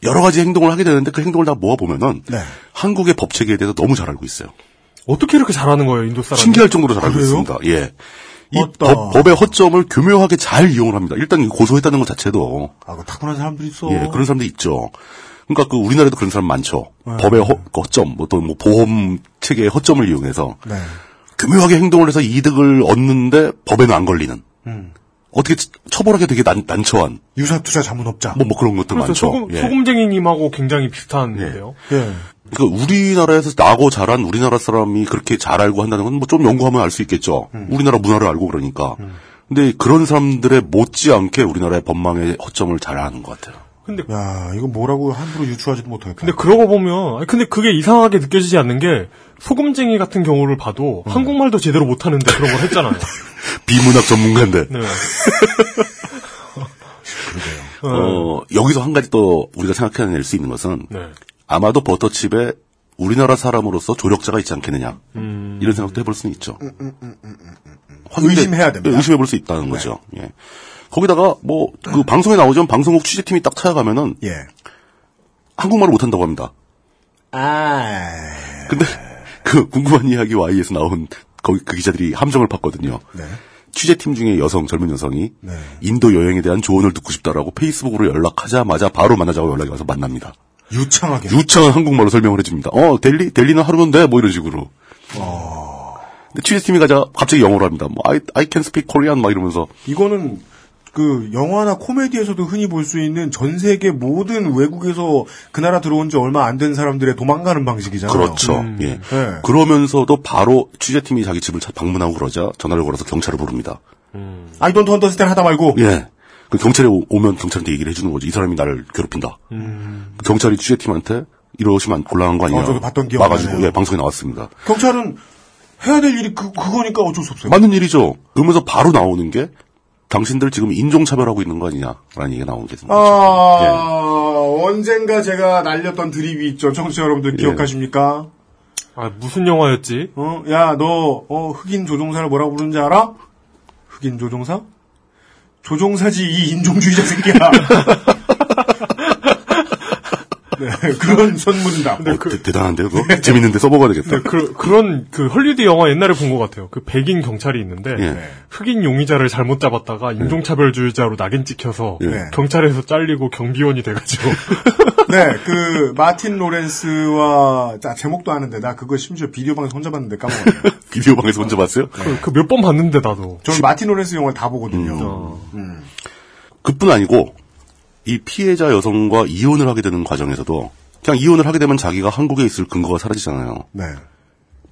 여러 가지 행동을 하게 되는데 그 행동을 다 모아보면은
네.
한국의 법 체계에 대해서 너무 잘 알고 있어요.
어떻게 이렇게 잘하는 거예요, 인도 사람?
신기할 정도로 잘 알고
아, 그래요?
있습니다. 예. 이
맞다.
법, 법의 허점을 교묘하게 잘 이용을 합니다. 일단 이 고소했다는 것 자체도
아, 그 타고난 사람들이 있어.
예, 그런 사람도 있죠. 그러니까 그 우리나라에도 그런 사람 많죠.
네.
법의 허, 허점, 어떤 뭐 보험 체계의 허점을 이용해서
네.
교묘하게 행동을 해서 이득을 얻는데 법에는 안 걸리는.
음.
어떻게 처- 처벌하게 되게 난, 난처한
유사 투자 자문업자.
뭐, 뭐 그런 것들
그렇죠.
많죠.
소금,
예.
소금쟁이님하고 굉장히 비슷한데요.
예.
그러니까 우리나라에서 나고 자란 우리나라 사람이 그렇게 잘 알고 한다는 건 뭐 좀 연구하면 알 수 있겠죠.
음.
우리나라 문화를 알고 그러니까. 근데 그런 사람들의 못지않게 우리나라의 법망의 허점을 잘 아는 것 같아요.
근데
야, 이거 뭐라고 함부로 유추하지도 못하겠다.
근데 그러고 보면 아니, 근데 그게 이상하게 느껴지지 않는 게 소금쟁이 같은 경우를 봐도
음.
한국말도 제대로 못하는데 그런 걸
(laughs)
했잖아요.
비문학 전문가인데
네.
어, 여기서 한 가지 또 우리가 생각해낼 수 있는 것은
네.
아마도 버터칩에 우리나라 사람으로서 조력자가 있지 않겠느냐 이런 생각도 해볼 수는 있죠.
음,
확인돼-
의심해야 됩니다.
네, 의심해볼 수 있다는 거죠. 예. 거기다가 뭐 그 방송에 나오죠. 방송국 취재팀이 딱 찾아가면은
예.
한국말을 못한다고 합니다.
아,
근데 그 궁금한 이야기 Y에서 나온 거기 그 기자들이 함정을 팠거든요.
네.
취재팀 중에 여성 젊은 여성이
네.
인도 여행에 대한 조언을 듣고 싶다라고 페이스북으로 연락하자마자 바로 만나자고 연락이 와서 만납니다.
유창하게.
유창한 한국말로 설명을 해줍니다. 어, 델리, 델리는 하루인데, 뭐 이런 식으로.
어.
근데 취재팀이 가자, 갑자기 영어로 합니다. 뭐, I, I can speak Korean, 막 이러면서.
어. 이거는 그 영화나 코미디에서도 흔히 볼 수 있는 전 세계 모든 외국에서 그 나라 들어온 지 얼마 안 된 사람들의 도망가는 방식이잖아요.
그렇죠. 예.
네.
그러면서도 바로 취재팀이 자기 집을 찾- 방문하고 그러자 전화를 걸어서 경찰을 부릅니다.
음. 아이 돈트 언더스탠 하다 말고
예. 그 경찰에 오- 오면 경찰한테 얘기를 해주는 거죠. 이 사람이 나를 괴롭힌다. 그 경찰이 취재팀한테 이러시면 곤란한 거 아니냐.
어, 음. 저도 봤던 기억이
막아주고,
나네요.
예, 방송에 나왔습니다.
경찰은 해야 될 일이 그 그거니까 어쩔 수 없어요.
맞는 일이죠. 그러면서 바로 나오는 게 당신들 지금 인종차별하고 있는 거 아니냐라는 얘기가 나오는 게 있습니다. 예.
아
그렇죠.
언젠가 제가 날렸던 드립이 있죠. 청취자 여러분들
예.
기억하십니까?
아 무슨 영화였지?
어, 야, 너, 어, 흑인 조종사를 뭐라고 부르는지 알아? 흑인 조종사?
(laughs)
조종사지, 이 인종주의자 새끼야. 네, 그런 선문답.
어, 대- 대단한데요, 그거? 재밌는데 써먹어야 되겠다.
그, 그런 그 헐리우드 영화 옛날에 본 것 같아요. 그 백인 경찰이 있는데
예.
흑인 용의자를 잘못 잡았다가 인종차별주의자로 낙인 찍혀서
예.
경찰에서 잘리고 경비원이
(laughs)
돼가지고
네, 그 마틴 로렌스와 자, 제목도 아는데 나 그거 심지어 비디오 방에서 혼자 봤는데 까먹었네요.
(laughs) 비디오 방에서 혼자 봤어요?
그 몇 번 봤는데 나도
저는 마틴 로렌스 영화를 다
음.
보거든요.
그뿐 아니고 이 피해자 여성과 이혼을 하게 되는 과정에서도 그냥 이혼을 하게 되면 자기가 한국에 있을 근거가 사라지잖아요.
네.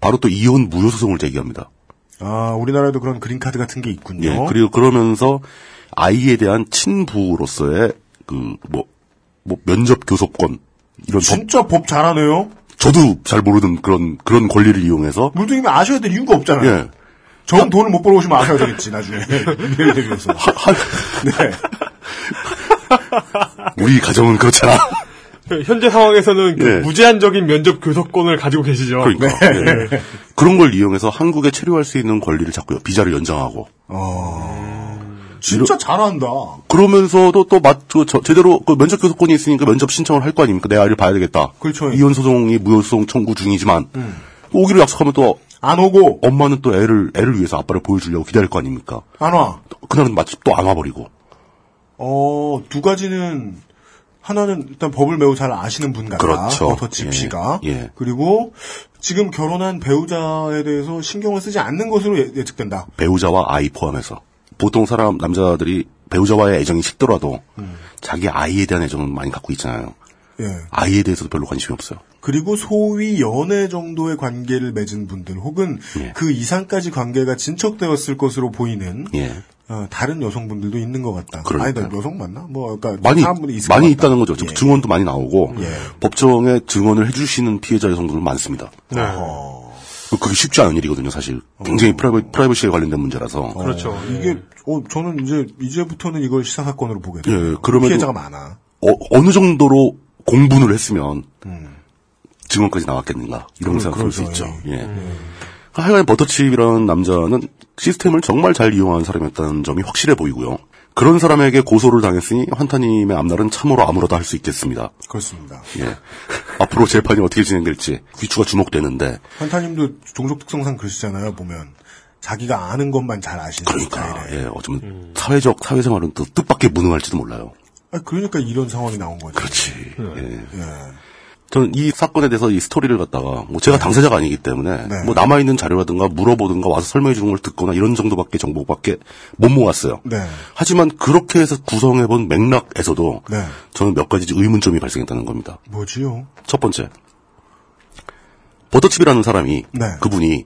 바로 또 이혼 무효 소송을 제기합니다.
아, 우리나라에도 그런 그린카드 같은 게 있군요.
예. 그리고 그러면서 아이에 대한 친부로서의 그 뭐 뭐 면접 교섭권 이런 법
진짜 법 잘하네요.
저도 잘 모르는 그런 그런 권리를 이용해서
물등이면 아셔야 될 이유가 없잖아요.
예.
전 돈을 못 벌어오시면 아셔야 되겠지,
(laughs)
나중에. 미래를 대비해서. 네.
우리 가정은 그렇잖아.
현재 상황에서는 그
예.
무제한적인 면접 교섭권을 가지고 계시죠. 네.
그러니까
네.
예. 그런 걸 이용해서 한국에 체류할 수 있는 권리를 잡고요. 비자를 연장하고
진짜 잘한다.
그러면서도 또 맞, 그, 저- 제대로 그 면접 교섭권이 있으니까 면접 신청을 할 거 아닙니까? 내 아이를 봐야 되겠다.
그렇죠. 음.
이혼 소송이 무효 소송 청구 중이지만 오기로 약속하면 또
안 오고,
엄마는 또 애를 애를 위해서 아빠를 보여주려고 기다릴 거 아닙니까?
안 와.
그날은 마침 또 안 와버리고
어, 두 가지는, 하나는 일단 법을 매우 잘 아시는 분 같다.
그렇죠.
버터칩
예,
씨가.
예.
그리고, 지금 결혼한 배우자에 대해서 신경을 쓰지 않는 것으로 예- 예측된다.
배우자와 아이 포함해서 보통 사람 남자들이 배우자와의 애정이 식더라도
음.
자기 아이에 대한 애정은 많이 갖고 있잖아요.
예.
아이에 대해서도 별로 관심이 없어요.
그리고 소위 연애 정도의 관계를 맺은 분들 혹은
예.
그 이상까지 관계가 진척되었을 것으로 보이는
예.
어, 다른 여성분들도 있는 것 같다.
그러니까요.
아니다 여성 맞나? 뭐 그러니까
많이
사람분이 있을
많이
것 같다.
있다는 거죠.
예.
증언도 많이 나오고
예.
법정에 증언을 해주시는 피해자 여성들은 많습니다.
예.
그게 쉽지 않은 일이거든요, 사실. 굉장히 프라이버, 프라이버시에 관련된 문제라서.
그렇죠.
이게 어, 저는 이제 이제부터는 이걸 시사사건으로 보게 돼요.
예, 그럼에도-
피해자가 많아.
어, 느 정도로 공분을 했으면 증언까지 나왔겠는가 이런 생각할 수 있죠. 예. 하여간 버터칩이라는 남자는 시스템을 정말 잘 이용하는 사람이었다는 점이 확실해 보이고요. 그런 사람에게 고소를 당했으니 환타님의 앞날은 참으로 아무러다 할 수 있겠습니다.
그렇습니다.
예. 앞으로 재판이 어떻게 진행될지 귀추가 주목되는데
한타님도 종족 특성상 그러시잖아요. 보면 자기가 아는 것만 잘 아시는
그러니까
스타일에.
예, 어쩌면 사회적 사회생활은 또 뜻밖의 무능할지도 몰라요.
아, 그러니까 이런 상황이 나온 거죠.
그렇지. 예.
예.
저는 이 사건에 대해서 이 스토리를 갖다가 뭐 제가 당사자가 아니기 때문에
네.
뭐 남아 있는 자료라든가 물어보든가 와서 설명해 주는 걸 듣거나 이런 정도밖에 정보밖에 못 모았어요.
네.
하지만 그렇게 해서 구성해 본 맥락에서도
네.
저는 몇 가지 의문점이 발생했다는 겁니다.
뭐지요?
첫 번째. 버터칩이라는 사람이
네.
그분이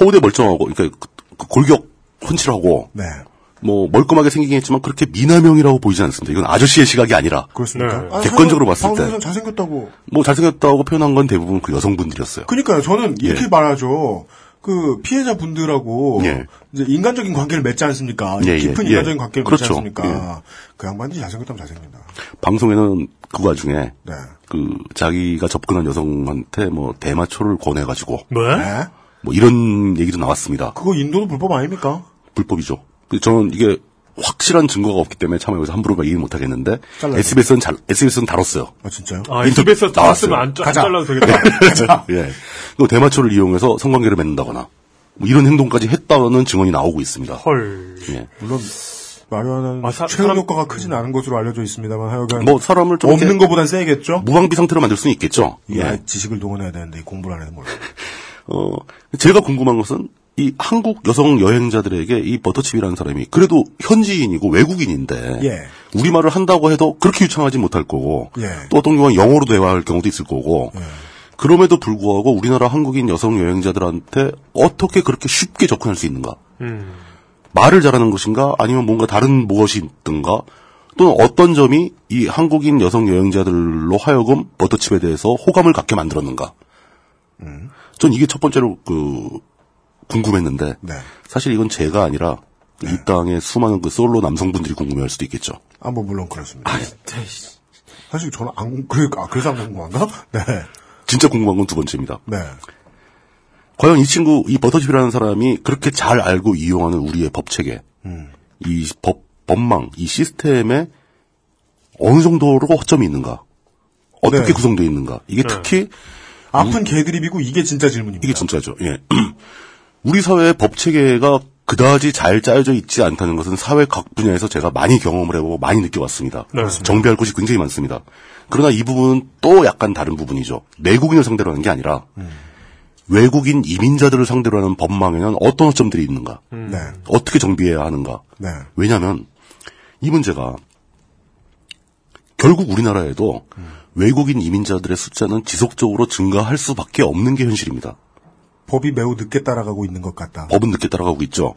허우대 멀쩡하고 그러니까 그- 그 골격 훤칠하고
네.
뭐 멀끔하게 생기긴 했지만 그렇게 미남형이라고 보이지 않습니다. 이건 아저씨의 시각이 아니라
그렇습니까?
네.
아, 상-
객관적으로 봤을 때.
방송에서는 잘생겼다고.
뭐 잘생겼다고 표현한 건 대부분 그 여성분들이었어요.
그러니까요. 저는 이렇게
예.
말하죠. 그 피해자 분들하고
예.
이제 인간적인 관계를 맺지 않습니까?
예, 예,
깊은
예.
인간적인 관계를 맺지
그렇죠.
않습니까? 그 양반이 잘생겼다면 잘생긴다.
방송에는 그 와중에
네.
그 자기가 접근한 여성한테 뭐 대마초를 권해가지고
뭐?
네?
뭐 이런 얘기도 나왔습니다.
그거 인도도 불법 아닙니까?
불법이죠. 근데 저는 이게 확실한 증거가 없기 때문에 참 여기서 함부로 막 얘기 못 하겠는데
잘라요.
SBS는 잘 SBS는 다뤘어요.
아 진짜요?
아,
인터-
인터뷰에서
나왔어요.
나왔으면 안, 짜- 안
(laughs) 가자.
잘라도 되겠다.
예. 또 대마초를 이용해서 성관계를 맺는다거나 뭐 이런 행동까지 했다는 증언이 나오고 있습니다.
헐.
예.
물론 마리아나는
아, 사-
최근
사람-
효과가 크진 않은 것으로 알려져 있습니다만 하여간
뭐 사람을 좀
없는
이렇게
것보단 세겠죠?
무방비 상태로 만들 수는 있겠죠. 네.
이 아이 지식을 동원해야 되는데 공부를 안 해서 몰라.
예. 어, 제가 궁금한 것은 이 한국 여성 여행자들에게 이 버터칩이라는 사람이 그래도 현지인이고 외국인인데
예.
우리말을 한다고 해도 그렇게 유창하지 못할 거고
예.
또 어떤 경우는 영어로 대화할 경우도 있을 거고 그럼에도 불구하고 우리나라 한국인 여성 여행자들한테 어떻게 그렇게 쉽게 접근할 수 있는가 말을 잘하는 것인가 아니면 뭔가 다른 무엇이 있든가 또는 어떤 점이 이 한국인 여성 여행자들로 하여금 버터칩에 대해서 호감을 갖게 만들었는가
음.
전 이게 첫 번째로 그 궁금했는데
네.
사실 이건 제가 아니라 이 땅의 수많은 그 솔로 남성분들이 궁금해할 수도 있겠죠.
아, 뭐 물론 그렇습니다.
네.
사실 저는 안 궁, 그래, 아, 그래서 안 궁금한가? 네.
진짜 궁금한 건 두 번째입니다.
네.
과연 이 친구 이 버터칩이라는 사람이 그렇게 잘 알고 이용하는 우리의 법 체계, 이 법 법망, 이 시스템에 어느 정도로 허점이 있는가? 어떻게
네.
구성되어 있는가. 이게 특히
아픈 개드립이고 이게 진짜 질문입니다.
이게 진짜죠. 예. (clears throat) 우리 사회의 법 체계가 그다지 잘 짜여져 있지 않다는 것은 사회 각 분야에서 제가 많이 경험을 해보고 많이 느껴왔습니다. 정비할 곳이 굉장히 많습니다. 그러나 이 부분은 또 약간 다른 부분이죠. 내국인을 상대로 하는 게 아니라 외국인 이민자들을 상대로 하는 법망에는 어떤 허점들이 있는가,
네.
어떻게 정비해야 하는가.
네.
왜냐하면 이 문제가 결국 우리나라에도 외국인 이민자들의 숫자는 지속적으로 증가할 수밖에 없는 게 현실입니다.
법이 매우 늦게 따라가고 있는 것 같다.
법은 늦게 따라가고 있죠.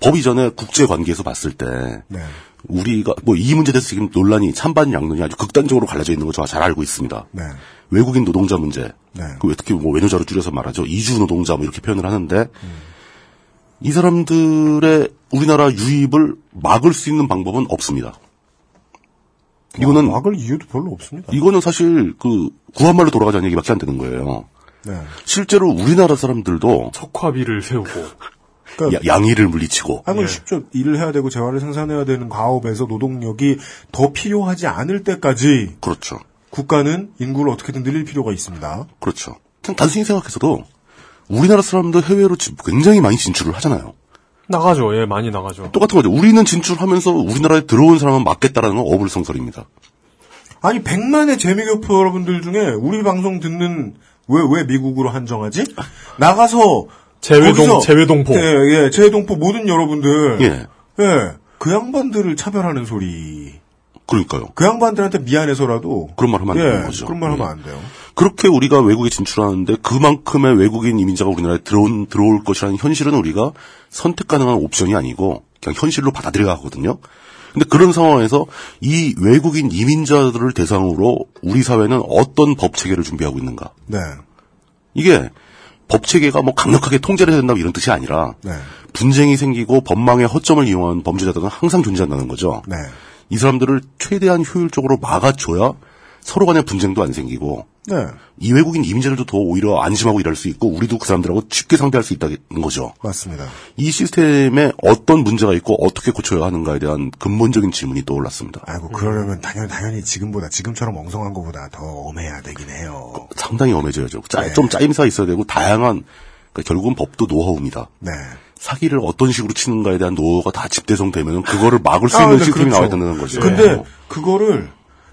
법 이전에 국제 관계에서 봤을 때
네.
우리가 뭐 이 문제에 대해서 지금 논란이 찬반 양론이 아주 극단적으로 갈라져 있는 거 제가 잘 알고 있습니다.
네.
외국인 노동자 문제,
네.
그 특히 뭐 외노자로 줄여서 말하죠. 이주 노동자 뭐 이렇게 표현을 하는데
음.
이 사람들의 우리나라 유입을 막을 수 있는 방법은 없습니다. 이거는
막을 아, 이유도 별로 없습니다.
이거는 사실 그 구한말로 돌아가자는 얘기밖에 안 되는 거예요.
네.
실제로 우리나라 사람들도
척화비를 세우고
그러니까
야- 예. 양의를 물리치고
하면 쉽죠. 일을 해야 되고 재화를 생산해야 되는 과업에서 노동력이 더 필요하지 않을 때까지
그렇죠.
국가는 인구를 어떻게든 늘릴 필요가 있습니다.
그렇죠. 그냥 단순히 생각해서도 우리나라 사람들 해외로 지- 굉장히 많이 진출을 하잖아요.
나가죠. 예, 많이 나가죠.
똑같은 거죠. 우리는 진출하면서 우리나라에 들어온 사람은 맞겠다라는 건 어불성설입니다.
아니 백만의 재미교포 여러분들 중에 우리 방송 듣는 왜 왜 미국으로 한정하지? 나가서
제외동-
거기서-
제외동포.
예, 예, 제외동포 모든 여러분들
예.
예, 그 양반들을 차별하는 소리.
그러니까요.
그 양반들한테 미안해서라도
그런 말 하면 안
예,
되는 거죠.
그런 말 하면
예.
안 돼요.
그렇게 우리가 외국에 진출하는데 그만큼의 외국인 이민자가 우리나라에 들어온, 들어올 것이라는 현실은 우리가 선택 가능한 옵션이 아니고 그냥 현실로 받아들여야 하거든요. 근데 그런 상황에서 이 외국인 이민자들을 대상으로 우리 사회는 어떤 법 체계를 준비하고 있는가?
네.
이게 법 체계가 뭐 강력하게 통제를 해야 된다 이런 뜻이 아니라
네.
분쟁이 생기고 법망의 허점을 이용한 범죄자들은 항상 존재한다는 거죠.
네.
이 사람들을 최대한 효율적으로 막아줘야 서로 간의 분쟁도 안 생기고
네.
이 외국인 이민자들도 더 오히려 안심하고 일할 수 있고 우리도 그 사람들하고 쉽게 상대할 수 있다는 거죠.
맞습니다.
이 시스템에 어떤 문제가 있고 어떻게 고쳐야 하는가에 대한 근본적인 질문이 떠올랐습니다.
아이고 그러려면 당연히 당연히 지금보다 지금처럼 엉성한 것보다 더 엄해야 되긴 해요.
상당히 엄해져야죠. 짜- 좀 짜임새가 있어야 되고 다양한 그러니까 결국은 법도 노하우입니다.
네.
사기를 어떤 식으로 치는가에 대한 노하우가 다 집대성되면 그거를 막을 수
아,
있는
네,
시스템이
그렇죠.
나와야 된다는 거죠. 네.
근데 그거를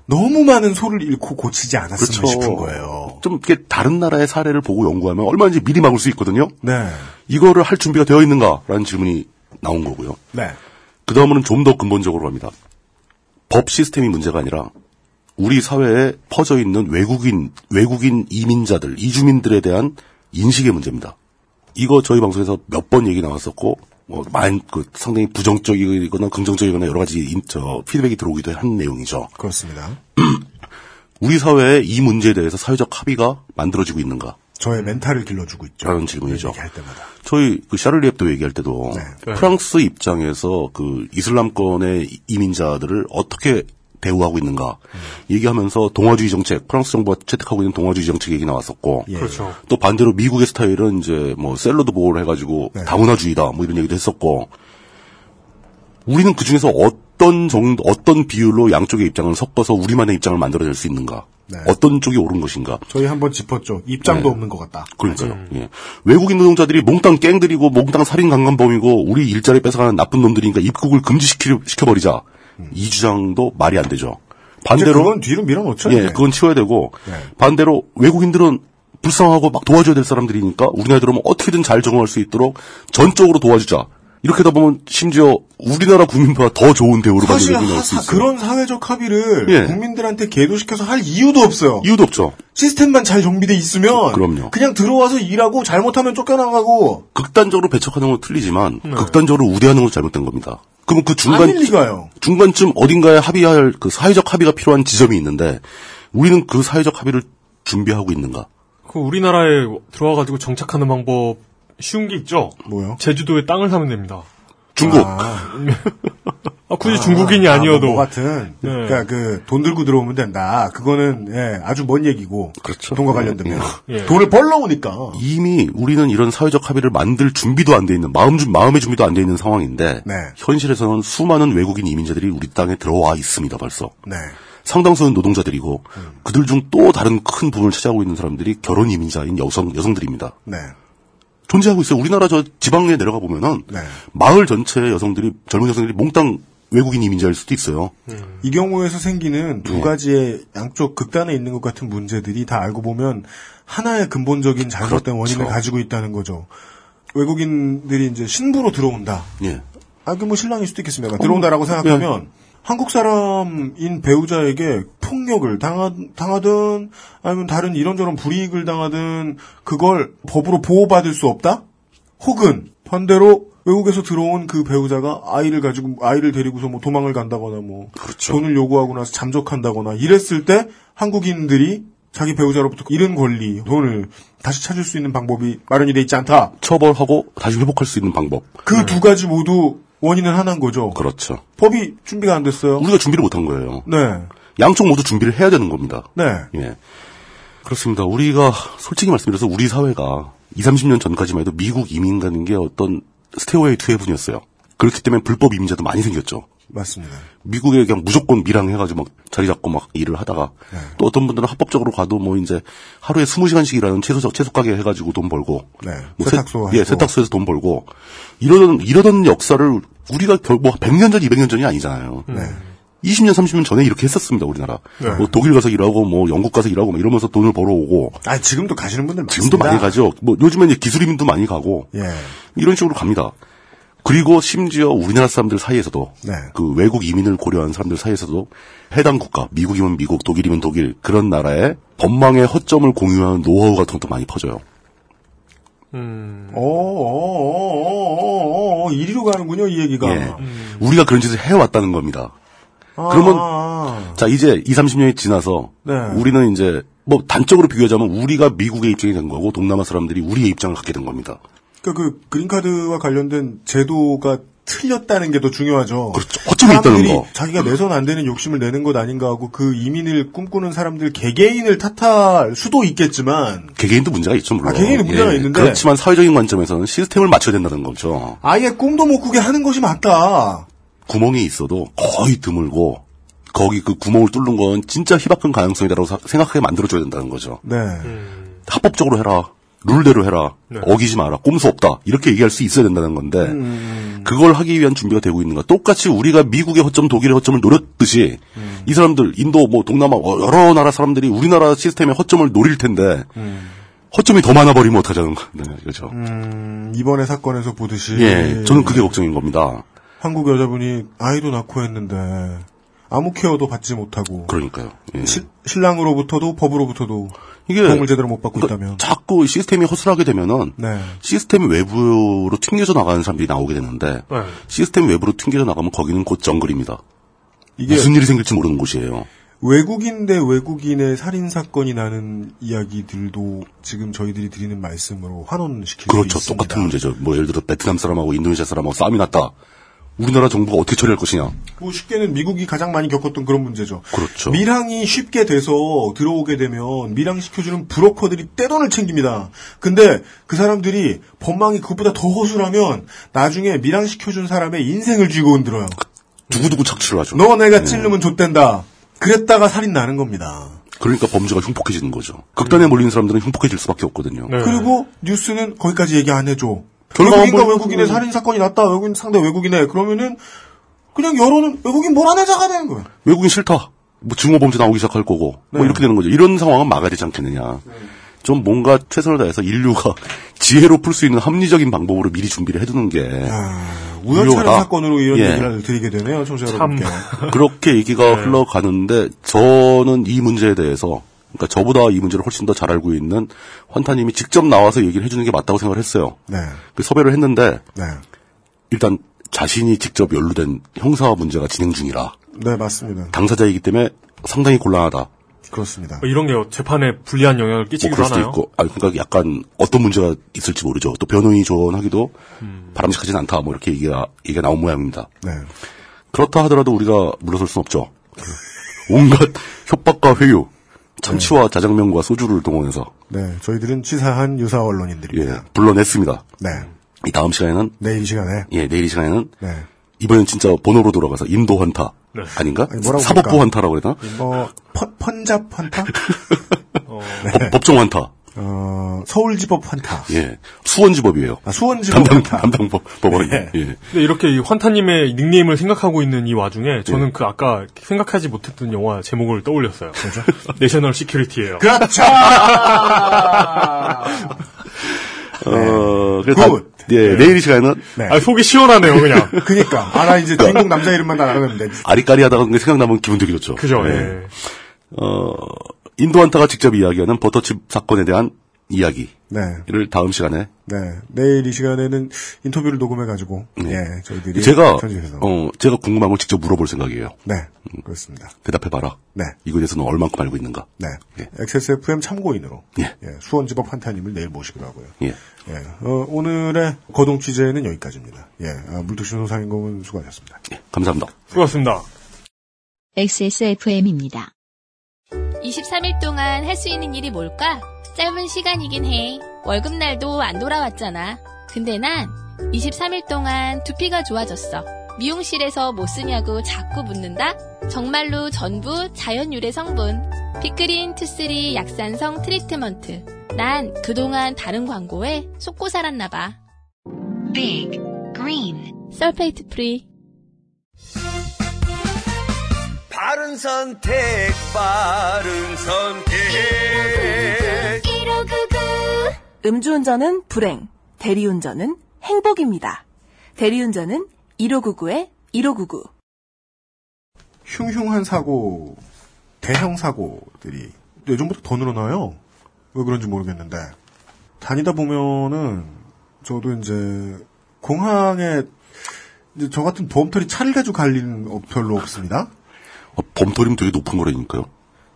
너무 많은 소를 잃고 고치지 않았으면
그렇죠.
싶은 거예요.
좀 이렇게 다른 나라의 사례를 보고 연구하면 얼마든지 미리 막을 수 있거든요.
네.
이거를 할 준비가 되어 있는가라는 질문이 나온 거고요.
네.
그 다음은 좀 더 근본적으로 갑니다. 법 시스템이 문제가 아니라 우리 사회에 퍼져 있는 외국인 외국인 이민자들 이주민들에 대한 인식의 문제입니다. 이거 저희 방송에서 몇 번 얘기 나왔었고 뭐 많은 그 상당히 부정적이거나 긍정적이거나 여러 가지 인- 저 피드백이 들어오기도 한 내용이죠.
그렇습니다.
우리 사회에 이 문제에 대해서 사회적 합의가 만들어지고 있는가?
저의 멘탈을 길러주고 있죠.
라는 질문이죠.
얘기할 때마다.
저희 그 샤를리 앱도 얘기할 때도
네.
프랑스 입장에서 그 이슬람권의 이- 이민자들을 어떻게 대우하고 있는가 얘기하면서 동아주의 정책 프랑스 정부가 채택하고 있는 동아주의 정책 얘기 나왔었고
그렇죠.
또 반대로 미국의 스타일은 이제 뭐 샐러드 보호를 해가지고 다문화주의다 뭐 이런 얘기도 했었고 우리는 그 중에서 어떤 정도 어떤 비율로 양쪽의 입장을 섞어서 우리만의 입장을 만들어낼 수 있는가 어떤 쪽이 옳은 것인가
저희 한번 짚었죠. 입장도
네.
없는 것 같다.
그러니까요.
음.
예. 외국인 노동자들이 몽땅 깽들이고 몽땅 살인 강간범이고 우리 일자리 뺏어가는 나쁜 놈들이니까 입국을 금지시켜 버리자이 주장도 말이 안 되죠.
이제
반대로
음. 그건 예. 뒤로 밀어놓죠.
예,
이제.
그건 치워야 되고 반대로 외국인들은 불쌍하고 막 도와줘야 될 사람들이니까 우리나라에 들어오면 어떻게든 잘 적응할 수 있도록 전적으로 도와주자. 이렇게 하다 보면 심지어 우리나라 국민보다 더 좋은 대우를 받는
사실
외국인이 나올
하-
수
사-
있어요.
그런 사회적 합의를
예.
국민들한테 계도시켜서 할 이유도 없어요.
이유도 없죠.
시스템만 잘 정비돼 있으면
그럼요.
냥 들어와서 일하고 잘못하면 쫓겨나가고
극단적으로 배척하는 건 틀리지만
네.
극단적으로 우대하는 건 잘못된 겁니다. 그러면 그 중간
아닐 리가요.
중간쯤 어딘가에 합의할 그 사회적 합의가 필요한 지점이 있는데 우리는 그 사회적 합의를 준비하고 있는가?
그 우리나라에 들어와가지고 정착하는 방법 쉬운 게 있죠.
뭐요?
제주도에 땅을 사면 됩니다.
중국
아, 굳이 중국인이
아,
아니어도 네.
뭐 같은 그러니까 그 돈 들고 들어오면 된다. 그거는 예, 아주 먼 얘기고
그렇죠.
돈과
예,
관련되면
예.
돈을 벌러 오니까
이미 우리는 이런 사회적 합의를 만들 준비도 안 돼 있는 마음 준 마음의 준비도 안 돼 있는 상황인데
네.
현실에서는 수많은 외국인 이민자들이 우리 땅에 들어와 있습니다 벌써.
네
상당수는 노동자들이고
음.
그들 중 또 다른 큰 부분을 차지하고 있는 사람들이 결혼 이민자인 여성 여성들입니다.
네.
존재하고 있어요. 우리나라 저 지방에 내려가 보면은
네.
마을 전체 여성들이 젊은 여성들이 몽땅 외국인 이민자일 수도 있어요.
이 경우에서 생기는 두
네.
가지의 양쪽 극단에 있는 것 같은 문제들이 다 알고 보면 하나의 근본적인 잘못된
그렇죠.
원인을 가지고 있다는 거죠. 외국인들이 이제 신부로 들어온다.
예.
아, 그 뭐 신랑일 수도 있겠습니다. 들어온다라고
네.
생각하면 한국 사람인 배우자에게 폭력을 당하, 당하든 아니면 다른 이런저런 불이익을 당하든 그걸 법으로 보호받을 수 없다? 혹은 반대로 외국에서 들어온 그 배우자가 아이를 가지고 아이를 데리고서 뭐 도망을 간다거나 뭐
그렇죠.
돈을 요구하고 나서 잠적한다거나 이랬을 때 한국인들이 자기 배우자로부터 잃은 권리, 돈을 다시 찾을 수 있는 방법이 마련이 돼 있지 않다.
처벌하고 다시 회복할 수 있는 방법.
그 두 가지 모두 원인은 하나인 거죠.
그렇죠.
법이 준비가 안 됐어요.
우리가 준비를 못한 거예요.
네.
양쪽 모두 준비를 해야 되는 겁니다.
네.
예. 그렇습니다. 우리가 솔직히 말씀드려서 우리 사회가 20, 30년 전까지만 해도 미국 이민 가는 게 어떤 스테어웨이 투 헤븐이었어요. 그렇기 때문에 불법 이민자도 많이 생겼죠.
맞습니다.
미국에 그냥 무조건 밀항해가지고 막 자리 잡고 막 일을 하다가
네.
또 어떤 분들은 합법적으로 가도 뭐 이제 하루에 20시간씩이라는 채소 채소 가게 해가지고 돈 벌고
네.
뭐
세탁소
세, 예
하고.
세탁소에서 돈 벌고 이러던 이러던 역사를 우리가 결뭐 100년 전 200년 전이 아니잖아요.
네.
20년 30년 전에 이렇게 했었습니다 우리나라. 뭐 독일 가서 일하고 뭐 영국 가서 일하고 막 이러면서 돈을 벌어오고
아, 지금도 가시는 분들 많습니다.
지금도 많이 가죠. 뭐 요즘에 이제 기술인도 많이 가고
예.
이런 식으로 갑니다. 그리고 심지어 우리나라 사람들 사이에서도
네.
그 외국 이민을 고려한 사람들 사이에서도 해당 국가 미국이면 미국 독일이면 독일 그런 나라의 법망의 허점을 공유하는 노하우 같은 것도 많이 퍼져요.
음,
오, 오, 어, 오, 오, 오, 어, 이리로 가는군요, 이 얘기가.
예.
음.
우리가 그런 짓을 해왔다는 겁니다.
아,
그러면-
아,
자 이제 2, 30년이 지나서
네.
우리는 이제 뭐 단적으로 비교하자면 우리가 미국의 입장이 된 거고 동남아 사람들이 우리의 입장을 갖게 된 겁니다.
그, 그, 그린카드와 관련된 제도가 틀렸다는 게 더 중요하죠.
그렇죠. 허점이 있다는
사람들이
거.
자기가 내선 안 되는 욕심을 내는 것 아닌가 하고 그 이민을 꿈꾸는 사람들 개개인을 탓할 수도 있겠지만
개개인도 문제가 있죠 물론. 예.
아, 개개인도 문제가 있는데.
그렇지만 사회적인 관점에서는 시스템을 맞춰야 된다는 거죠.
아예 꿈도 못 꾸게 하는 것이 맞다.
구멍이 있어도 거의 드물고 거기 그 구멍을 뚫는 건 진짜 희박한 가능성이다라고 사- 생각하게 만들어줘야 된다는 거죠.
네.
합법적으로 해라. 룰대로 해라. 어기지 마라. 꼼수 없다. 이렇게 얘기할 수 있어야 된다는 건데 그걸 하기 위한 준비가 되고 있는가. 똑같이 우리가 미국의 허점, 독일의 허점을 노렸듯이 이 사람들 인도, 뭐 동남아 어, 여러 나라 사람들이 우리나라 시스템의 허점을 노릴 텐데 허점이 더 많아 버리면 어떡하자는 거. 네, 그렇죠.
음, 네. 이번에 사건에서 보듯이
예, 저는 그게 걱정인 겁니다.
한국 여자분이 아이도 낳고 했는데 아무 케어도 받지 못하고
그러니까요. 예.
시- 신랑으로부터도 법으로부터도
이게
도움을 제대로 못 받고
그러니까
있다면
자꾸 시스템이 허술하게 되면은
네.
시스템 외부로 튕겨져 나가는 사람들이 나오게 되는데
네.
시스템 외부로 튕겨져 나가면 거기는 곧 정글입니다.
이게
무슨 일이 생길지 모르는 곳이에요.
외국인 대 외국인의 살인 사건이 나는 이야기들도 지금 저희들이 드리는 말씀으로 환원시킬
그렇죠.
수 있습니다.
똑같은 문제죠. 뭐 예를 들어 베트남 사람하고 인도네시아 사람하고 싸움이 났다. 우리나라 정부가 어떻게 처리할 것이냐.
뭐 쉽게는 미국이 가장 많이 겪었던 그런 문제죠.
그렇죠.
밀항이 쉽게 돼서 들어오게 되면 밀항시켜주는 브로커들이 떼돈을 챙깁니다. 근데 그 사람들이 법망이 그것보다 더 허술하면 나중에 밀항시켜준 사람의 인생을 쥐고 흔들어요.
두고두고 착취를 하죠. 네.
너 내가 찔르면 좆된다. 그랬다가 살인 나는 겁니다.
그러니까 범죄가 흉폭해지는 거죠. 극단에 몰리는 사람들은 흉폭해질 수밖에 없거든요.
네. 그리고 뉴스는 거기까지 얘기 안 해줘.
네. 결과
외국인과
안 보이고.
외국인의 살인 사건이 났다. 외국인 상대 외국인의 그러면은 그냥 여론은 외국인 몰아내자가 되는 거예요.
외국인 싫다. 뭐 증오 범죄 나오기 시작할 거고 뭐 이렇게 되는 거죠. 이런 상황은 막아야 되지 않겠느냐. 좀 뭔가 최선을 다해서 인류가 (laughs) 지혜로 풀 수 있는 합리적인 방법으로 미리 준비를 해두는 게
우연찮은
유효하다.
사건으로 이런
예.
얘기를 드리게 되네요, 청취자
참.
여러분께.
그렇게 얘기가 흘러가는데 저는 이 문제에 대해서 그러니까 저보다 이 문제를 훨씬 더 잘 알고 있는 환타님이 직접 나와서 얘기를 해주는 게 맞다고 생각을 했어요.
네,
그 섭외를 했는데
네,
일단 자신이 직접 연루된 형사 문제가 진행 중이라
네 맞습니다.
당사자이기 때문에 상당히 곤란하다.
그렇습니다.
어,
뭐 이런 게 재판에 불리한 영향을
뭐
끼치기도
그럴 수도
하나요?
있고, 아 그러니까 약간 어떤 문제가 있을지 모르죠. 또 변호인이 조언하기도
음.
바람직하진 않다. 뭐 이렇게 얘기가 얘기가 나온 모양입니다.
네,
그렇다 하더라도 우리가 물러설 수는 없죠. (laughs) 온갖 협박과 회유, 참치와 자장면과 소주를 동원해서
네, 저희들은 치사한 유사
예,
언론인들입니다.
불러냈습니다.
네,
이 다음 시간에는
내일 이 시간에
예 내일 이 시간에는
네,
이번엔 진짜 번호로 돌아가서 인도 환타 아닌가?
아니, 뭐라고
사법부
그럴까?
환타라고 해야 되나?
어, 펀, 펀잡 환타? 네.
법- 법정 환타.
어, 서울지법 환타.
예. 수원지법이에요.
아, 수원지법 네.
담당,
환타.
담당 법, 법원. 예.
근데 이렇게 이 환타님의 닉네임을 생각하고 있는 이 와중에 저는
네.
그 아까 생각하지 못했던 영화 제목을 떠올렸어요. (laughs) 내셔널 시큐리티예요. 아,
그렇죠!
어, 그래서 다-
굿.
예, 내일 이 시간에는
네.
아, 속이 시원하네요,
(laughs)
그냥.
그니까. 아, 나 이제 주인공 남자 이름만 알아가는데.
아리까리 하다가 그게 생각나면 기분 되게 좋죠.
그죠?
예.
예.
어, 인도한타가 직접 이야기하는 버터칩 사건에 대한 이야기를
네.
다음 시간에
네. 내일 이 시간에는 인터뷰를 녹음해가지고, 예, 저희들이.
제가
전직에서.
어, 제가 궁금한 걸 직접 물어볼 생각이에요.
네. 그렇습니다.
대답해 봐라.
네.
이거에 대해서는 얼만큼 알고 있는가?
네.
예.
XSFM 참고인으로.
예.
예, 수원지법 환타님을 내일 모시기로 하고요.
예.
예. 어, 오늘의 거동 취재는 여기까지입니다. 예. 아, 물뚝심송 상인공은 수고하셨습니다.
예, 감사합니다.
수고하셨습니다.
네.
XSFM입니다.
23일 동안 할 수 있는 일이 뭘까? 짧은 시간이긴 해. 월급날도 안 돌아왔잖아. 근데 난 23일 동안 두피가 좋아졌어. 미용실에서 뭐 쓰냐고 자꾸 묻는다? 정말로 전부 자연유래 성분. 피크린 투쓰리 약산성 트리트먼트. 난 그동안 다른 광고에 속고 살았나봐.
Big Green
설페이트 프리.
바른 선택, 바른 선택.
음주운전은 불행, 대리운전은 행복입니다. 대리운전은 1599에 1599.
흉흉한 사고, 대형 사고들이 예전보다 더 늘어나요. 왜 그런지 모르겠는데 다니다 보면은 저도 이제 공항에 이제 저 같은 보험털이 차를 가지고 갈 일은 없- 별로 없습니다.
어, 범털이면 되게 높은 거라니까요.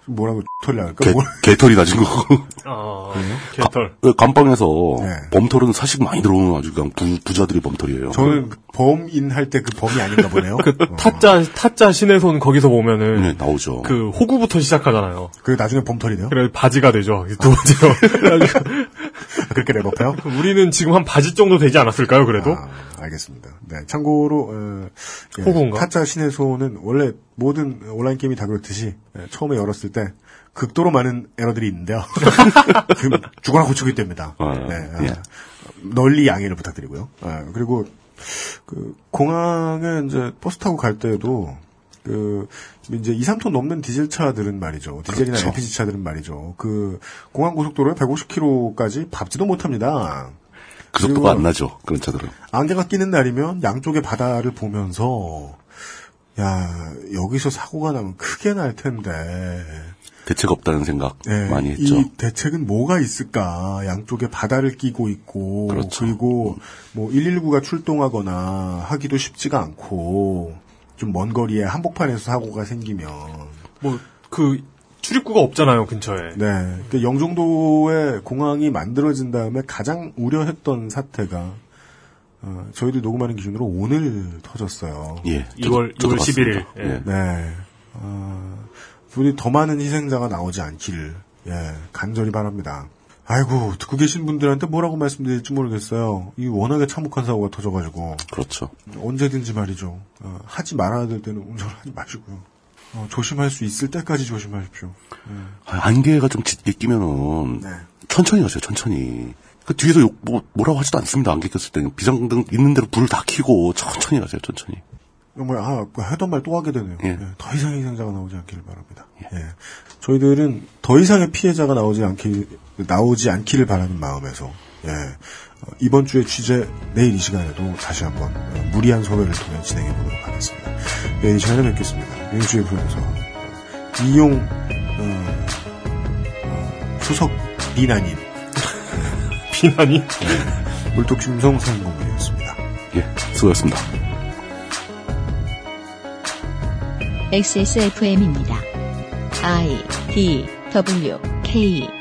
그 뭐라고 털이 나니까
개, 개털이 낮은 거고. (laughs)
아, 개털.
그 감방에서
네.
범털은 사실 많이 들어오는 아주 그냥 부, 부자들의 범털이에요.
저는 범인 할 때 그 범이 아닌가 보네요. 어.
타짜, 타짜 신의손 거기서 보면은
네, 나오죠.
그 호구부터 시작하잖아요.
그 나중에 범털이 돼요? (laughs)
그래, 바지가 되죠. 두 번째로. (laughs)
그렇게 랩업해요?
우리는 지금 한 바지 정도 되지 않았을까요, 그래도?
아, 알겠습니다. 네, 참고로 어, 예,
호구인가?
타짜 신의 소원은 원래 모든 온라인 게임이 다 그렇듯이 예, 처음에 열었을 때 극도로 많은 에러들이 있는데요. (laughs) 지금 죽어라 고치기 됩니다.
아,
네,
예.
아, 널리 양해를 부탁드리고요. 아, 그리고 그 공항에 이제 버스 타고 갈 때에도 그 이제 2, 3톤 넘는 디젤 차들은 말이죠. 디젤이나
그렇죠.
LPG 차들은 말이죠. 그 공항 고속도로에 150km까지 밟지도 못합니다.
그 속도가 안 나죠. 그런 차들은.
안개가 끼는 날이면 양쪽의 바다를 보면서 야 여기서 사고가 나면 크게 날 텐데
대책 없다는 생각
예,
많이 했죠.
이 대책은 뭐가 있을까 양쪽에 바다를 끼고 있고
그렇죠.
리고뭐 119가 출동하거나 하기도 쉽지가 않고 좀 먼 거리에 한복판에서 사고가 생기면
뭐, 그, 출입구가 없잖아요, 근처에.
네 그 영종도의 공항이 만들어진 다음에 가장 우려했던 사태가 어, 저희들 녹음하는 기준으로 오늘 터졌어요.
예. 저도-
2월,
저도
2월 11일.
봤습니다.
예.
예.
네. 아, 부디 더 많은 희생자가 나오지 않기를, 예, 간절히 바랍니다. 아이고, 듣고 계신 분들한테 뭐라고 말씀드릴지 모르겠어요. 이 워낙에 참혹한 사고가 터져가지고,
그렇죠.
언제든지 말이죠. 어, 하지 말아야 될 때는 운전을 하지 마시고요. 어, 조심할 수 있을 때까지 조심하십시오.
아, 안개가 좀 짙게 끼면은
네.
천천히 가세요. 천천히. 그 뒤에서 욕, 뭐, 뭐라고 하지도 않습니다. 안개 꼈을 때는 비상등 있는 대로 불을 다 켜고 천천히 가세요. 천천히.
정말 아 그 하던 말 또 하게 되네요.
예.
예, 더 이상의 희생자가 나오지 않기를 바랍니다. 예. 저희들은 더 이상의 피해자가 나오지 않기 나오지 않기를 바라는 마음에서 예. 어, 이번 주의 취재 내일 이 시간에도 다시 한번 어, 무리한 소외를 통해 진행해 보도록 하겠습니다. 내일 이 시간에 뵙겠습니다. 일주일 후에서 어, 이용 어, 어, 수석 비나님
비난이.
예. 물뚝심성 사인공이었습니다.
예. 수고하셨습니다.
XSFM입니다. I D W K